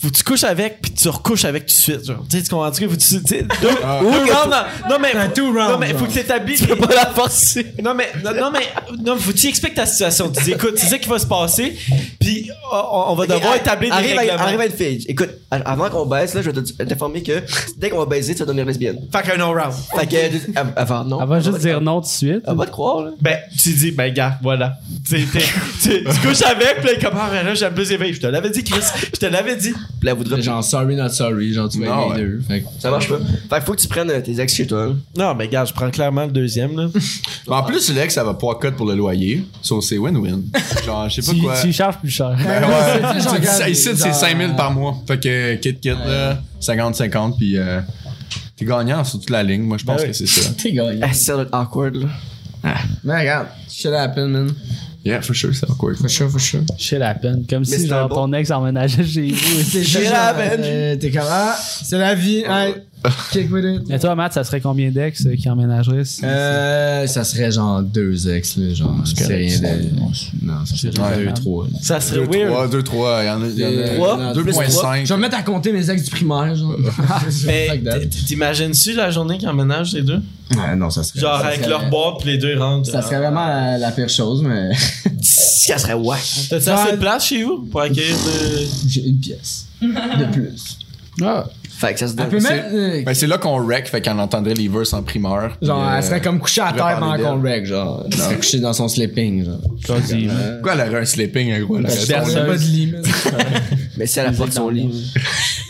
Speaker 2: Faut que tu couches avec puis tu recouches avec tout de suite. Genre. Tu sais, tu comprends? Tu sais, faut que tu- tu sais, deux,
Speaker 1: Ah.
Speaker 2: deux rounds dans- Non, mais.
Speaker 3: two round,
Speaker 2: Non, mais faut que t'établisses. Tu peux pas la forcer. Non, mais. Non, non, mais. Non, faut que tu expliques ta situation. Tu dis, écoute, c'est ça qui va se passer puis on, on va
Speaker 5: Ok,
Speaker 2: devoir
Speaker 5: ar-
Speaker 2: établir des
Speaker 5: arrive à,
Speaker 2: règlements.
Speaker 5: arrive à une fille. Écoute, a- avant qu'on baisse, là, je vais te- t'informer que dès qu'on va baiser, tu vas devenir lesbienne.
Speaker 2: Fait qu'un no-round.
Speaker 5: Fait que. av- Avant, non.
Speaker 4: Elle va juste dire non tout de suite.
Speaker 5: Elle va te croire, là.
Speaker 2: Ben, tu dis, ben, gars, voilà. Tu, sais, t'es- tu, tu couches avec, puis là, il comme, ah, ben là, j'aime plus les filles. Je te l'avais dit, Chris. Je te l'avais dit.
Speaker 5: Puis elle voudra.
Speaker 3: Genre, sorry, not sorry. Genre, tu vas
Speaker 1: Non,
Speaker 3: aimer les deux. Fait que-
Speaker 5: Ça marche pas. Fait que faut que tu prennes euh, tes ex chez toi. là.
Speaker 2: Non, mais gars, je prends clairement le deuxième, là.
Speaker 1: Mais Ben, en plus, l'ex, ça va pas cote pour le loyer. So, c'est win-win. Genre, je sais pas
Speaker 4: Tu,
Speaker 1: quoi.
Speaker 4: tu charges plus cher.
Speaker 1: Ben ouais.
Speaker 3: C'est- c'est-
Speaker 1: Je te dis,
Speaker 3: genre,
Speaker 1: ça, Ici, c'est
Speaker 3: genre-
Speaker 1: 5000 par mois. Fait que, euh, kit, kit, là, 50-50, puis euh, t'es gagnant sur toute la ligne. Moi, je pense
Speaker 2: Ben
Speaker 1: que c'est ça.
Speaker 3: T'es gagné.
Speaker 5: Ah, ça doit être awkward, là.
Speaker 3: Mais regarde, shit happen, man.
Speaker 1: Yeah, for sure, c'est awkward.
Speaker 3: For sure, for sure.
Speaker 4: Shit la peine. Comme
Speaker 5: c'est
Speaker 4: si
Speaker 5: un
Speaker 4: genre
Speaker 5: bon-
Speaker 4: ton ex emménageait chez vous.
Speaker 3: T'es
Speaker 5: Shit
Speaker 3: genre,
Speaker 5: happen.
Speaker 3: euh, T'es comme, ah, c'est la vie. Hey,
Speaker 1: Ah.
Speaker 3: kick with it.
Speaker 4: Et toi, Matt, ça serait combien d'ex euh, qui emménageraient si-
Speaker 3: Euh, ça serait genre deux ex, là, genre, c'est rien de... Non, ça serait genre
Speaker 1: Ouais.
Speaker 3: deux, trois.
Speaker 2: Ça serait
Speaker 1: 2-3,
Speaker 2: weird.
Speaker 1: 2-3, il y en a- il y en a.
Speaker 5: Trois, plus trois.
Speaker 1: 2.5.
Speaker 3: Je vais me mettre à compter mes ex du primaire, genre.
Speaker 2: Mais
Speaker 3: Fuck that.
Speaker 2: t- t'imagines-tu la journée qu'ils emménagent les deux?
Speaker 3: Ouais, non, ça serait...
Speaker 2: Genre
Speaker 3: ça
Speaker 2: avec
Speaker 3: serait-
Speaker 2: leur boîte, puis les deux rentrent.
Speaker 3: Ça serait vraiment la, la pire chose, mais
Speaker 5: Si elle serait wack.
Speaker 2: T'as-tu assez de place chez vous pour accueillir de...
Speaker 3: j'ai une pièce de plus.
Speaker 5: Fait que ça se
Speaker 3: Elle
Speaker 5: donne.
Speaker 3: peut
Speaker 1: c'est-
Speaker 3: même... euh,
Speaker 1: Ben, c'est là qu'on wreck, fait qu'on entendrait les verses en primeur. puis,
Speaker 3: Genre,
Speaker 1: euh,
Speaker 3: elle serait comme couchée à
Speaker 1: je vais
Speaker 3: terre pendant
Speaker 1: parler
Speaker 3: qu'on wreck, genre. Elle serait couchée dans son sleeping, genre.
Speaker 4: Vas-y, man.
Speaker 1: Pourquoi elle aurait un sleeping, hein, gros?
Speaker 3: Ben,
Speaker 1: Elle aurait
Speaker 4: Personne.
Speaker 1: son-
Speaker 3: pas de lit, man.
Speaker 5: Mais si elle apporte son lit.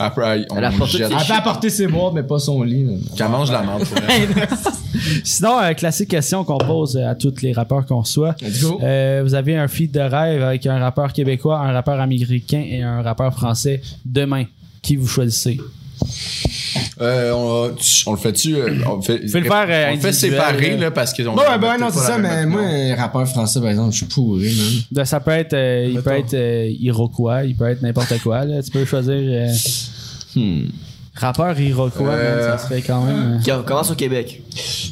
Speaker 1: Après, on
Speaker 5: Elle a porté
Speaker 1: jette.
Speaker 5: toutes
Speaker 3: Elle peut apporter ses boîtes, mais pas son lit, man.
Speaker 1: Qu'elle mange de la menthe. pour elle.
Speaker 4: Sinon, euh, classique question qu'on pose euh, à tous les rappeurs qu'on reçoit.
Speaker 3: Let's go.
Speaker 4: Euh, vous avez un feed de rêve avec un rappeur québécois, un rappeur américain et un rappeur français demain. Qui vous choisissez?
Speaker 1: Euh, on, tu- on le fait-tu? euh, On, fait,
Speaker 4: Faut le faire, euh,
Speaker 1: on le fait
Speaker 4: individuel,
Speaker 1: séparer,
Speaker 4: là.
Speaker 1: là, parce qu'ils ont.
Speaker 3: Ouais, ouais, ben non, c'est ça, mais moi, rappeur français, par exemple, je suis pourri, man.
Speaker 4: Ben, ça peut être, euh, il peut être euh, Iroquois, il peut être n'importe quoi. là. Tu peux choisir euh, rappeur Iroquois,
Speaker 1: Euh.
Speaker 4: man, ça serait quand même. euh,
Speaker 5: Ok, on commence au Québec.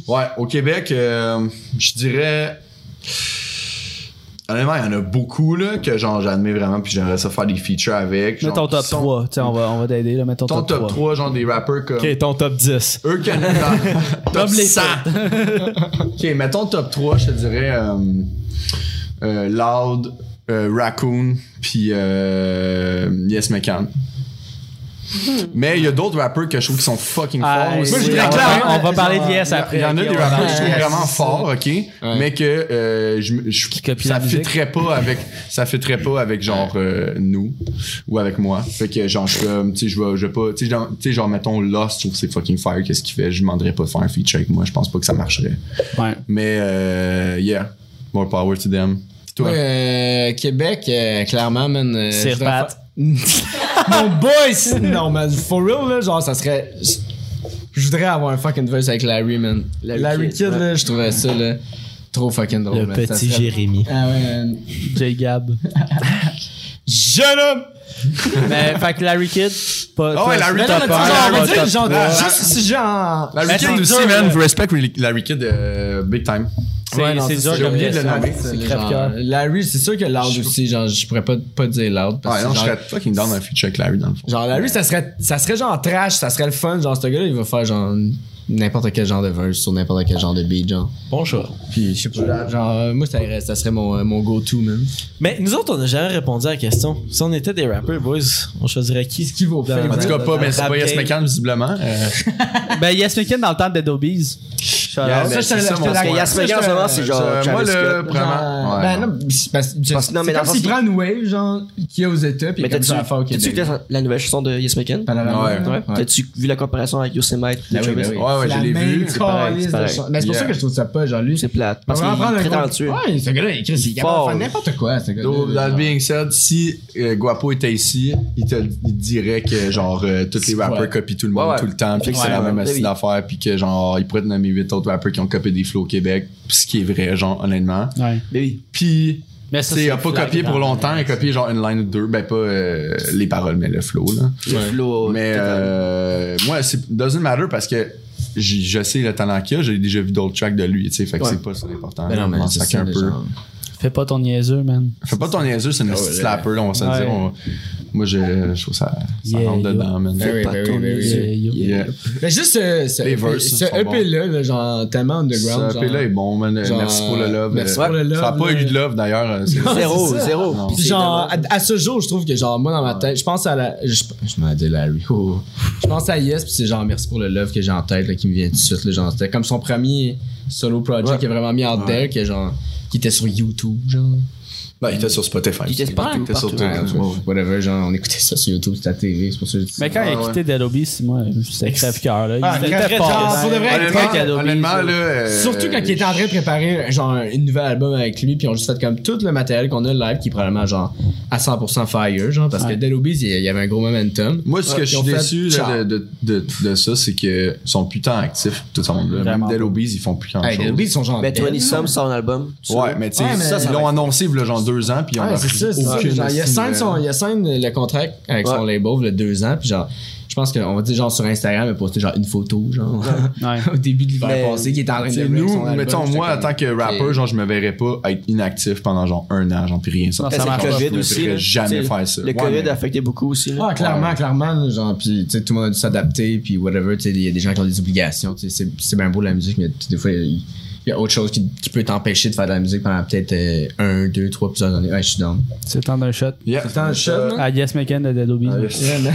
Speaker 1: Ouais, au Québec, euh, je dirais. Honnêtement, il y en a beaucoup, là, que genre, j'admets vraiment, puis j'aimerais ça faire des features avec.
Speaker 4: Mets
Speaker 1: Genre,
Speaker 4: ton top
Speaker 1: qui sont-
Speaker 4: 3, tu sais, on va, on va t'aider. là, Mets ton,
Speaker 1: Ton top 3, genre des rappers comme.
Speaker 2: Ok, ton top 10.
Speaker 1: Eux qui en Top 100. ok, mettons top 3, je te dirais euh, euh, Loud, euh, Raccoon, puis euh, Yes McCann. Mais il y a d'autres rappeurs que je trouve qui sont fucking
Speaker 4: Ah,
Speaker 1: forts aussi.
Speaker 3: Moi, je
Speaker 4: oui,
Speaker 3: dirais
Speaker 4: on,
Speaker 3: clairement-
Speaker 4: va, on va parler de Yes après.
Speaker 1: Il y en a
Speaker 4: ok,
Speaker 1: des
Speaker 4: on va
Speaker 1: rappeurs
Speaker 4: parler
Speaker 1: que je
Speaker 4: de
Speaker 1: trouve
Speaker 4: Yes.
Speaker 1: vraiment forts, ok? Mais que euh, je, je-
Speaker 4: copient
Speaker 1: ça
Speaker 4: la musique.
Speaker 1: fitterait pas avec ça fitterait pas avec genre euh, nous ou avec moi. Fait que genre je suis comme, tu sais je vais je vais pas tu sais genre, tu sais, genre, mettons Lost, je trouve que c'est fucking fire qu'est-ce qu'il fait, je demanderais pas de faire un feature avec moi, je pense pas que ça marcherait.
Speaker 4: Ouais.
Speaker 1: Mais euh, yeah, more power to them. Toi.
Speaker 3: Moi, euh, Québec, euh, clairement, man. euh,
Speaker 4: Sir
Speaker 3: je voudrais
Speaker 4: Pat.
Speaker 3: faire- Mon boys! Non, man, for real, là, genre, ça serait. Je voudrais avoir un fucking verse avec Larry, man.
Speaker 5: Larry
Speaker 3: Larry,
Speaker 5: Kidd,
Speaker 3: Kid,
Speaker 5: ouais.
Speaker 3: là, je trouvais ça, là, trop fucking drôle.
Speaker 2: Le
Speaker 3: man. Ça
Speaker 2: petit
Speaker 3: serait-
Speaker 2: Jérémy.
Speaker 3: Ah ouais, man.
Speaker 4: J Gab.
Speaker 3: Jeune homme!
Speaker 4: Mais Euh, fait que Larry Kidd, pas.
Speaker 1: Ah ouais,
Speaker 4: pas-
Speaker 1: Larry
Speaker 4: pas
Speaker 1: Kidd,
Speaker 4: top
Speaker 1: on a dit
Speaker 4: un,
Speaker 1: genre, on
Speaker 4: pas
Speaker 1: a
Speaker 3: Genre,
Speaker 1: dit
Speaker 4: top
Speaker 3: genre,
Speaker 4: trois.
Speaker 3: juste si genre.
Speaker 1: Larry Kid aussi, man. Je respect Larry Kid euh, big time.
Speaker 4: C'est-
Speaker 3: Ouais, non,
Speaker 4: C'est
Speaker 3: ça,
Speaker 4: dur
Speaker 1: j'ai
Speaker 4: comme
Speaker 1: oublié de le
Speaker 4: question.
Speaker 1: nommer,
Speaker 4: C'est
Speaker 3: le
Speaker 4: crève-cœur.
Speaker 3: genre- Larry, c'est sûr que Loud aussi, genre, je pourrais pas, pas dire Loud.
Speaker 1: Ouais,
Speaker 3: Parce que
Speaker 1: non, je
Speaker 3: genre,
Speaker 1: serais fucking down un feature avec Larry dans le fond.
Speaker 3: genre, Larry, ça serait, ça serait genre trash, ça serait le fun. Genre, ce gars-là, il va faire genre n'importe quel genre de verse sur n'importe quel genre de beat, genre.
Speaker 2: Bon choix.
Speaker 3: Puis, je sais pas, genre, euh, moi, ça, irait- ça serait mon, euh, mon go-to, man.
Speaker 2: Mais nous autres, on n'a jamais répondu à la question. Si on était des rappers, boys, on choisirait qui?
Speaker 3: Qui vaut
Speaker 2: En
Speaker 1: En tout cas, pas, mais c'est pas Yes McCann, visiblement. Euh,
Speaker 4: Ben, Yes McKin dans le temps de Dead Obies. Je
Speaker 1: Yeah,
Speaker 3: Ça,
Speaker 1: mais
Speaker 3: je te-
Speaker 1: c'est
Speaker 3: je te
Speaker 1: mon
Speaker 3: la-
Speaker 5: Parce que
Speaker 1: point.
Speaker 5: Yasmin en ce moment, c'est genre
Speaker 1: Euh, Moi,
Speaker 5: Travis
Speaker 1: le.
Speaker 5: Scott.
Speaker 1: Vraiment.
Speaker 3: Genre,
Speaker 1: ouais.
Speaker 3: ben non, c'est parce que
Speaker 5: Euh, Parce que non, mais
Speaker 3: c'est
Speaker 5: dans
Speaker 3: comme
Speaker 5: le
Speaker 3: s'il
Speaker 5: sens-
Speaker 3: prend une wave, genre, qu'il y a aux États, puis
Speaker 5: Mais
Speaker 3: comme
Speaker 5: t'as-tu
Speaker 3: ça, fuck,
Speaker 5: t'as-tu écouté la- la nouvelle chanson de Yes Mekan?
Speaker 3: Panorama,
Speaker 1: Ouais,
Speaker 3: là.
Speaker 1: ouais.
Speaker 5: T'as-tu vu la comparaison avec Yosemite de
Speaker 3: Ah oui, ben
Speaker 5: Travis?
Speaker 3: oui.
Speaker 1: Ouais, ouais,
Speaker 3: C'est
Speaker 1: je
Speaker 3: la
Speaker 1: l'ai
Speaker 3: même
Speaker 1: vu.
Speaker 5: c'est pareil,
Speaker 3: calice
Speaker 5: c'est
Speaker 3: de
Speaker 5: pareil.
Speaker 3: chan- Mais c'est pour
Speaker 1: Yeah.
Speaker 3: ça que je trouve ça pas, genre, lui.
Speaker 5: C'est plate.
Speaker 3: On
Speaker 5: Parce qu'il
Speaker 3: va prendre
Speaker 5: est
Speaker 3: un
Speaker 5: très
Speaker 3: con-
Speaker 5: talentueux.
Speaker 3: Ouais, ce gars-là, il Chris, il est capable de
Speaker 5: Fort.
Speaker 3: faire n'importe quoi, ce gars-là.
Speaker 1: Though, that
Speaker 3: Genre.
Speaker 1: being said, si euh, Guapo était ici, il te il dirait que genre euh, tous les rappers
Speaker 3: Ouais.
Speaker 1: copient tout le monde
Speaker 5: Ouais, ouais.
Speaker 1: tout le temps, puis que c'est
Speaker 5: Ouais,
Speaker 1: la même
Speaker 5: ouais,
Speaker 1: astuce
Speaker 5: oui.
Speaker 1: d'affaires, puis que genre il pourrait te nommer huit autres rappers qui ont copié des flows au Québec, puis ce qui est vrai, genre honnêtement.
Speaker 7: Ouais.
Speaker 5: Ben oui.
Speaker 1: Puis
Speaker 7: Mais
Speaker 1: tu sais, il a pas copié pour longtemps, il a copié genre une line ou deux, ben pas euh, les paroles mais le flow là.
Speaker 5: Le flow.
Speaker 1: Mais
Speaker 5: total.
Speaker 1: euh, moi, c'est doesn't matter parce que j'ai- je sais le talent qu'il a, j'ai déjà vu d'autres tracks de lui, tu sais, fait que
Speaker 5: Ouais.
Speaker 1: c'est pas ça l'important.
Speaker 3: Ben non, mais
Speaker 1: On
Speaker 3: c'est
Speaker 1: sac
Speaker 3: ça,
Speaker 1: un
Speaker 3: les
Speaker 1: peu.
Speaker 3: gens.
Speaker 7: Fais pas ton niaiseux, man.
Speaker 1: Fais pas ton niaiseux, c'est une petite slapper, là, on va se le
Speaker 7: Ouais.
Speaker 1: dire. on- Moi, je, je trouve ça, ça
Speaker 7: Yeah,
Speaker 1: rentre
Speaker 7: yo.
Speaker 1: dedans, man.
Speaker 3: Ben oui,
Speaker 5: Pas
Speaker 3: ben
Speaker 5: ton
Speaker 3: oui, ben oui.
Speaker 7: Yeah, yo.
Speaker 1: Yeah.
Speaker 3: Mais juste ce, ce,
Speaker 1: Les
Speaker 3: EP
Speaker 1: verses,
Speaker 3: ce
Speaker 1: sont bons.
Speaker 3: EP-là, là, genre, tellement underground.
Speaker 1: Ce EP-là est bon, man.
Speaker 3: genre,
Speaker 1: merci pour le love.
Speaker 3: merci pour le love,
Speaker 1: Ça a pas
Speaker 3: là.
Speaker 1: eu de love, d'ailleurs. euh, c'est-
Speaker 5: Zéro,
Speaker 3: c'est ça.
Speaker 5: zéro.
Speaker 1: Non.
Speaker 5: Puis
Speaker 3: Puis
Speaker 5: c'est
Speaker 3: genre,
Speaker 5: vraiment-
Speaker 3: à, à ce jour, je trouve que genre, moi dans ma tête, je pense à la. Je, je m'en dis Larry. oh. Je pense à Yes, puis c'est genre merci pour le love que j'ai en tête, là, qui me vient tout de suite. Là, genre, c'était comme son premier solo project qu'il a vraiment mis en there, que genre, qui était sur YouTube, genre.
Speaker 1: Ben, il était sur Spotify.
Speaker 5: Il était partout,
Speaker 1: sur
Speaker 5: partout.
Speaker 1: tout,
Speaker 3: Ouais,
Speaker 1: hein,
Speaker 3: ouais, whatever, genre, on écoutait ça sur YouTube, c'était à la télé, c'est pour ça que je dis ça.
Speaker 7: Mais quand il a
Speaker 1: Ouais,
Speaker 7: quitté Dead Obese, moi, c'était crève-cœur, là. Il
Speaker 3: Ah,
Speaker 7: était
Speaker 3: crève-
Speaker 7: très fort.
Speaker 3: Ah, pour de vrai,
Speaker 7: Ouais.
Speaker 3: crève-
Speaker 1: Honnêtement,
Speaker 7: Très Adobe,
Speaker 1: honnêtement,
Speaker 7: ça.
Speaker 1: là. euh,
Speaker 3: Surtout quand il était en train de préparer genre un un nouvel album avec lui, puis on a juste fait comme tout le matériel qu'on a live qui est probablement genre à 100% fire, genre parce que Dead Obies, il y avait un gros momentum.
Speaker 1: Moi, ce que je
Speaker 3: Ils ont
Speaker 1: suis
Speaker 3: fait,
Speaker 1: déçu là,
Speaker 3: ciao.
Speaker 1: de, de, de, de ça, c'est que ils sont plus tant actifs, tout le monde. là. Même
Speaker 7: Vraiment
Speaker 1: Dead Obies, ils font plus tant
Speaker 3: Hey, Dead Obies, ils sont genre.
Speaker 5: Ben,
Speaker 3: dead.
Speaker 5: 20 Some sort un album.
Speaker 1: Ouais, mais tu sais,
Speaker 3: Ouais, mais-
Speaker 1: ça, ils l'ont annoncé, là, genre deux ans, puis on
Speaker 3: Ouais,
Speaker 1: a
Speaker 3: c'est
Speaker 1: pris
Speaker 3: ça, c'est ça.
Speaker 1: aucune
Speaker 3: Genre, il y a
Speaker 1: estime,
Speaker 3: Sam, son,
Speaker 1: euh,
Speaker 3: il y a Sam, le contract avec son label, il y a deux ans, puis genre, je pense qu'on va dire genre sur Instagram, il a posté genre une photo, genre, au début de l'hiver
Speaker 5: Mais,
Speaker 3: passé, qui est en train de
Speaker 1: T'sais,
Speaker 3: rip son
Speaker 1: nous,
Speaker 3: album,
Speaker 1: mettons,
Speaker 3: j'étais
Speaker 1: moi, en
Speaker 3: comme,
Speaker 1: tant que rapper,
Speaker 3: ok.
Speaker 1: genre, je me verrais pas être inactif pendant genre un an, j'en puis rien. Ça,
Speaker 7: Non, ça
Speaker 5: Ça,
Speaker 7: marche
Speaker 5: c'est le
Speaker 1: pas. Je
Speaker 5: COVID
Speaker 1: me
Speaker 5: aussi.
Speaker 1: verrais
Speaker 5: là.
Speaker 1: jamais
Speaker 5: Tu sais,
Speaker 1: faire ça.
Speaker 5: Le
Speaker 1: Ouais,
Speaker 5: COVID
Speaker 1: mais-
Speaker 5: a affecté beaucoup aussi. là.
Speaker 3: Ah, clairement, clairement, genre, puis tu sais, tout le monde a dû s'adapter, puis whatever, tu sais, il y a des gens qui ont des obligations, tu sais, c'est- c'est bien beau la musique, mais des fois, il il y a autre chose qui, qui peut t'empêcher de faire de la musique pendant peut-être euh, un, deux, trois, plusieurs années. Ouais, je suis down.
Speaker 7: C'est le temps d'un shot.
Speaker 1: Yeah. Euh,
Speaker 3: C'est le temps de shot, là.
Speaker 7: À Yes Mekan de Dead Obese.
Speaker 3: Yeah, man.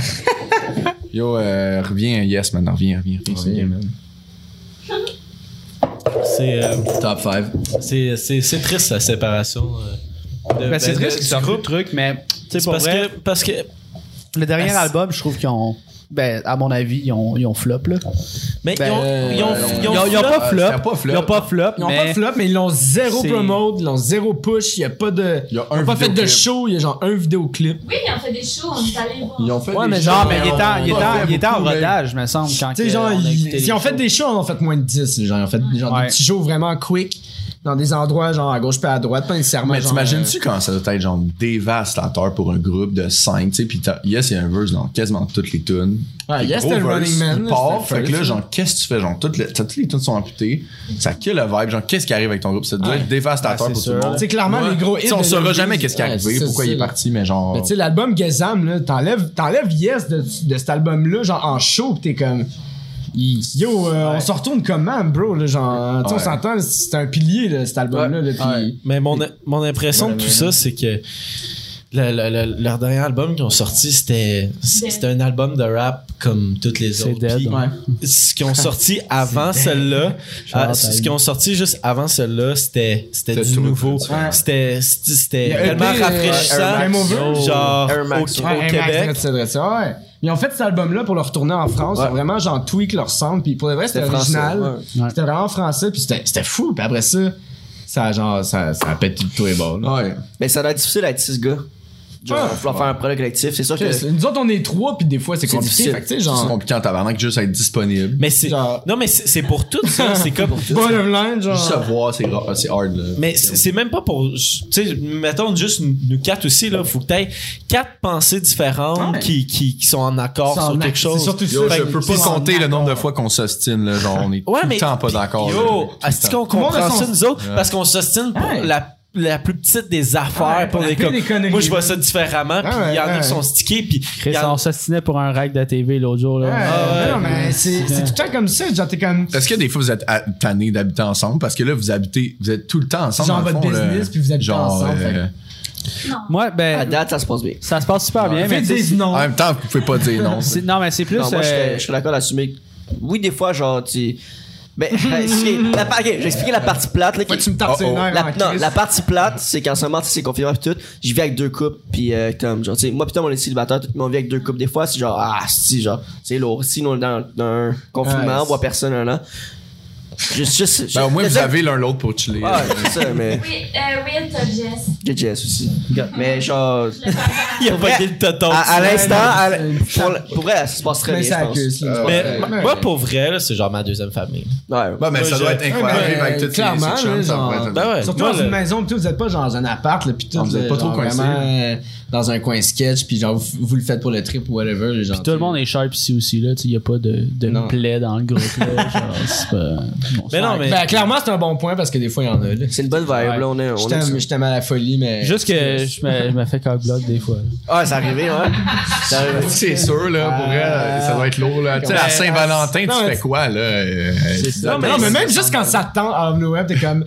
Speaker 1: Yo, euh, reviens, yes, maintenant, reviens, reviens.
Speaker 3: Yeah,
Speaker 1: reviens.
Speaker 3: man.
Speaker 2: C'est, euh,
Speaker 3: Top 5.
Speaker 2: c'est, c'est, c'est triste la séparation. euh, de-
Speaker 7: Ben, c'est
Speaker 2: ben,
Speaker 7: triste
Speaker 2: de-
Speaker 7: qu'ils
Speaker 2: du
Speaker 7: sortent
Speaker 2: groupe.
Speaker 7: le truc, mais tu sais,
Speaker 2: C'est
Speaker 7: pour
Speaker 2: parce
Speaker 7: vrai,
Speaker 2: que, parce que.
Speaker 7: le dernier
Speaker 2: Ah, c'est-
Speaker 7: album, je trouve qu'ils ont. Ben, à mon avis, ils ont, ils ont flop, là.
Speaker 2: Mais
Speaker 7: Ben,
Speaker 2: ils ont. ils ont,
Speaker 1: euh,
Speaker 2: ils ont,
Speaker 7: Ils ont, ils ont
Speaker 2: flop.
Speaker 7: pas flop.
Speaker 1: Ils ont pas flop.
Speaker 7: Ils ont pas flop.
Speaker 3: Ils ont pas
Speaker 7: mais-
Speaker 3: de flop, mais ils l'ont zéro
Speaker 7: C'est-
Speaker 3: promote, ils l'ont zéro push, il n'y a pas de.
Speaker 1: Il y a
Speaker 3: Ils
Speaker 1: un
Speaker 3: n'ont pas fait de
Speaker 1: vidéoclip.
Speaker 3: show, il y a genre un vidéoclip.
Speaker 8: Oui, mais on fait des shows, on est allé le voir.
Speaker 1: Ils ont fait
Speaker 7: Ouais,
Speaker 1: des
Speaker 7: mais
Speaker 1: shows,
Speaker 7: genre, mais il
Speaker 1: on-
Speaker 7: était en, il
Speaker 1: on
Speaker 7: était en-
Speaker 1: fait
Speaker 7: il était en
Speaker 1: beaucoup, mais-
Speaker 7: rodage, me semble, quand
Speaker 3: Tu sais,
Speaker 7: que
Speaker 3: genre,
Speaker 7: on a écouté
Speaker 3: ils,
Speaker 7: les
Speaker 3: si on fait
Speaker 7: shows.
Speaker 3: des shows, on en fait moins de 10. là, Genre, ils ont fait genre,
Speaker 7: Ouais.
Speaker 3: des petits shows vraiment quick dans des endroits, genre à gauche puis à droite, pas nécessairement.
Speaker 1: Mais
Speaker 3: genre, euh,
Speaker 1: t'imagines-tu quand ça doit être genre dévastateur pour un groupe de 5, tu sais, pis t'as- Yes, il y a un verse dans quasiment toutes les tunes.
Speaker 3: Ouais,
Speaker 1: Puis
Speaker 3: Yes,
Speaker 1: gros
Speaker 3: c'était le
Speaker 1: verse,
Speaker 3: Running Man,
Speaker 1: Il
Speaker 3: là,
Speaker 1: part,
Speaker 3: c'était le
Speaker 1: fait que là,
Speaker 3: first.
Speaker 1: genre, qu'est-ce que tu fais? Genre, toutes les, toutes les tunes sont amputées, ça kill le vibe, genre, qu'est-ce qui arrive avec ton groupe? Ça doit être dévastateur
Speaker 7: Ouais,
Speaker 1: pour
Speaker 7: c'est
Speaker 1: tout le
Speaker 7: sûr.
Speaker 1: monde.
Speaker 3: Tu sais, clairement,
Speaker 1: Moi,
Speaker 3: les gros
Speaker 1: tu sais,
Speaker 3: hits
Speaker 1: On
Speaker 3: de
Speaker 1: saura
Speaker 3: Lil
Speaker 1: jamais
Speaker 3: Uzi,
Speaker 1: qu'est-ce qui est
Speaker 3: ouais,
Speaker 1: arrivé,
Speaker 3: c'est
Speaker 1: pourquoi
Speaker 3: ça,
Speaker 1: il est
Speaker 3: là.
Speaker 1: parti, mais genre.
Speaker 3: Mais tu sais, l'album Gezam, là, t'enlèves, t'enlèves Yes de, de cet album-là, genre en show, pis t'es comme. Yo, euh, on se retourne comment, bro? Là, genre, tu sais, on
Speaker 1: Ouais.
Speaker 3: s'entend, c'est un pilier, là, cet album-là. Là, pis-
Speaker 2: Mais mon, mon impression de tout ça, c'est que le- le- le- leur dernier album qu'ils ont sorti, c'était c'était un album de rap comme toutes les
Speaker 7: C'est
Speaker 2: autres.
Speaker 7: dead.
Speaker 2: Puis, Ce qu'ils ont sorti avant celle-là, ah, ce qu'ils ont sorti juste avant celle-là, c'était c'était
Speaker 1: C'était
Speaker 2: du
Speaker 1: tout
Speaker 2: nouveau.
Speaker 1: le
Speaker 3: Ouais.
Speaker 2: C'était c'était- c'était
Speaker 3: Il y a
Speaker 2: tellement
Speaker 3: EP, euh, Air Max. Game
Speaker 2: rafraîchissant.
Speaker 3: Over.
Speaker 2: Genre
Speaker 5: Air
Speaker 2: au,
Speaker 5: Max.
Speaker 2: au
Speaker 3: Ouais, Remax,
Speaker 2: Québec.
Speaker 3: c'est vrai, c'est vrai, ouais. Ils ont fait cet album-là pour le retourner en France. Ils ont vraiment, genre, tweak leur sound. Puis pour le vrai, c'était
Speaker 5: C'était français,
Speaker 3: original.
Speaker 7: ouais.
Speaker 3: C'était vraiment français. Puis c'était c'était fou. Puis après ça, ça, a genre, ça, ça a pété de tous les bords. là.
Speaker 1: Ouais.
Speaker 5: Mais ça doit être difficile d'être 6 gars. Genre,
Speaker 3: Ouais.
Speaker 5: il va falloir faire un projet collectif. C'est sûr que.
Speaker 3: Chris, Nous autres, on est trois. Puis des fois, c'est
Speaker 5: C'est
Speaker 3: compliqué.
Speaker 5: difficile.
Speaker 3: Fait que, tu sais,
Speaker 1: C'est
Speaker 3: genre,
Speaker 1: compliqué en tabarnak, juste être disponible.
Speaker 2: Mais c'est
Speaker 3: Genre-
Speaker 2: non mais c'est c'est pour tout ça, c'est comme
Speaker 3: bottom line, genre.
Speaker 1: Juste se voir, c'est ra- c'est hard, là.
Speaker 2: Mais c'est c'est même pas pour. Tu sais, mettons juste nous nous quatre aussi, là. Faut que t'aies quatre pensées différentes
Speaker 3: Ouais.
Speaker 2: qui, qui, qui sont en accord
Speaker 3: Sans
Speaker 2: sur
Speaker 3: acte,
Speaker 2: quelque chose.
Speaker 3: C'est surtout
Speaker 1: Yo,
Speaker 3: ça.
Speaker 1: je
Speaker 3: Fait que
Speaker 1: peux pas
Speaker 3: c'est en
Speaker 1: compter le nombre de fois qu'on s'ostine, là. Genre, on est
Speaker 2: Ouais,
Speaker 1: tout
Speaker 2: mais-
Speaker 1: le temps pas d'accord. là.
Speaker 2: Yo,
Speaker 1: Tout le
Speaker 2: est-ce
Speaker 1: temps.
Speaker 2: qu'on
Speaker 3: le monde a
Speaker 2: comprend
Speaker 3: son-
Speaker 2: ça, nous autres? Parce qu'on s'ostine pour
Speaker 3: Ouais.
Speaker 2: la, la plus petite des
Speaker 3: Ouais,
Speaker 2: affaires. pour
Speaker 3: la
Speaker 2: les
Speaker 3: plus des
Speaker 2: comme,
Speaker 3: conneries.
Speaker 2: moi, je vois ça différemment. Puis
Speaker 3: Ouais,
Speaker 2: il y en a
Speaker 3: ouais.
Speaker 2: qui sont stickés. Puis il
Speaker 7: Chris,
Speaker 2: y en
Speaker 7: on s'assinait pour un rack de TV l'autre jour, là.
Speaker 3: Ouais,
Speaker 2: Ah ouais.
Speaker 3: non, mais ben, c'est c'est tout le temps comme ça. Genre, t'es comme.
Speaker 1: Est-ce que des fois vous êtes à- tannés d'habiter ensemble? Parce que là, vous habitez, vous êtes tout le temps ensemble.
Speaker 3: Genre
Speaker 1: dans le
Speaker 3: votre
Speaker 1: fond, là.
Speaker 3: business, puis vous habitez
Speaker 1: Genre,
Speaker 3: ensemble,
Speaker 1: euh,
Speaker 7: Moi,
Speaker 5: À
Speaker 3: Ah,
Speaker 7: ben,
Speaker 5: date, ça se passe bien.
Speaker 7: ça se passe super bien, mais.
Speaker 3: Faites
Speaker 7: tu sais,
Speaker 3: des noms.
Speaker 1: En même temps, vous pouvez pas dire non.
Speaker 7: c'est- Non, mais c'est plus.
Speaker 5: Non, moi, je
Speaker 7: euh,
Speaker 5: serais, je serais d'accord d'assumer. que- Oui, des fois, genre, tu. Ben, euh, si- la par- ok, j'ai expliqué la partie plate. là, qui-
Speaker 3: Faut que tu me hein, tapes
Speaker 1: Oh,
Speaker 3: les
Speaker 1: oh.
Speaker 3: nerfs
Speaker 5: la,
Speaker 3: en
Speaker 5: non,
Speaker 3: crise.
Speaker 5: la partie plate, c'est qu'en ce moment, tu sais, c'est confirmé pis tout. J'y vis avec deux couples puis euh, Tom. Genre, tu sais, moi pis Tom, on est célibataire, tout, mais on vit avec deux couples. Des fois, c'est genre, ah, si, genre, c'est lourd. Si, on est dans, dans un confinement,
Speaker 3: Ouais,
Speaker 5: on voit personne, un an. Juste, juste.
Speaker 1: Ben, au moins,
Speaker 5: juste-
Speaker 1: vous avez l'un l'autre pour chiller.
Speaker 5: Ouais, c'est ça, mais.
Speaker 8: Oui, euh, Will, t'as Jess.
Speaker 5: J'ai Jess aussi. Mais genre.
Speaker 8: Le papa.
Speaker 2: Il a
Speaker 5: Vrai.
Speaker 2: voté le tonton.
Speaker 5: À, à l'instant, à l'-
Speaker 3: Ouais,
Speaker 5: pour, le- pour vrai, ça se passe très
Speaker 3: Mais
Speaker 5: bien.
Speaker 3: ça
Speaker 5: je pense.
Speaker 3: accuse,
Speaker 1: Ouais.
Speaker 3: là.
Speaker 2: Mais
Speaker 3: Ouais.
Speaker 2: m- moi, pour vrai, là, c'est genre ma deuxième famille.
Speaker 5: Ouais.
Speaker 1: Ben, mais
Speaker 2: Moi,
Speaker 1: ça
Speaker 2: je-
Speaker 1: doit être incroyable.
Speaker 3: Ouais,
Speaker 1: vivre avec
Speaker 3: mais
Speaker 1: toutes ces- ces
Speaker 3: clairement,
Speaker 1: chums, ça
Speaker 3: là,
Speaker 1: pourrait être-
Speaker 3: genre-
Speaker 2: Ben ouais.
Speaker 3: Surtout
Speaker 2: moi,
Speaker 3: dans
Speaker 2: le-
Speaker 3: une maison, pis tout, vous êtes pas genre dans un appart, là, pis tout,
Speaker 1: Ah, vous êtes
Speaker 3: là,
Speaker 1: pas trop
Speaker 3: genre,
Speaker 1: coincés.
Speaker 3: vraiment, euh, dans un coin sketch, pis genre, vous, vous le faites pour le trip ou whatever, les gens.
Speaker 7: Tout le monde est sharp ici aussi, là. Il n'y a pas de, de
Speaker 3: Non.
Speaker 7: plaie dans le groupe, là. Genre, c'est pas. bon,
Speaker 2: Mais
Speaker 7: ça-
Speaker 2: non, mais.
Speaker 3: Ben, clairement, c'est un bon point parce que des fois, il y en a, là.
Speaker 5: C'est une bonne vibe, là, on est.
Speaker 3: Je
Speaker 5: On est
Speaker 3: t'aime- je t'aime à la folie, mais.
Speaker 7: Juste que je me, je me fais cock-block des fois.
Speaker 5: Ah, c'est arrivé, ouais. C'est arrivé.
Speaker 1: C'est sûr, là, pour elle, ça doit être lourd, là. Tu sais, à Saint-Valentin,
Speaker 3: Non,
Speaker 1: tu
Speaker 3: mais-
Speaker 1: fais quoi, là? euh, euh,
Speaker 2: Non, mais-
Speaker 3: Non, mais même juste quand ça te tend out of nowhere, t'es comme,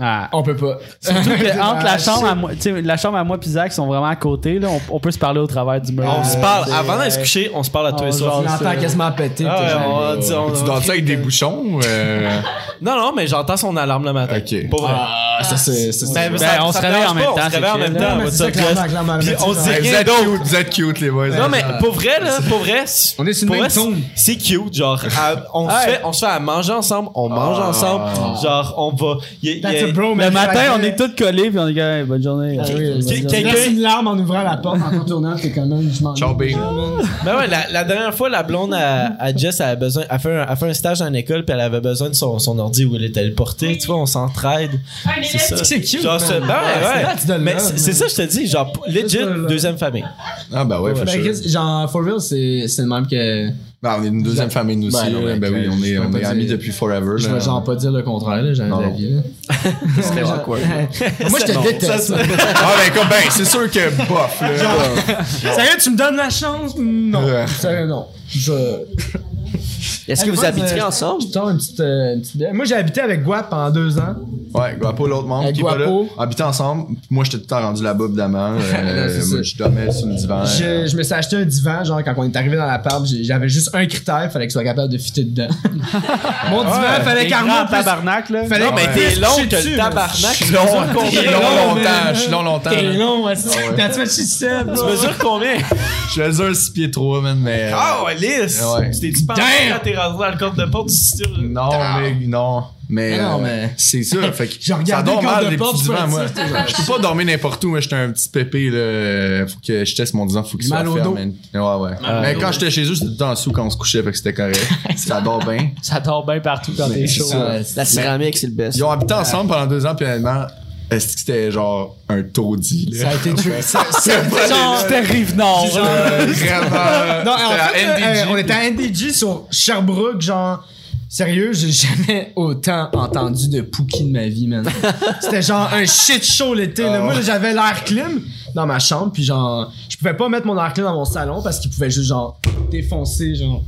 Speaker 7: Ah.
Speaker 3: on peut pas.
Speaker 7: Surtout que entre la
Speaker 3: Ah,
Speaker 7: chambre à moi, tu sais, la chambre à moi puis Zach sont vraiment à côté là, on, on peut se parler au travers du mur. euh,
Speaker 2: On se parle. Avant d'aller se
Speaker 7: coucher
Speaker 2: coucher, on se
Speaker 3: Oh,
Speaker 2: parle à tous
Speaker 7: on
Speaker 2: les soirs.
Speaker 3: Tu l'entends
Speaker 7: ça.
Speaker 3: quasiment péter.
Speaker 2: Ah
Speaker 3: t'es
Speaker 2: ouais,
Speaker 3: genre,
Speaker 2: on va dire- on-
Speaker 1: Tu danses avec des bouchons? euh,
Speaker 2: Non, non, mais j'entends son alarme le matin.
Speaker 1: Ok.
Speaker 2: Pas vrai.
Speaker 3: Ah, ça, c'est. c'est-
Speaker 2: Ben,
Speaker 3: c'est-
Speaker 2: ça-
Speaker 7: Ben, on
Speaker 2: ça
Speaker 7: se
Speaker 2: me
Speaker 7: réveille
Speaker 2: dérange
Speaker 7: en même
Speaker 2: pas, on
Speaker 7: temps,
Speaker 2: se réveille en
Speaker 7: c'est
Speaker 2: même
Speaker 7: chill,
Speaker 2: temps.
Speaker 7: là.
Speaker 3: Non,
Speaker 2: on va
Speaker 3: mais
Speaker 2: dire
Speaker 3: c'est ça,
Speaker 2: que-
Speaker 3: clairement, clairement,
Speaker 2: Puis
Speaker 3: mais
Speaker 2: on
Speaker 3: tu-
Speaker 2: se dit
Speaker 1: hey, vous
Speaker 2: rien
Speaker 1: êtes
Speaker 2: d'autre.
Speaker 1: cute, vous êtes cute, les boys.
Speaker 2: Non, mais pour vrai, là, pour vrai, c'est-
Speaker 3: On est sur le
Speaker 2: pour
Speaker 3: même
Speaker 2: vrai,
Speaker 3: ton.
Speaker 2: c'est c'est cute. Genre, à- on, se fait, on se fait à manger ensemble, on mange ensemble. Genre, on va. y a- y a-
Speaker 3: That's a bro,
Speaker 7: Le
Speaker 3: man.
Speaker 7: matin, on est tous collés puis on est comme Hey, bonne journée.
Speaker 3: Ah oui,
Speaker 7: Bonne
Speaker 3: c'est-
Speaker 7: journée.
Speaker 3: Tu
Speaker 2: quelqu'un-
Speaker 3: laisses une larme en ouvrant la porte, en contournant, t'es quand même, je m'en
Speaker 1: Ciao, B.
Speaker 2: Ben ouais, la, la dernière fois, la blonde à, à Jess, elle, a besoin, elle, fait un, elle fait un stage dans une école, puis elle avait besoin de son, son ordi où elle était le porter. Tu vois, on s'entraide.
Speaker 8: Un
Speaker 2: C'est
Speaker 8: élève.
Speaker 2: ça.
Speaker 3: C'est cute,
Speaker 2: Genre, c'est- ben
Speaker 3: man.
Speaker 2: ouais, ouais.
Speaker 3: C'est là, tu te
Speaker 2: Mais
Speaker 3: le
Speaker 2: c'est
Speaker 3: love,
Speaker 2: c'est
Speaker 3: man.
Speaker 2: ça, je te dis. Genre, legit,
Speaker 3: te le love.
Speaker 2: deuxième famille.
Speaker 1: Ah, ben ouais, for
Speaker 3: Ben,
Speaker 1: sure.
Speaker 3: Chris, genre, for real, c'est c'est le même que.
Speaker 1: Ben, on est une deuxième famille, nous aussi.
Speaker 3: Ben, non,
Speaker 1: là.
Speaker 3: mais
Speaker 1: Ben oui, on
Speaker 3: je
Speaker 1: est,
Speaker 3: peux
Speaker 1: on
Speaker 3: pas
Speaker 1: est
Speaker 3: dire-
Speaker 1: amis depuis forever.
Speaker 3: Je
Speaker 1: là.
Speaker 3: vais genre pas dire le contraire, là, j'ai un
Speaker 1: Non.
Speaker 3: avis, là.
Speaker 5: C'est awkward.
Speaker 3: Moi, je te déteste.
Speaker 1: Ah, ben, comme, ben, c'est sûr que bof, là.
Speaker 3: Sérieux, tu me donnes la chance?
Speaker 1: Ouais.
Speaker 3: Non. Sérieux, non. Je.
Speaker 5: Est-ce que vous habiterez ensemble?
Speaker 3: Je tends une petite, euh, une petite bière. Moi, j'ai habité avec Guap pendant deux ans.
Speaker 1: Ouais, Guapo, l'autre membre
Speaker 3: Avec
Speaker 1: qui est pas là.
Speaker 3: Guapo.
Speaker 1: Habitait ensemble. Moi, j'étais tout le temps rendu là-bas, évidemment.
Speaker 3: Ouais,
Speaker 1: Euh,
Speaker 3: c'est
Speaker 1: moi,
Speaker 3: ça.
Speaker 1: je dormais sur le divan. Euh,
Speaker 3: Je, je me suis acheté un divan, genre, quand on est arrivé dans l'appart, j'ai- j'avais juste un critère, fallait que je sois capable de fitter dedans. Mon divan, fallait
Speaker 7: Des
Speaker 3: carrément
Speaker 7: grands
Speaker 3: plus...
Speaker 7: tabarnak là.
Speaker 3: Fallait
Speaker 1: Non, mais
Speaker 3: qu'il
Speaker 1: t'es
Speaker 3: puisse
Speaker 2: long
Speaker 3: coucher
Speaker 2: que le
Speaker 3: dessus,
Speaker 2: tabarnak.
Speaker 1: Je suis long, je suis long longtemps. Je suis long longtemps.
Speaker 3: mais- T'es
Speaker 1: Je
Speaker 3: long, aussi.
Speaker 1: Ah ouais.
Speaker 3: T'as-tu fait chier seul,
Speaker 2: Tu
Speaker 3: bro?
Speaker 2: mesures combien?
Speaker 1: faisais un 6 pieds 3, man, mais. euh,
Speaker 2: Ah, ouais, lisse!
Speaker 1: Ouais.
Speaker 2: Tu t'es dit, pas
Speaker 3: Damn!
Speaker 2: quand t'es rendu dans le corps de porte du style.
Speaker 1: Non, mais non. Mais,
Speaker 3: Non,
Speaker 1: euh,
Speaker 3: mais-
Speaker 1: c'est ça. Fait que
Speaker 3: J'ai
Speaker 1: ça
Speaker 3: regardé
Speaker 1: dort
Speaker 3: le corps
Speaker 1: mal
Speaker 3: de
Speaker 1: les
Speaker 3: porte,
Speaker 1: petits
Speaker 3: tu vois,
Speaker 1: divans, moi.
Speaker 3: tu
Speaker 1: Je peux pas dormir n'importe où, moi, j'étais un petit pépé, là. Faut que je teste mon divan, faut qu'il soit
Speaker 3: Mal au
Speaker 1: ferme.
Speaker 3: dos.
Speaker 1: man. Ouais, ouais. mais quand j'étais chez eux, c'était tout le temps en dessous quand on se couchait, fait que c'était correct. ça dort bien.
Speaker 7: Ça dort bien partout quand t'es chaud.
Speaker 3: Ouais,
Speaker 5: La céramique, c'est le best.
Speaker 1: Ils ont habité ensemble pendant deux ans, puis honnêtement, est-ce que c'était genre un taudis, là?
Speaker 3: Ça a été tricky.
Speaker 1: C'est pas des-
Speaker 7: C'était rive nord.
Speaker 1: genre, euh, vraiment.
Speaker 3: Non, en
Speaker 1: c'était
Speaker 3: fait,
Speaker 1: à
Speaker 3: euh,
Speaker 1: NDG.
Speaker 3: on était à NDG sur Sherbrooke, genre. Sérieux, j'ai jamais autant entendu de Pookie de ma vie, man. C'était genre un shit show l'été. là.
Speaker 1: Ah
Speaker 3: Moi,
Speaker 1: ouais.
Speaker 3: j'avais l'air clim dans ma chambre, puis genre, je pouvais pas mettre mon air clim dans mon salon parce qu'il pouvait juste, genre, défoncer, genre.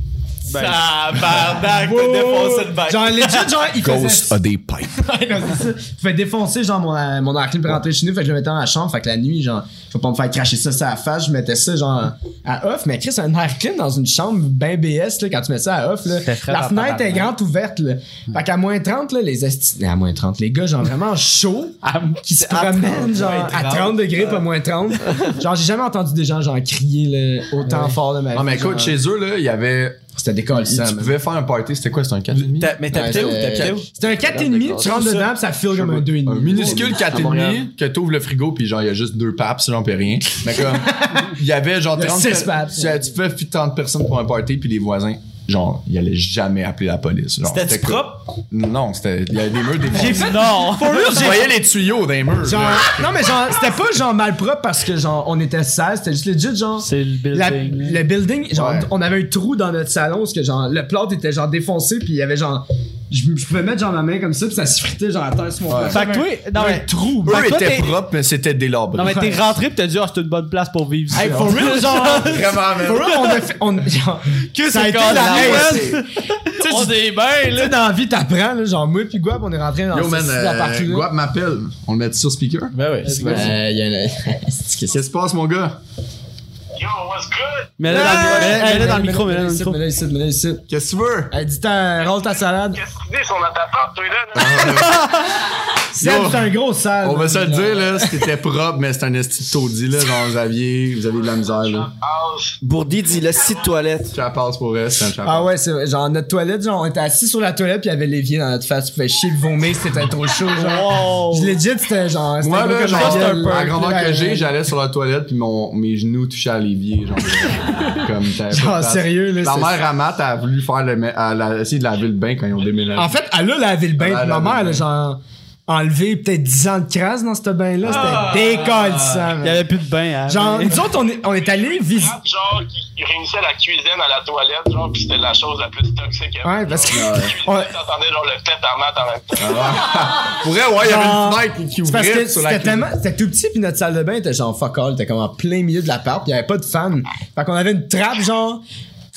Speaker 1: Ben,
Speaker 2: Tabarnak, t'as défoncé le bac.
Speaker 3: Genre, legit, genre, il
Speaker 1: Ghost
Speaker 3: faisait.
Speaker 1: a des pipes.
Speaker 3: Ouais, non, c'est ça. Il pouvait défoncer, genre, mon, euh, mon air clim pour rentrer chez nous, fait que je le mettais dans la chambre, fait que la nuit, genre, je vais pas me faire cracher ça sur la face, je mettais ça, genre, à off. Mais Chris, un air clim dans une chambre ben BS, là, quand tu mets ça à off, là,
Speaker 7: frais
Speaker 3: la
Speaker 7: dans
Speaker 3: fenêtre
Speaker 7: ta
Speaker 3: est grande ouverte, là. Fait qu'à moins 30, là, les esti- À moins 30, les gars, genre, vraiment chaud. qui se promènent, genre, à 30 degrés, pas moins 30. Genre, j'ai jamais entendu des gens, genre, crier, là, autant fort de ma vie.
Speaker 1: Non, Ah, mais
Speaker 3: genre.
Speaker 1: écoute, chez eux, là, il y avait.
Speaker 3: C'était des calls, ça,
Speaker 1: Tu
Speaker 3: man.
Speaker 1: pouvais faire un party, c'était quoi? C'était un 4,5?
Speaker 2: T'as- Mais t'habitais où?
Speaker 3: Ouais,
Speaker 2: T'habitais où?
Speaker 3: C'était un 4,5, tu rentres dedans, pis ça file comme un 2,5.
Speaker 1: Un minuscule
Speaker 5: À Montréal.
Speaker 1: 4,5 que t'ouvres le frigo puis genre il y a juste deux papes, genre pis rien. Mais comme il y avait genre
Speaker 3: Il y a
Speaker 1: 30
Speaker 3: six papes.
Speaker 1: tu- Tu fais 30 personnes pour un party puis les voisins genre ils allaient jamais appeler la police. Genre,
Speaker 2: C'était-tu
Speaker 1: quoi?
Speaker 2: propre?
Speaker 1: Non, c'était il y avait des murs des J'ai
Speaker 7: Non.
Speaker 1: Je voyais les tuyaux des murs.
Speaker 3: Genre,
Speaker 1: là.
Speaker 3: non, mais genre, c'était pas genre mal propre parce que genre, on était 16, c'était juste legit, genre.
Speaker 7: C'est le
Speaker 3: la-
Speaker 7: building.
Speaker 3: le building, genre,
Speaker 1: Ouais.
Speaker 3: on avait un trou dans notre salon parce que genre, le plâtre était genre défoncé, puis il y avait genre. Je, je pouvais mettre genre ma main comme ça, puis ça se fritait genre à terre sur mon plafond.
Speaker 7: Fait que toi, non mais trou.
Speaker 3: ben,
Speaker 1: Eux étaient propres mais c'était délabré.
Speaker 7: Non mais t'es rentré pis t'as dit oh c'est une bonne place pour vivre. ici.
Speaker 3: Hey, for real, genre.
Speaker 1: Vraiment, man.
Speaker 3: For real, on a fait. On, genre,
Speaker 7: que
Speaker 3: ça a
Speaker 7: c'est
Speaker 3: été
Speaker 7: quand
Speaker 3: la même.
Speaker 7: même- On est bien
Speaker 3: Tu sais, dans la vie, t'apprends, là, genre, moi puis Guap, on est rentré dans
Speaker 1: Yo man,
Speaker 3: ce- cet
Speaker 1: euh,
Speaker 3: appart-là.
Speaker 1: Guap m'appelle. On le met sur speaker.
Speaker 2: Ben ouais, c'est
Speaker 3: Euh, il y en a-
Speaker 1: Qu'est-ce qui se passe mon gars
Speaker 9: Mets-le dans le- mets-le- mets-le dans le micro, mets-le dans le
Speaker 3: ici,
Speaker 9: micro.
Speaker 3: mets-le Ah, ici, mets-le ici.
Speaker 1: Qu'est-ce que tu veux?
Speaker 3: Hey, dis-t'en, roule ta salade.
Speaker 10: Qu'est-ce que tu dis, on a ta porte, toi, là?
Speaker 3: Seb, c'est un gros sale.
Speaker 1: On va se le dire, là, c'était propre, mais c'est un esti de taudis, là, genre Xavier, vous avez de la misère, là.
Speaker 5: Bourdi dit le site toilette.
Speaker 1: Chapasse pour elle, c'est un chapasse.
Speaker 3: Ah ouais, c'est vrai. Genre, notre toilette, genre, on était assis sur la toilette, puis il y avait l'évier dans notre face. Tu pouvais chier, vomir, c'était trop chaud, genre. Je Legit, c'était genre. c'était
Speaker 1: Oh. Moi,
Speaker 3: un peu
Speaker 1: là,
Speaker 3: comme
Speaker 1: genre,
Speaker 3: la gueule,
Speaker 1: la
Speaker 3: là.
Speaker 1: grandeur que
Speaker 3: Ouais,
Speaker 1: j'ai,
Speaker 3: ouais.
Speaker 1: j'allais sur la toilette, puis mon, mes genoux touchaient à l'évier, genre. comme t'avais pas de
Speaker 3: Genre,
Speaker 1: place.
Speaker 3: sérieux, là.
Speaker 1: Ma
Speaker 3: c'est-
Speaker 1: mère, à Matt, a voulu faire le, ma- elle a essayé de laver le bain quand ils ont déménagé.
Speaker 3: En fait, elle a lavé le bain.
Speaker 1: Elle a
Speaker 3: puis ma
Speaker 1: lavé
Speaker 3: mère,
Speaker 1: le
Speaker 3: elle a
Speaker 1: bain.
Speaker 3: genre enlevé peut-être 10 ans de crasse dans ce bain-là.
Speaker 1: Ah.
Speaker 3: C'était décollissant,
Speaker 9: Il y
Speaker 3: man.
Speaker 9: avait plus de bain. hein.
Speaker 3: Genre, nous autres, on est, on est allés visiter.
Speaker 10: Genre, qui qui réunissait la cuisine à la toilette, genre, pis c'était la chose la plus toxique. ever.
Speaker 3: Ouais, parce que.
Speaker 1: Ah.
Speaker 10: Genre, La
Speaker 3: Ouais.
Speaker 10: cuisine, t'entendais, genre, le pet à mat en même temps.
Speaker 1: Pour vrai, ouais, il y avait
Speaker 3: Genre,
Speaker 1: une fenêtre qui- qui
Speaker 3: C'est parce que
Speaker 1: ouvrait sur la
Speaker 3: c'était
Speaker 1: cuisine.
Speaker 3: tellement, c'était tout petit, puis notre salle de bain était genre fuck all, était comme en plein milieu de l'appart, pis y avait pas de fan. Fait qu'on avait une trappe, genre,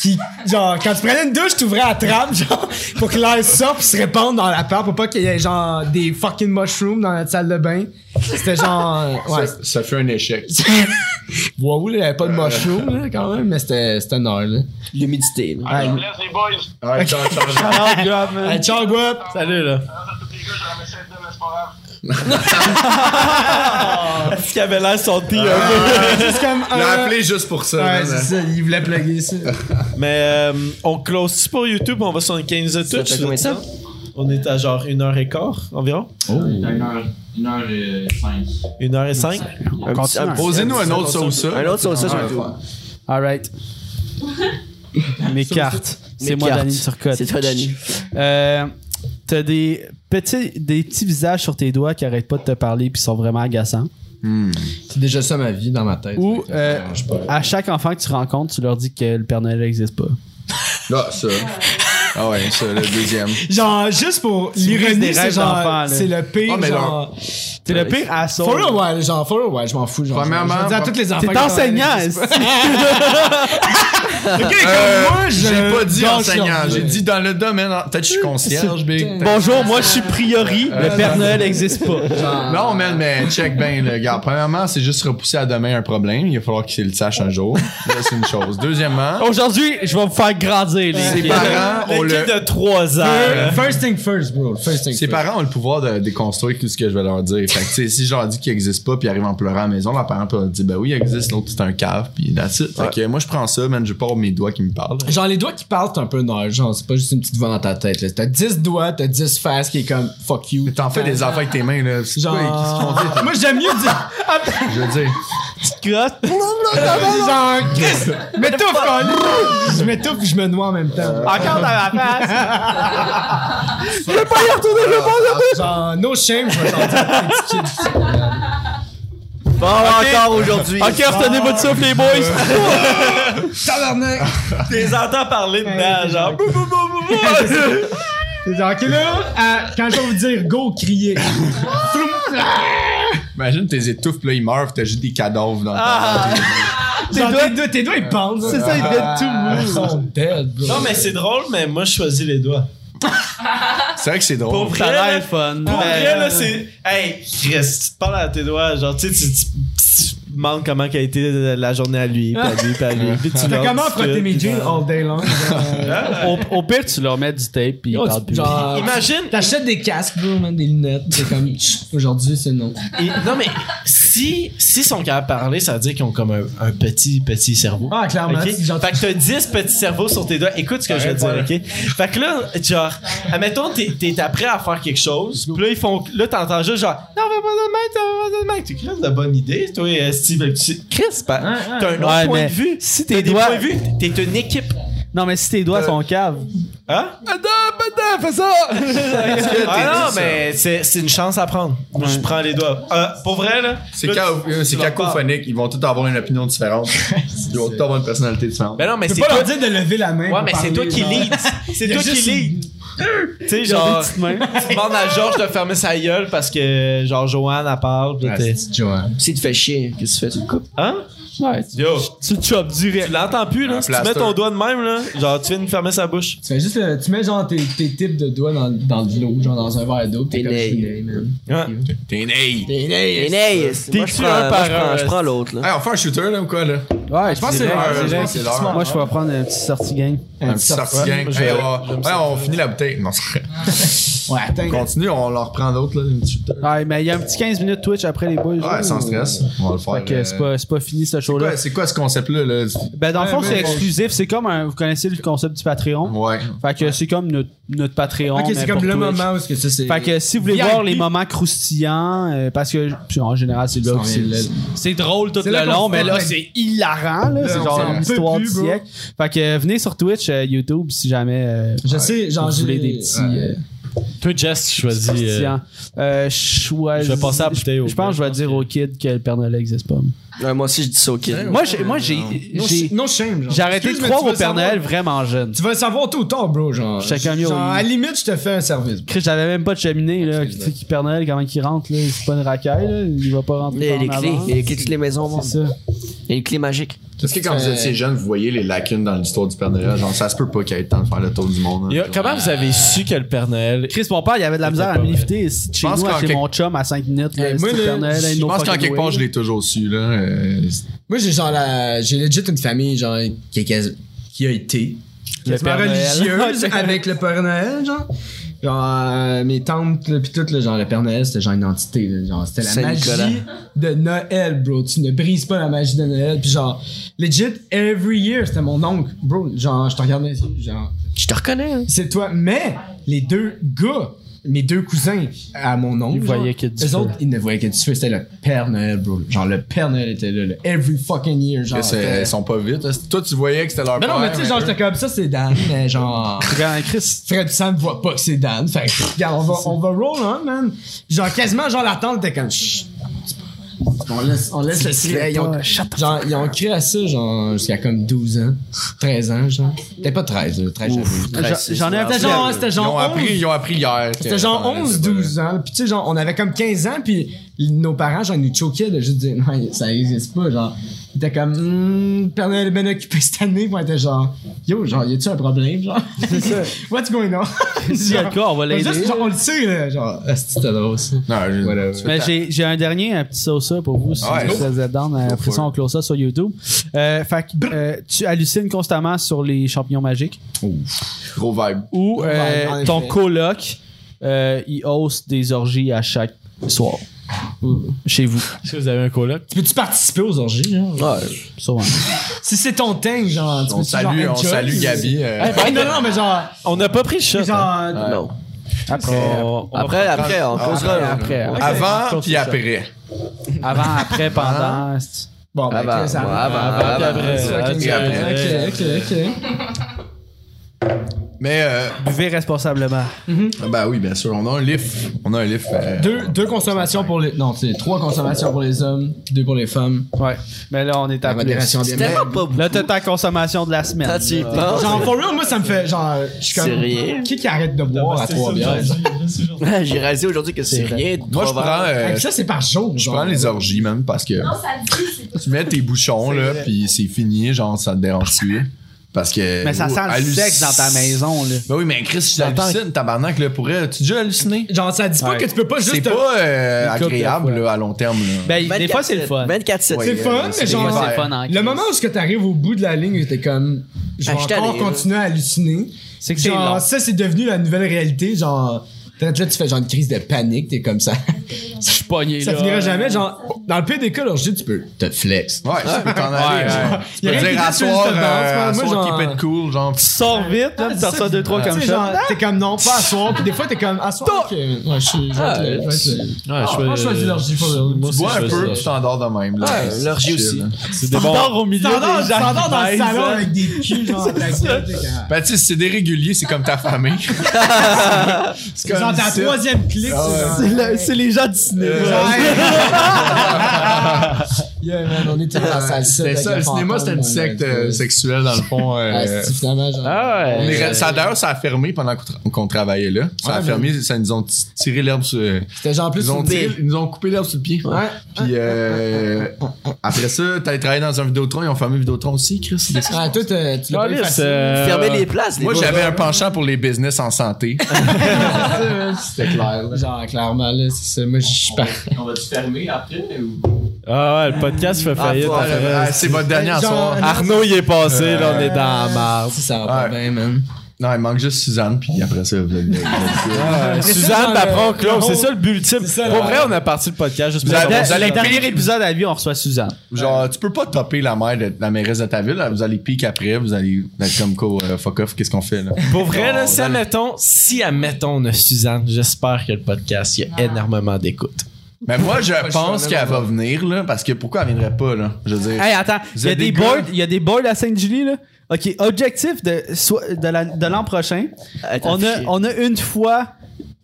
Speaker 3: qui, genre, quand tu prenais une douche, t'ouvrais la trappe, genre, pour que l'air sorte pis se répande dans l'appart, pour pas qu'il y ait, genre, des fucking mushrooms dans notre salle de bain. C'était genre, ouais.
Speaker 1: Ça, ça fait un échec.
Speaker 3: Waouh, il y avait pas de mushrooms, là, quand même, mais c'était, c'était nord, là.
Speaker 5: L'humidité. là.
Speaker 3: Ouais.
Speaker 10: Bless les boys.
Speaker 1: Ouais, ciao, ciao, ciao.
Speaker 9: Shout out, Gab, man.
Speaker 3: Hey, ciao, guap!
Speaker 2: Salut, là.
Speaker 10: Tous les gars, je leur mets Ah, ça dedans, mais c'est pas grave.
Speaker 2: Est-ce qu'il avait l'air sorti
Speaker 3: Juste comme,
Speaker 1: Je l'ai
Speaker 3: euh,
Speaker 1: appelé juste pour ça.
Speaker 3: Ouais,
Speaker 1: man.
Speaker 3: c'est ça, il voulait plugger ça.
Speaker 2: Mais euh, on close pour YouTube, on va sur une 15 de
Speaker 5: Ça
Speaker 2: Twitch.
Speaker 5: fait combien de temps?
Speaker 2: On est à genre 1h15 environ.
Speaker 3: Oh.
Speaker 11: Une heure, une heure et cinq.
Speaker 2: 1h05.
Speaker 5: Un petit-
Speaker 7: continue.
Speaker 5: un petit-
Speaker 1: Posez-nous un autre ça ou ça. Ah,
Speaker 5: Un autre sur ça, sur le
Speaker 1: Ouais,
Speaker 5: tout.
Speaker 7: Alright. Mes cartes. C'est
Speaker 5: Mes
Speaker 7: moi,
Speaker 5: cartes.
Speaker 7: Danny Turcotte.
Speaker 5: C'est toi, Danny.
Speaker 7: Euh, T'as des petits, des petits visages sur tes doigts qui arrêtent pas de te parler puis sont vraiment agaçants.
Speaker 3: C'est déjà ça ma vie dans ma tête.
Speaker 7: Ou euh, à chaque enfant que tu rencontres, tu leur dis que le Père Noël n'existe pas.
Speaker 1: Là, ça. Ah ouais, ça, le deuxième.
Speaker 3: Genre, juste pour
Speaker 7: brises
Speaker 3: l'ironie,
Speaker 7: des
Speaker 3: c'est
Speaker 7: rêves d'enfant,
Speaker 3: genre,
Speaker 7: là.
Speaker 3: c'est le pire,
Speaker 1: Ah, mais
Speaker 3: genre...
Speaker 7: T'es le pire assaut.
Speaker 3: For real, ouais, genre, for real, ouais, je m'en fous, genre.
Speaker 1: Premièrement,
Speaker 3: je dis à
Speaker 1: pre-
Speaker 3: toutes les enfants...
Speaker 7: T'es
Speaker 3: qui sont-
Speaker 7: enseignant.
Speaker 3: Ok, comme
Speaker 1: Euh,
Speaker 3: moi, je...
Speaker 1: J'ai pas dit
Speaker 3: genre,
Speaker 1: enseignant,
Speaker 3: je-
Speaker 1: j'ai dit dans le domaine. en- Peut-être que je suis concierge, big.
Speaker 7: Bonjour, moi je suis priori.
Speaker 3: Euh,
Speaker 7: le Père Noël n'existe pas.
Speaker 1: Non, man, mais check bien, le gars. Premièrement, c'est juste repousser à demain un problème. Il va falloir qu'il le sache un jour. Là, c'est une chose. Deuxièmement,
Speaker 7: Aujourd'hui, je vais vous faire grandir, les
Speaker 1: ses
Speaker 7: gars.
Speaker 1: parents ont le.
Speaker 2: L'équipe de 3 ans.
Speaker 3: Euh, First thing first, bro. First thing
Speaker 1: Ses
Speaker 3: first.
Speaker 1: parents ont le pouvoir de déconstruire tout ce que je vais leur dire. Fait que, tu sais, si je leur dis qu'il existe pas, puis ils arrivent en pleurant à la maison, leurs parents peuvent leur dire, ben oui, il existe, l'autre, c'est un cave, puis that's it. Fait que moi, je prends ça, man, je pars mes doigts qui me parlent.
Speaker 3: Genre, les doigts qui parlent, t'es un peu nage. Genre, c'est pas juste une petite voix dans ta tête, là. T'as 10 doigts, t'as 10 faces qui est comme fuck you.
Speaker 1: T'en fais des affaires avec tes mains, là. C'est
Speaker 3: Genre.
Speaker 1: quoi, qu'est-ce qu'ils ont dit?
Speaker 3: Moi, j'aime mieux dire.
Speaker 1: Je veux dire.
Speaker 3: genre, Chris, m'étouffe, quand Je m'étouffe, je me noie en même temps.
Speaker 7: Encore dans ma face.
Speaker 3: Genre, no shame, je vais sortir un petit kid.
Speaker 5: Bon, encore aujourd'hui.
Speaker 7: Ok, retenez votre souffle, les boys.
Speaker 3: Tabarnak!
Speaker 2: Je les entends parler dedans, genre. Bou, bou, bou, bou, bou.
Speaker 3: C'est genre, ok, là, à- quand je vais vous dire go, crier.
Speaker 1: Imagine tes étouffes, là, ils meurent, t'as juste des cadavres dans ta
Speaker 3: tes, doigts, tes, doigts, tes doigts, ils pendent. C'est ça, ils dead tout Ils sont dead, bro.
Speaker 2: Non, mais c'est drôle, mais moi, je choisis les doigts.
Speaker 1: C'est vrai que c'est
Speaker 2: Pour
Speaker 1: drôle.
Speaker 2: vrai,
Speaker 7: Ça a
Speaker 2: là,
Speaker 7: l'air fun.
Speaker 2: pour
Speaker 7: mais-
Speaker 2: vrai, là, c'est. Hey, Chris, tu te parles à tes doigts, genre, tu sais, tu- tu tu te demandes comment a été la journée à lui, puis à lui, puis à lui. Puis tu
Speaker 3: T'as
Speaker 2: leur
Speaker 3: comment
Speaker 2: dis
Speaker 3: frotter
Speaker 2: tout,
Speaker 3: mes
Speaker 2: puis
Speaker 3: jeans
Speaker 2: voilà.
Speaker 3: all day long?
Speaker 7: Au, au pire, tu leur mets du tape pis ils parlent plus.
Speaker 3: Genre,
Speaker 2: Imagine,
Speaker 3: t'achètes des casques, bro, man, des lunettes. C'est comme, chut, aujourd'hui, c'est non.
Speaker 2: Et- non, mais si, si sont capables de parler, ça veut dire qu'ils ont comme un, un petit, petit cerveau.
Speaker 3: Ah, clairement.
Speaker 2: Ok?
Speaker 3: c'est genre-
Speaker 2: Fait que t'as 10 petits cerveaux sur tes doigts. Écoute ce que je vais te dire, ok? Fait que là, genre, admettons, t'es, t'es prêt à faire quelque chose. Puis là, ils font. Là, t'entends juste genre, non, fais pas de même, t'as pas de même. Tu crées de bonne idée, toi, euh, Steve. Tu sais, Chris, pas- t'as un autre
Speaker 7: Ouais,
Speaker 2: point
Speaker 7: mais
Speaker 2: de vue.
Speaker 7: si
Speaker 2: T'as
Speaker 7: tes
Speaker 2: des
Speaker 7: doigts-
Speaker 2: points de vue. T'es une équipe.
Speaker 7: Non, mais si tes doigts sont caves.
Speaker 2: Hein?
Speaker 7: fais ça!
Speaker 2: Ah non, mais c'est, c'est une chance à prendre. Moi, je prends les doigts. Euh, pour vrai, là.
Speaker 1: C'est
Speaker 2: là, tu-
Speaker 1: ca- euh, c'est
Speaker 2: tu leur parles.
Speaker 1: cacophonique, ils vont tous avoir une opinion différente. Ils vont tous avoir une personnalité différente.
Speaker 2: Ben non, mais
Speaker 3: Tu
Speaker 2: c'est
Speaker 3: peux pas
Speaker 2: toi-
Speaker 3: leur dire de lever la main.
Speaker 2: Ouais,
Speaker 3: pour
Speaker 2: mais c'est
Speaker 3: parler,
Speaker 2: toi qui
Speaker 3: genre.
Speaker 2: lead. C'est
Speaker 3: Il y a
Speaker 2: toi qui
Speaker 3: juste une-
Speaker 2: lead. Tu sais, genre,
Speaker 7: petites mains.
Speaker 2: tu demandes à Georges de fermer sa gueule parce que, genre, Joanne, elle parle. pis t'es-
Speaker 5: Si tu fais chier, qu'est-ce que tu fais? Tu le coupes.
Speaker 2: Hein?
Speaker 7: Ouais,
Speaker 2: Yo,
Speaker 7: tu le chopes direct.
Speaker 2: tu l'entends plus, là.
Speaker 1: Un
Speaker 2: Si tu mets
Speaker 1: plaster.
Speaker 2: ton doigt de même, là, genre, tu viens de fermer sa bouche.
Speaker 3: Tu fais juste, euh, tu mets genre tes, tes tips de doigts dans, dans de l'eau, genre dans un verre d'eau. pis T'es
Speaker 5: T'es
Speaker 3: comme,
Speaker 5: né.
Speaker 3: je suis né, man.
Speaker 2: Ouais.
Speaker 1: T'es né.
Speaker 5: T'es né, moi, je
Speaker 2: T'es-tu
Speaker 5: prends-
Speaker 2: un
Speaker 5: moi,
Speaker 2: par
Speaker 5: je prends-
Speaker 2: un,
Speaker 5: je prends l'autre, là.
Speaker 1: Hey, on fait un shooter, là, ou quoi, là?
Speaker 7: Ouais, je pense
Speaker 1: c'est l'heure, je pense que c'est l'heure.
Speaker 7: Moi, je vais prendre un petit sortie gang.
Speaker 1: Un petit sorti gang. Hey, on, va- ouais, on finit la bouteille. Non, c'est-
Speaker 3: Ouais, attends.
Speaker 1: on continue, on leur reprend d'autres. Là, une petite-
Speaker 7: Ouais, mais il y a un petit 15 minutes Twitch après les boys. là,
Speaker 1: ouais, sans
Speaker 7: ou-
Speaker 1: stress. On va le faire.
Speaker 7: Fait que
Speaker 1: euh,
Speaker 7: c'est pas, c'est pas fini ce show-là.
Speaker 1: Ouais, c'est quoi ce concept-là? Là?
Speaker 7: Ben, dans le fond,
Speaker 1: Ouais,
Speaker 7: c'est
Speaker 1: mais-
Speaker 7: exclusif. C'est comme un. Vous connaissez le concept du Patreon.
Speaker 1: Ouais.
Speaker 7: Fait que c'est comme notre, notre Patreon.
Speaker 3: Ok,
Speaker 7: mais
Speaker 3: c'est comme
Speaker 7: pour
Speaker 3: le
Speaker 7: Twitch.
Speaker 3: moment où ce que ça c'est.
Speaker 7: Fait que si vous voulez
Speaker 3: VIP.
Speaker 7: voir les moments croustillants, euh, parce que puis en général, c'est là
Speaker 3: Ça
Speaker 7: que c'est
Speaker 3: revient là.
Speaker 7: C'est drôle tout
Speaker 3: C'est là
Speaker 7: le
Speaker 3: qu'on
Speaker 7: long,
Speaker 3: se
Speaker 7: mais là,
Speaker 3: fait-
Speaker 7: c'est hilarant. là. C'est
Speaker 3: on
Speaker 7: genre
Speaker 3: s'en
Speaker 7: une
Speaker 3: peut
Speaker 7: histoire
Speaker 3: plus,
Speaker 7: du
Speaker 3: bro.
Speaker 7: siècle. Fait que euh, venez sur Twitch, euh, YouTube, si jamais euh,
Speaker 3: Je sais, genre,
Speaker 7: vous
Speaker 3: j'ai
Speaker 7: voulez des petits. euh,
Speaker 4: Toi, Jess, tu choisis. euh,
Speaker 7: croustillants. Euh, choisis-
Speaker 4: je vais passer à la bouteille au
Speaker 7: Je pense que je vais
Speaker 4: gars.
Speaker 7: dire au kid que le Père Noël n'existe pas.
Speaker 5: Ouais, moi aussi, je dis ça au kid.
Speaker 7: Moi, j'ai- moi, j'ai.
Speaker 3: Non,
Speaker 7: j'ai-
Speaker 3: sh- non shame, genre.
Speaker 7: J'ai arrêté de
Speaker 3: Excuse, mais
Speaker 7: croire
Speaker 3: tu vas
Speaker 7: au Père
Speaker 3: savoir-
Speaker 7: Noël vraiment jeune.
Speaker 3: Tu vas le savoir tout le temps, bro, genre.
Speaker 7: Chacun mieux,
Speaker 3: Genre,
Speaker 7: oui.
Speaker 3: à la limite, je te fais un service. bro.
Speaker 7: Chris, j'avais même pas de cheminée, là. Tu sais, qui Père Noël, comment il rentre, là. C'est pas une racaille, là. Il va pas rentrer.
Speaker 5: Il y a
Speaker 7: par en
Speaker 5: les clés.
Speaker 7: avant.
Speaker 5: Il y a les clés de toutes les maisons au monde.
Speaker 7: C'est ça.
Speaker 5: Il y a une clé magique.
Speaker 1: Est-ce que quand vous étiez jeune, vous voyez les lacunes dans l'histoire du Père Noël? Genre, ça se peut pas qu'il y ait le temps de faire le tour du monde.
Speaker 4: Il y
Speaker 1: hein.
Speaker 4: a- comment vous avez su que le Père Noël.
Speaker 7: Chris, mon père, il avait de la misère à me lifter chez
Speaker 1: pense
Speaker 7: nous,
Speaker 1: qu'en
Speaker 7: chez
Speaker 1: quelque-
Speaker 7: mon chum, à 5 minutes. là,
Speaker 3: Hey,
Speaker 7: c'était
Speaker 3: moi,
Speaker 7: le
Speaker 3: là,
Speaker 7: Père Noël,
Speaker 1: Je pense qu'en quelque part, je l'ai toujours su. Là. euh,
Speaker 3: Moi, j'ai genre la. J'ai legit une famille, genre, qui, est quasi- qui a été. quasiment
Speaker 7: Père Noël.
Speaker 3: religieuse avec le Père Noël, genre. Genre, euh, mes tantes, là, pis tout, là, genre, le Père Noël, c'était genre une entité, là, genre, c'était la
Speaker 5: Saint-Nicolas.
Speaker 3: magie de Noël, bro. Tu ne brises pas la magie de Noël, pis genre, legit, every year, c'était mon oncle, bro. Genre, je te regardais, genre,
Speaker 5: Je te reconnais, hein.
Speaker 3: c'est toi. Mais les deux gars, mes deux cousins à mon oncle,
Speaker 7: Ils voyaient
Speaker 3: genre,
Speaker 7: que du
Speaker 3: eux
Speaker 7: feu.
Speaker 3: autres, ils ne voyaient que du feu. C'était le Père Noël, bro. Genre, le Père Noël était là, le every fucking year. Genre,
Speaker 1: que c'est-
Speaker 3: c'était-
Speaker 1: elles sont pas vite. hein. Toi, tu voyais que c'était leur
Speaker 3: Mais non,
Speaker 1: père,
Speaker 3: mais tu sais, genre,
Speaker 1: eux-
Speaker 3: j'étais comme ça, c'est Dan, mais genre.
Speaker 7: Regarde, Chris.
Speaker 3: Fred Sam voit pas que c'est Dan. Fait que, regarde, on va, on va roll, hein, man. Genre, quasiment, genre, l'attente était comme. Chut. On laisse, on laisse le silence. Ils ont, genre, ils ont créé à ça, genre, jusqu'à comme 12 ans, 13 ans, genre. Peut-être pas 13, là, 13 j'avoue.
Speaker 7: J'en- J'en ai un
Speaker 3: C'était
Speaker 7: petit.
Speaker 3: genre, c'était
Speaker 1: Ils
Speaker 3: genre.
Speaker 1: ont,
Speaker 3: 11.
Speaker 1: appris, ils ont appris hier. que-
Speaker 3: C'était genre
Speaker 1: Ouais, c'est
Speaker 3: 11,
Speaker 1: pas vrai.
Speaker 3: 12 ans. Puis tu sais, genre, on avait comme 15 ans, puis nos parents, genre, ils nous choquaient de juste dire, non, ça existe pas. Genre, ils étaient comme, hum, Père Noël est bien occupé cette année. Puis on était genre, yo, genre, y a-tu un problème, genre? C'est ça. What's going on?
Speaker 7: S'il y a le cas, on va l'aider.
Speaker 3: Juste, genre, on le sait, là. Genre, ah, c'était drôle, ça.
Speaker 1: Non, je-
Speaker 3: Whatever.
Speaker 1: tu fais
Speaker 7: Mais
Speaker 1: ta-
Speaker 7: j'ai j'ai un dernier, un petit ça pour vous, si
Speaker 3: Ah.
Speaker 1: Ouais,
Speaker 7: vous
Speaker 1: go.
Speaker 7: êtes down. Après
Speaker 1: for
Speaker 7: ça, on
Speaker 1: it.
Speaker 7: close ça sur YouTube. Euh, fait que euh, tu hallucines constamment sur les champignons magiques.
Speaker 1: Gros vibe.
Speaker 7: Ou euh,
Speaker 3: en effet.
Speaker 7: ton coloc, euh, il hausse des orgies à chaque soir. Chez vous,
Speaker 4: Est-ce que vous avez un coloc?
Speaker 3: Tu peux-tu participer aux orgies, genre?
Speaker 7: souvent.
Speaker 3: Si c'est ton thing, genre, tu
Speaker 1: On
Speaker 3: peux-tu, genre,
Speaker 1: salue, on
Speaker 3: enjoy?
Speaker 1: salue Gabi. euh,
Speaker 3: Hey, non, non, mais genre,
Speaker 4: On n'a pas pris le shot. hein.
Speaker 3: genre,
Speaker 5: Non.
Speaker 7: Après,
Speaker 4: On- on-
Speaker 5: Après, après, on
Speaker 1: après,
Speaker 5: causera. là.
Speaker 7: après,
Speaker 5: Ouais.
Speaker 7: après.
Speaker 1: Avant puis après.
Speaker 7: avant, après, pendant. c'est-
Speaker 3: Bon, ben,
Speaker 5: Avant,
Speaker 3: ok, ça
Speaker 5: ouais,
Speaker 3: arrive.
Speaker 5: avant,
Speaker 4: Puis
Speaker 5: avant.
Speaker 4: après,
Speaker 1: Ah,
Speaker 4: après,
Speaker 1: puis après.
Speaker 2: Euh,
Speaker 4: après.
Speaker 3: Ok, ok, ok.
Speaker 1: Mais euh,
Speaker 7: Buvez responsablement.
Speaker 1: bah oui, bien sûr, on a un lift. On a un lift. euh,
Speaker 3: Deux, deux consommations pour les. Non, c'est trois consommations pour les hommes, deux pour les femmes.
Speaker 7: Ouais. Mais là, on est à
Speaker 3: La
Speaker 7: plus.
Speaker 3: modération bien
Speaker 5: Tellement pas beaucoup.
Speaker 7: Là, t'as ta consommation de la semaine.
Speaker 5: Quand tu y
Speaker 7: là.
Speaker 5: penses.
Speaker 3: Genre, for real, moi, ça me fait. Genre, je suis
Speaker 5: C'est
Speaker 3: comme.
Speaker 5: rien.
Speaker 3: Qui qui arrête de boire à trois bières? genre?
Speaker 5: J'ai réalisé aujourd'hui que c'est rien. de
Speaker 1: Moi, je
Speaker 5: trop
Speaker 1: prends,
Speaker 5: vert.
Speaker 1: euh,
Speaker 3: Hey, Ça, c'est par jour.
Speaker 1: je prends les orgies, même, parce que
Speaker 8: Non, ça dit, c'est pas
Speaker 1: tu mets tes bouchons, là, puis c'est fini, genre, ça te dérange plus. Parce que.
Speaker 7: Mais ça
Speaker 1: Oh,
Speaker 7: sent le
Speaker 1: halluc-
Speaker 7: sexe dans ta maison, là.
Speaker 1: Ben oui, mais Chris, tu hallucines, tabarnak, là, pour elle. Tu as déjà halluciné?
Speaker 3: Genre, ça dit pas que tu peux pas
Speaker 1: C'est
Speaker 3: juste.
Speaker 1: pas euh,
Speaker 7: une couple de
Speaker 1: agréable,
Speaker 7: fois.
Speaker 1: là, à long terme, là.
Speaker 7: Ben, des
Speaker 5: 24,
Speaker 7: fois, c'est le fun.
Speaker 5: 24-7.
Speaker 1: Ouais,
Speaker 3: C'est
Speaker 1: euh,
Speaker 3: fun, mais
Speaker 1: c'est
Speaker 3: genre.
Speaker 7: Des fois, c'est le
Speaker 1: Ouais.
Speaker 7: fun en
Speaker 3: Le
Speaker 7: crise.
Speaker 3: moment où ce que t'arrives au bout de la ligne, t'es comme. Je vais
Speaker 5: Ah, je suis
Speaker 3: encore
Speaker 5: allé, là.
Speaker 3: continuer à halluciner.
Speaker 7: C'est que c'est long.
Speaker 3: Genre, ça, c'est devenu la nouvelle réalité. Genre, peut-être là, tu fais genre une crise de panique, t'es comme ça.
Speaker 7: Je suis pogné,
Speaker 3: Ça
Speaker 7: là.
Speaker 3: finira jamais. Genre, dans le pire des cas, l'orgie, tu peux te flex.
Speaker 1: Ouais, tu peux t'en aller. euh, Tu
Speaker 3: Y a
Speaker 1: peux
Speaker 3: rien qui
Speaker 1: dire à
Speaker 3: dit sur le
Speaker 1: soir,
Speaker 3: stand-up,
Speaker 1: euh, à
Speaker 3: moi,
Speaker 1: soir,
Speaker 3: genre-
Speaker 1: keep it cool, genre.
Speaker 7: Tu sors vite, là, tu sors ça deux, trois comme
Speaker 3: Ah, Tu sais,
Speaker 7: ça.
Speaker 3: genre, T'es comme non, pas à soir. Puis des fois, t'es comme à soir. ok, Ouais, je suis. Je vais être là, je vais être là.
Speaker 4: Ouais,
Speaker 3: Ah, moi, je choisis l'orgie, for real.
Speaker 4: Moi
Speaker 1: Tu
Speaker 4: aussi,
Speaker 1: bois
Speaker 4: je
Speaker 1: un
Speaker 4: choisis
Speaker 1: peu, tu
Speaker 4: l'orgie.
Speaker 1: t'endors de même, là.
Speaker 5: Ouais, l'orgie
Speaker 1: Chill,
Speaker 5: aussi.
Speaker 1: là.
Speaker 4: C'est des bons.
Speaker 7: au milieu
Speaker 3: T'endors
Speaker 7: des gens
Speaker 3: t'endors dans le
Speaker 7: qui
Speaker 3: salon
Speaker 7: baisent.
Speaker 3: avec des culs, genre. avec des-
Speaker 1: Ben, tu sais, si c'est des réguliers, c'est comme ta famille. c'est
Speaker 3: Genre, ta
Speaker 1: ça.
Speaker 3: troisième clique, c'est
Speaker 7: C'est le- C'est les gens du cinéma.
Speaker 3: genre. Yeah, man, on était dans la salle
Speaker 1: C'était
Speaker 3: sept avec
Speaker 1: Euh, ça, le
Speaker 3: fantôme,
Speaker 1: cinéma, c'était une
Speaker 3: ouais,
Speaker 1: secte
Speaker 3: ouais,
Speaker 1: euh,
Speaker 3: ouais.
Speaker 1: sexuelle, dans le fond. euh,
Speaker 3: Ah, c'est finalement, genre.
Speaker 1: on
Speaker 4: Ouais.
Speaker 1: est re- ça, D'ailleurs, ça a fermé pendant qu'on tra- qu'on travaillait là. Ça a
Speaker 3: Ouais,
Speaker 1: fermé, ça nous ont t- tiré l'herbe sur... euh,
Speaker 3: C'était genre plus
Speaker 1: Ils nous ont,
Speaker 3: une-
Speaker 1: tiré- ils nous ont coupé l'herbe sur le pied.
Speaker 3: Ouais.
Speaker 1: Puis euh, après ça, t'allais travailler dans un Vidéotron, ils ont fermé Vidéotron aussi, Chris. c'est ça?
Speaker 3: Ah, toi, t'as- tu l'as pas eu
Speaker 4: Calice,
Speaker 3: facile.
Speaker 4: euh,
Speaker 5: Fermez les places. les
Speaker 1: Moi,
Speaker 5: gars.
Speaker 1: j'avais un penchant pour les business en santé. C'était clair.
Speaker 3: euh. Genre, clairement, là, c'est ça. Moi, je suis pas.
Speaker 12: On va-tu fermer après ou.
Speaker 2: Ah ouais, le podcast fait
Speaker 5: Ah,
Speaker 2: faillite. hein.
Speaker 5: fuck.
Speaker 2: après.
Speaker 1: Ah, c'est votre dernière
Speaker 3: Genre,
Speaker 1: soirée.
Speaker 2: Arnaud, il est passé,
Speaker 1: Euh,
Speaker 2: là, on est dans la marde.
Speaker 3: Si ça va pas
Speaker 1: Ah, Ouais.
Speaker 5: ben,
Speaker 3: bien, man.
Speaker 1: Non, il manque juste Suzanne, puis après ça, vous allez-
Speaker 2: Euh,
Speaker 3: ça,
Speaker 2: Suzanne,
Speaker 3: dans
Speaker 2: t'apprends
Speaker 3: le-
Speaker 2: Claude,
Speaker 3: le
Speaker 2: c'est
Speaker 3: whole-
Speaker 2: ça le but ultime.
Speaker 3: ça,
Speaker 2: Pour
Speaker 3: là.
Speaker 2: vrai, on a parti le podcast juste
Speaker 1: Vous
Speaker 2: pour
Speaker 1: avez-
Speaker 2: ça.
Speaker 1: vous avez-
Speaker 7: Le dernier épisode à vie, on reçoit Suzanne.
Speaker 1: Genre, tu peux pas topper la mère de la mairesse de ta ville. là. Vous allez pique après, vous allez être comme quoi, euh, fuck off, qu'est-ce qu'on fait là?
Speaker 2: Pour vrai, là,
Speaker 1: Non,
Speaker 2: si
Speaker 1: vous allez-
Speaker 2: admettons, si admettons on a Suzanne, j'espère que le podcast, il y a énormément d'écoute.
Speaker 1: Mais moi, je pense qu'elle va venir là, parce que pourquoi elle viendrait pas là? Je veux dire.
Speaker 7: Hey, attends, il
Speaker 1: Vous
Speaker 7: y, a
Speaker 1: êtes des
Speaker 7: des boards,
Speaker 1: gars?
Speaker 7: il y a des boards à Sainte-Julie, là. OK, objectif de, soit- de la- de l'an prochain,
Speaker 5: Attends,
Speaker 7: on a,
Speaker 5: chier.
Speaker 7: on a une fois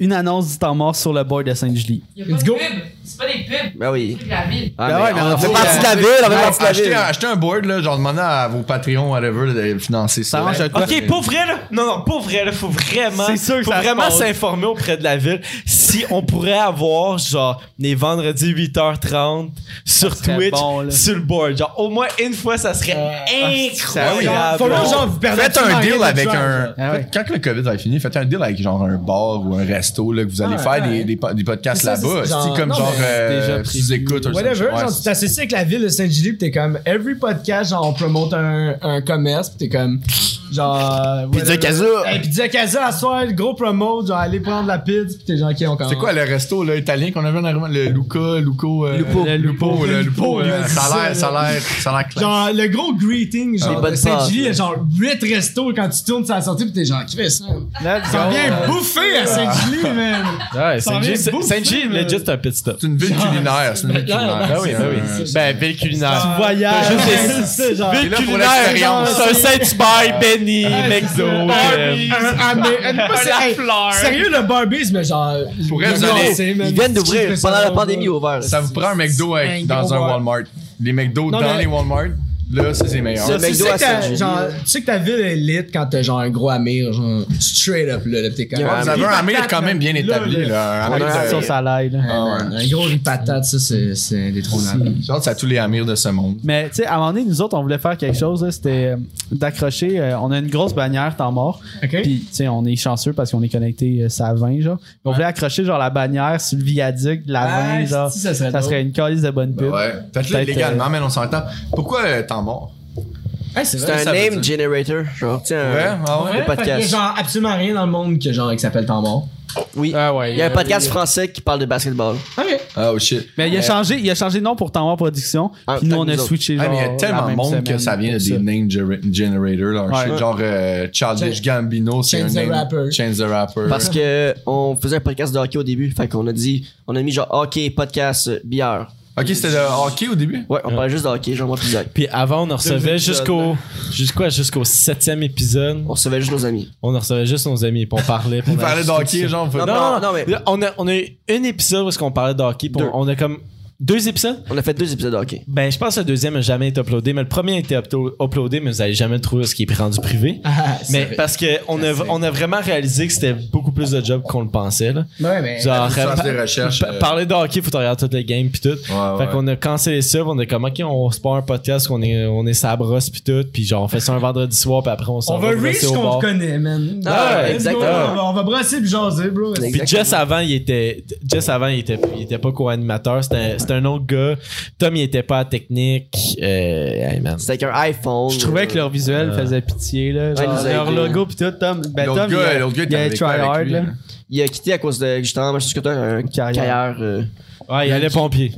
Speaker 7: une annonce du temps mort sur le board de Sainte-Julie.
Speaker 8: Il y a pas de
Speaker 3: go.
Speaker 8: pub. C'est pas des pubs.
Speaker 5: Ben oui.
Speaker 8: C'est de la ville.
Speaker 5: Ah,
Speaker 7: Ben ouais, mais on
Speaker 5: fait
Speaker 7: faut-
Speaker 5: partie de la ville, on fait partie de la
Speaker 1: Achetez,
Speaker 5: ville.
Speaker 1: un- achetez un board, là, genre demandez à vos Patreons, whatever, de financer ça.
Speaker 7: Ça arrange de quoi?
Speaker 2: Ok, pour vrai, là. Non, non, pour vrai, là. Faut vraiment.
Speaker 7: C'est sûr que
Speaker 2: faut
Speaker 7: ça se
Speaker 2: vraiment
Speaker 7: passe.
Speaker 2: s'informer auprès de la ville. Si on pourrait avoir, genre, les vendredis 8h30 sur
Speaker 7: serait
Speaker 2: Twitch,
Speaker 7: bon, là. Euh, ah,
Speaker 2: sur le board. Genre, au moins une fois, ça serait incroyable.
Speaker 3: Faut là, genre, vous perdez
Speaker 1: Faites
Speaker 3: absolument
Speaker 1: un
Speaker 3: rien
Speaker 1: deal
Speaker 3: de
Speaker 1: avec
Speaker 3: trash,
Speaker 1: un.
Speaker 3: là.
Speaker 7: Ah ouais.
Speaker 1: Quand que le COVID va être fini, faites un deal avec genre un bar ou un resto là, que vous allez
Speaker 3: Ah,
Speaker 1: faire
Speaker 3: ouais.
Speaker 1: des, des, po- des podcasts
Speaker 3: C'est ça,
Speaker 1: là-bas.
Speaker 3: c'est genre-
Speaker 1: C'est comme
Speaker 3: non,
Speaker 1: genre.
Speaker 3: mais c'est
Speaker 1: euh,
Speaker 7: déjà
Speaker 1: Sous écoute,
Speaker 3: Whatever, genre, tu t'associes avec la ville de Saint-Gilles, pis t'es comme, every podcast, genre, on promote un, un commerce, pis t'es comme, genre.
Speaker 5: Pizza
Speaker 3: whatever.
Speaker 5: Casa.
Speaker 3: Hey, pizza Casa, à soir, gros promote, genre, allez prendre la pizza, pis t'es genre, ok, on commence.
Speaker 1: C'est quoi le resto là, italien qu'on avait en arrivant? Le Luca, Luco. euh,
Speaker 5: Lupo.
Speaker 1: Le Lupo, le Lupo.
Speaker 3: Le
Speaker 1: euh,
Speaker 3: Lupo,
Speaker 1: Ça a l'air,
Speaker 3: c'est
Speaker 1: ça
Speaker 3: ça.
Speaker 1: a l'air, ça a l'air classe.
Speaker 3: Genre, le gros greeting, genre,
Speaker 5: bonnes
Speaker 3: de Saint-Gilles, il y a
Speaker 5: pâtes,
Speaker 3: genre 8 restos quand tu tournes sur la sortie, pis t'es genre, qui fait ça?
Speaker 7: Let's
Speaker 3: Ça vient bouffer à Saint-Gilles, man!
Speaker 2: Ouais,
Speaker 3: Ça vient
Speaker 2: Saint-Gilles, c'est-
Speaker 3: bouffer,
Speaker 2: Saint-Gilles,
Speaker 3: là.
Speaker 2: legit, c'est juste un petit stop.
Speaker 1: C'est une ville culinaire, c'est une ville culinaire.
Speaker 2: Ben oui,
Speaker 1: C'est
Speaker 2: ben oui.
Speaker 1: un-
Speaker 2: Ben, ville culinaire.
Speaker 7: voyage.
Speaker 2: T'as juste
Speaker 3: C'est ça, genre.
Speaker 1: T'es
Speaker 2: Ville
Speaker 1: là pour
Speaker 2: culinaire,
Speaker 1: l'expérience.
Speaker 2: c'est un Saint-Hubert, Benny, McDo.
Speaker 3: Ah
Speaker 2: euh,
Speaker 3: Un Amé- pas c'est- hey, Sérieux, le Barbies, mais genre.
Speaker 1: Pour
Speaker 3: ils
Speaker 1: elle, vous
Speaker 3: l'ont
Speaker 1: allez-
Speaker 3: lancé, man.
Speaker 5: Ils viennent
Speaker 3: Qui
Speaker 5: d'ouvrir
Speaker 3: fait ça,
Speaker 5: pendant la
Speaker 3: là,
Speaker 5: pandémie
Speaker 3: là?
Speaker 5: ouvert.
Speaker 1: Ça vous prend un McDo avec-
Speaker 3: un
Speaker 1: dans
Speaker 3: gros
Speaker 1: un
Speaker 3: bar.
Speaker 1: Walmart. Les McDo
Speaker 3: Non,
Speaker 1: dans
Speaker 3: mais-
Speaker 1: les Walmart, là, ça, c'est meilleur.
Speaker 5: Le
Speaker 3: Tu
Speaker 5: McDo
Speaker 3: sais
Speaker 5: à
Speaker 3: que ta-
Speaker 5: Saint-Julie.
Speaker 3: genre, tu sais que ta ville est lit quand t'as genre un gros Amir, genre straight up là, là pis t'es comme.
Speaker 5: Ouais,
Speaker 1: Vous avez un Amir quand même bien établi, là. Un Amir
Speaker 5: a-
Speaker 1: de-
Speaker 7: Sur sa live, là.
Speaker 3: Ah ouais. Un gros riz patate, ça c'est c'est indétrônable.
Speaker 1: Genre, c'est à tous les Amirs de ce monde.
Speaker 7: Mais tu sais, à un moment donné, nous autres, on voulait faire quelque chose, là, c'était euh, d'accrocher. euh, on a une grosse bannière, temps mort.
Speaker 3: Ok.
Speaker 7: Puis, tu sais, on est chanceux parce qu'on est connecté, euh, ça à 20, genre. On voulait accrocher, genre, la bannière sur le viaduc de la 20,
Speaker 3: Ah,
Speaker 7: genre.
Speaker 3: si, ça serait
Speaker 7: Ça
Speaker 3: drôle.
Speaker 7: serait une calice de bonne pub.
Speaker 1: Ben Ouais. Faites-le
Speaker 7: Peut-être,
Speaker 1: légalement, mais on s'entend. Pourquoi euh, temps mort?
Speaker 3: Hey, c'est
Speaker 5: C'est
Speaker 3: vrai.
Speaker 5: un
Speaker 1: ça veut
Speaker 5: name
Speaker 1: dire.
Speaker 5: generator. Genre, tiens,
Speaker 1: Ouais,
Speaker 5: un-
Speaker 1: ah ouais.
Speaker 3: Fait
Speaker 5: un
Speaker 3: qu'il y a
Speaker 5: podcast.
Speaker 3: genre absolument rien dans le monde que genre qui s'appelle Temps mort.
Speaker 5: Oui. Il y a un podcast français qui parle de basketball.
Speaker 3: Ok.
Speaker 1: Oh shit.
Speaker 7: Mais il a changé, il a changé de nom pour Temps mort Production.
Speaker 5: Ah,
Speaker 7: Puis nous, on
Speaker 5: nous
Speaker 7: a
Speaker 5: autres.
Speaker 7: switché, genre.
Speaker 1: Ah, mais il y a
Speaker 7: la
Speaker 1: tellement de
Speaker 7: même
Speaker 1: monde que
Speaker 7: semaine
Speaker 1: ça vient de
Speaker 7: pour
Speaker 1: des name gener- generators. Là,
Speaker 7: Ouais.
Speaker 1: shit. Genre euh, Childish
Speaker 3: Ch-
Speaker 1: Gambino, c'est un
Speaker 3: Chance the
Speaker 1: name.
Speaker 3: Rapper.
Speaker 1: Chance the Rapper.
Speaker 5: Parce que on faisait un podcast de hockey au début. Fait qu'on a dit, on a mis genre hockey, podcast, euh, bière.
Speaker 1: Ok, c'était le hockey au début?
Speaker 5: Ouais, on parlait juste de hockey, genre moi pis Zach.
Speaker 2: Puis avant, on en recevait
Speaker 5: épisodes,
Speaker 2: jusqu'au jusqu'au quoi, jusqu'au septième épisode.
Speaker 5: On recevait juste nos amis.
Speaker 2: On en recevait juste nos amis, puis on parlait. puis
Speaker 1: On
Speaker 2: on
Speaker 1: parlait
Speaker 2: ajustait
Speaker 1: d'hockey,
Speaker 2: ça.
Speaker 1: genre.
Speaker 5: Non,
Speaker 1: faut-
Speaker 2: Non, non, non,
Speaker 5: mais-
Speaker 2: mais on a, on a eu un épisode où est-ce qu'on parlait de hockey. puis on-
Speaker 5: Deux.
Speaker 2: on a comme deux épisodes.
Speaker 5: On a fait deux épisodes de hockey.
Speaker 2: Ben, je pense que le deuxième n'a jamais été uploadé, mais le premier a été upto- uploadé, mais vous n'allez jamais le trouver ce qui est rendu privé.
Speaker 3: Ah, c'est
Speaker 2: mais
Speaker 3: vrai.
Speaker 2: parce que on a, on a vraiment réalisé que c'était beaucoup plus de job qu'on le pensait. Là.
Speaker 3: Ouais, mais.
Speaker 2: Genre, euh,
Speaker 1: puissance
Speaker 2: pa-
Speaker 1: des recherches,
Speaker 2: pa-
Speaker 1: euh.
Speaker 2: parler de hockey, faut que tu regardes toutes les games puis tout.
Speaker 1: ouais.
Speaker 2: fait qu'on a cancellé ça, puis on est comme ok, on se part un podcast, qu'on est on est sa brosse puis tout, puis genre on fait ça un vendredi soir, puis après on s'en
Speaker 3: On va reach
Speaker 2: brosser au
Speaker 3: qu'on
Speaker 2: bar.
Speaker 3: reconnaît, man.
Speaker 5: Ah,
Speaker 3: Let's go,
Speaker 5: exactement.
Speaker 3: On va- on va brasser pis jaser, bro.
Speaker 5: Exact.
Speaker 2: Puis Jess avant, il était, Jess avant, il était, il était pas co-animateur, c'était c'était un autre gars. Tom, il était pas à la technique. Euh, hey, man. Euh.
Speaker 5: C'était avec un iPhone.
Speaker 7: Je trouvais que leur visuel faisait pitié, là. Genre,
Speaker 5: Ouais, nous a
Speaker 7: leur
Speaker 5: aidés.
Speaker 7: logo, pis tout, Tom. Ben,
Speaker 1: L'autre
Speaker 7: Tom,
Speaker 1: gars-
Speaker 7: il a-
Speaker 1: l'autre gars,
Speaker 7: il a
Speaker 1: t'avais quoi avec
Speaker 7: tryhard,
Speaker 1: lui,
Speaker 7: là.
Speaker 1: là?
Speaker 5: Il a quitté à cause de justement, je sais que un
Speaker 7: Carrière.
Speaker 5: carrière. euh,
Speaker 2: Ouais, il allait pompier.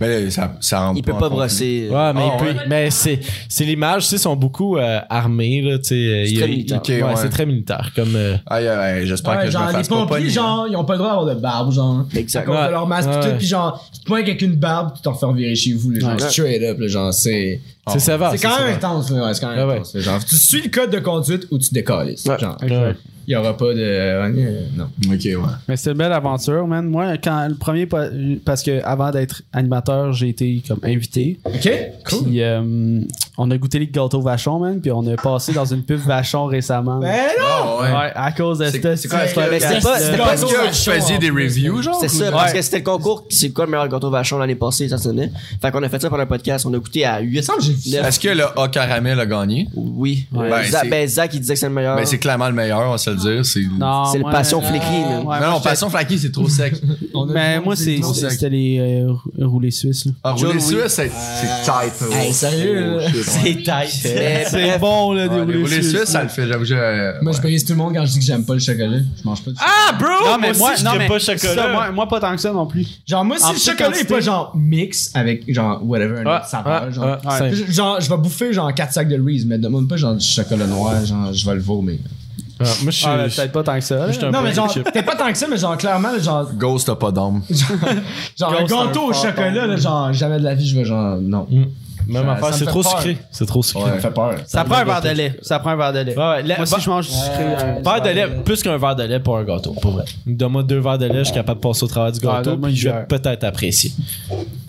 Speaker 1: Mais là, ça, ça rentre
Speaker 5: il peut pas brosser. euh,
Speaker 2: Ouais, mais,
Speaker 1: Ah,
Speaker 2: il peut- mais c'est, c'est l'image, tu sais, ils sont beaucoup euh, armés, là, tu sais. euh, il-
Speaker 5: très
Speaker 2: il-
Speaker 5: militaire.
Speaker 1: Ok,
Speaker 2: ouais,
Speaker 1: ouais.
Speaker 2: c'est très militaire, comme. euh,
Speaker 1: Aïe, aïe, aïe, j'espère
Speaker 3: Ouais,
Speaker 1: que je me
Speaker 3: genre, les
Speaker 1: fasse pas
Speaker 3: pompiers,
Speaker 1: pogner.
Speaker 3: genre, ils ont pas le droit d'avoir de barbe, genre.
Speaker 5: Exact.
Speaker 3: À cause de leur masque, pis
Speaker 2: Ouais.
Speaker 3: tout, pis genre, tu te pointes avec une barbe, tu t'en fais virer chez vous, les gens.
Speaker 5: Ouais. Ah,
Speaker 3: Straight up, là, genre, c'est.
Speaker 2: C'est sévère.
Speaker 3: C'est quand
Speaker 2: ça
Speaker 3: même
Speaker 2: va.
Speaker 3: intense, là, ouais, c'est quand même
Speaker 2: Ah ouais.
Speaker 3: intense. là, Genre, tu suis le code de conduite ou tu décolles.
Speaker 5: Ouais.
Speaker 3: Genre,
Speaker 2: Ouais.
Speaker 3: il y aura pas de. euh, non.
Speaker 1: Ok, ouais.
Speaker 7: Mais c'était une belle aventure, man. Moi, quand le premier, po- parce que avant d'être animateur, j'ai été comme invité.
Speaker 3: Ok? Cool.
Speaker 7: Puis, euh, On a goûté les gâteaux vachon, man, puis on a passé dans une pub vachon récemment.
Speaker 3: Ben non!
Speaker 7: Ouais, à cause de
Speaker 1: Ah, C'est-
Speaker 7: ce
Speaker 1: c'est quoi,
Speaker 7: ce-
Speaker 1: est-ce que-
Speaker 5: Mais c'était pas, c'était pas
Speaker 1: Parce que vous faisiez des reviews, genre?
Speaker 5: C'est ça,
Speaker 7: Ouais.
Speaker 5: parce que c'était le concours, c'est quoi le meilleur gâteau vachon l'année passée, ça se tenait. Fait qu'on a fait ça pour le podcast, on a goûté à 8.
Speaker 3: semble que j'ai vu ça.
Speaker 5: neuf.
Speaker 1: Est-ce que le A caramel a gagné?
Speaker 5: Oui.
Speaker 1: Ben,
Speaker 5: Zach,
Speaker 1: c'est-
Speaker 5: ben, Zach, il disait que c'est le meilleur.
Speaker 1: Ben, c'est clairement le meilleur, on va se le dire. C'est...
Speaker 7: Non,
Speaker 5: C'est le
Speaker 7: moi,
Speaker 5: passion
Speaker 7: euh,
Speaker 5: fléqué, là.
Speaker 1: non,
Speaker 7: ouais,
Speaker 1: non,
Speaker 7: j'étais-
Speaker 1: passion flaquée, c'est trop sec.
Speaker 3: Ben,
Speaker 7: Mais moi, c'est-
Speaker 1: non,
Speaker 7: c'est-
Speaker 1: c'est-
Speaker 7: c'était les euh, rou- roulés suisses. là.
Speaker 1: Ah, rouler
Speaker 5: John
Speaker 1: suisse, c'est, c'est tight.
Speaker 3: Hey,
Speaker 5: Oh,
Speaker 3: sérieux,
Speaker 1: Oh,
Speaker 3: là.
Speaker 5: Euh, c'est tight. Mais
Speaker 7: C'est
Speaker 5: bref,
Speaker 7: bon, là, des
Speaker 1: Ouais, les
Speaker 7: roulés
Speaker 1: roulés
Speaker 7: suisses.
Speaker 1: suisses, ça le fait. J'avoue, je- euh,
Speaker 3: Moi, je
Speaker 1: ouais.
Speaker 3: brise tout le monde quand je dis que j'aime pas le chocolat. Je mange pas de
Speaker 2: Ah, bro!
Speaker 7: Non, mais
Speaker 2: moi,
Speaker 7: moi,
Speaker 2: aussi, je
Speaker 7: non,
Speaker 2: serais
Speaker 7: mais
Speaker 2: pas chocolat.
Speaker 7: ça, moi, moi, pas tant que ça non plus.
Speaker 3: Genre, moi, si
Speaker 7: En
Speaker 3: le
Speaker 7: petite
Speaker 3: chocolat est
Speaker 7: quantité.
Speaker 3: pas genre mix avec genre whatever, un autre saveur,
Speaker 2: ah,
Speaker 3: genre.
Speaker 2: ah,
Speaker 3: Ouais.
Speaker 2: simple.
Speaker 3: Je- Genre, je vais bouffer genre 4 sacs de Reese, mais demande pas genre du chocolat noir, genre, je vais le vomir.
Speaker 2: Ah, moi, je suis.
Speaker 7: Ah, ben, peut-être pas tant que ça. là.
Speaker 2: je suis un
Speaker 3: Non, mais
Speaker 2: peu-
Speaker 3: genre, t'es pas tant que ça, mais genre, clairement, genre,
Speaker 1: Ghost a pas d'âme.
Speaker 3: genre un
Speaker 7: Ghost,
Speaker 3: gâteau
Speaker 7: un
Speaker 3: au chocolat, là, genre, jamais de la vie, je vais genre, non.
Speaker 2: Même
Speaker 3: ça- ça
Speaker 2: affaire,
Speaker 3: me
Speaker 2: c'est
Speaker 3: fait
Speaker 2: trop
Speaker 3: peur.
Speaker 2: sucré. C'est trop sucré.
Speaker 3: Ça me fait peur.
Speaker 7: Ça prend un verre de lait. Ça prend un verre de lait.
Speaker 2: Ouais, ouais, la-
Speaker 7: Moi, si
Speaker 2: bah-
Speaker 7: je mange du sucré, un-
Speaker 2: Verre de lait,
Speaker 7: Euh,
Speaker 2: plus qu'un verre de lait pour un gâteau, pour vrai. Donne-moi deux verres de lait, je suis capable de passer au travers du
Speaker 7: Ah,
Speaker 2: gâteau,
Speaker 7: donne-moi
Speaker 2: puis
Speaker 7: une
Speaker 2: je vais
Speaker 7: bière.
Speaker 2: peut-être apprécier.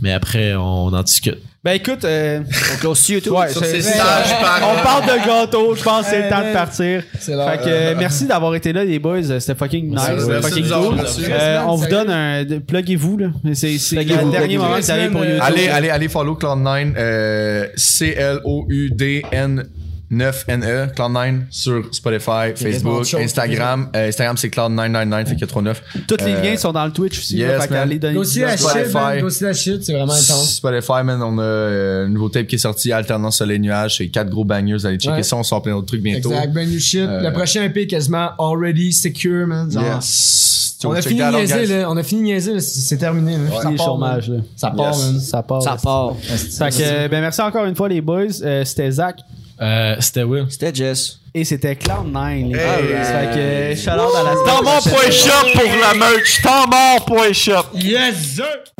Speaker 2: Mais après, on en discute.
Speaker 7: Ben écoute, euh,
Speaker 5: on close sur YouTube.
Speaker 7: ouais, c'est- on parle de gâteau, je pense que c'est le temps de partir.
Speaker 3: C'est là.
Speaker 7: Fait que euh, merci d'avoir été là, les boys. C'était fucking nice.
Speaker 1: Merci
Speaker 7: C'était fucking
Speaker 1: de nous
Speaker 7: cool.
Speaker 1: avoir reçus.
Speaker 7: Euh, on vous donne un. de- Pluguez-vous, là. C'est c'est le dernier moment que ça arrive pour YouTube.
Speaker 1: Allez, allez, allez, follow Cloud9, euh, C-L-O-U-D-N. 9NE, Cloud9 E, sur Spotify,
Speaker 3: quasiment
Speaker 1: Facebook,
Speaker 3: autre chose.
Speaker 1: Instagram. Euh, Instagram, c'est Cloud999, fait qu'il y a 39.
Speaker 7: Tous les
Speaker 1: Euh,
Speaker 7: liens sont dans le Twitch aussi. là,
Speaker 1: yes,
Speaker 7: fait que
Speaker 1: man.
Speaker 7: allez donner-
Speaker 3: Go see la
Speaker 1: Spotify.
Speaker 3: shit, man. Go see la shit, c'est vraiment intense.
Speaker 1: Spotify, man, on a euh, un nouveau tape qui est sorti, Alternance Soleil-Nuage. C'est quatre gros bangers. Allez checker
Speaker 3: Ouais.
Speaker 1: ça, on sort plein d'autres trucs bientôt.
Speaker 3: Exact, brand new shit.
Speaker 1: Euh,
Speaker 3: Le prochain EP est quasiment already secure, man. genre.
Speaker 1: Yes.
Speaker 3: On a
Speaker 1: Check
Speaker 3: fini de
Speaker 1: that out,
Speaker 3: niaiser,
Speaker 1: guys.
Speaker 3: là. On a fini de niaiser, là. C'est c'est terminé, là. Ça
Speaker 7: Les
Speaker 3: part, man.
Speaker 7: chômages, là.
Speaker 3: Ça part,
Speaker 1: Yes.
Speaker 3: man.
Speaker 7: Ça part.
Speaker 5: Ça
Speaker 7: là.
Speaker 5: part.
Speaker 7: Fait que, euh, ben, merci encore une fois, les boys. Euh, C'était Zach
Speaker 2: Euh, C'était Will.
Speaker 5: C'était Jess.
Speaker 7: et c'était Cloud9. les boys. Fait que, shout-out à la
Speaker 13: Tambour.shop pour la merch. Tambour.shop.
Speaker 3: Yes, sir!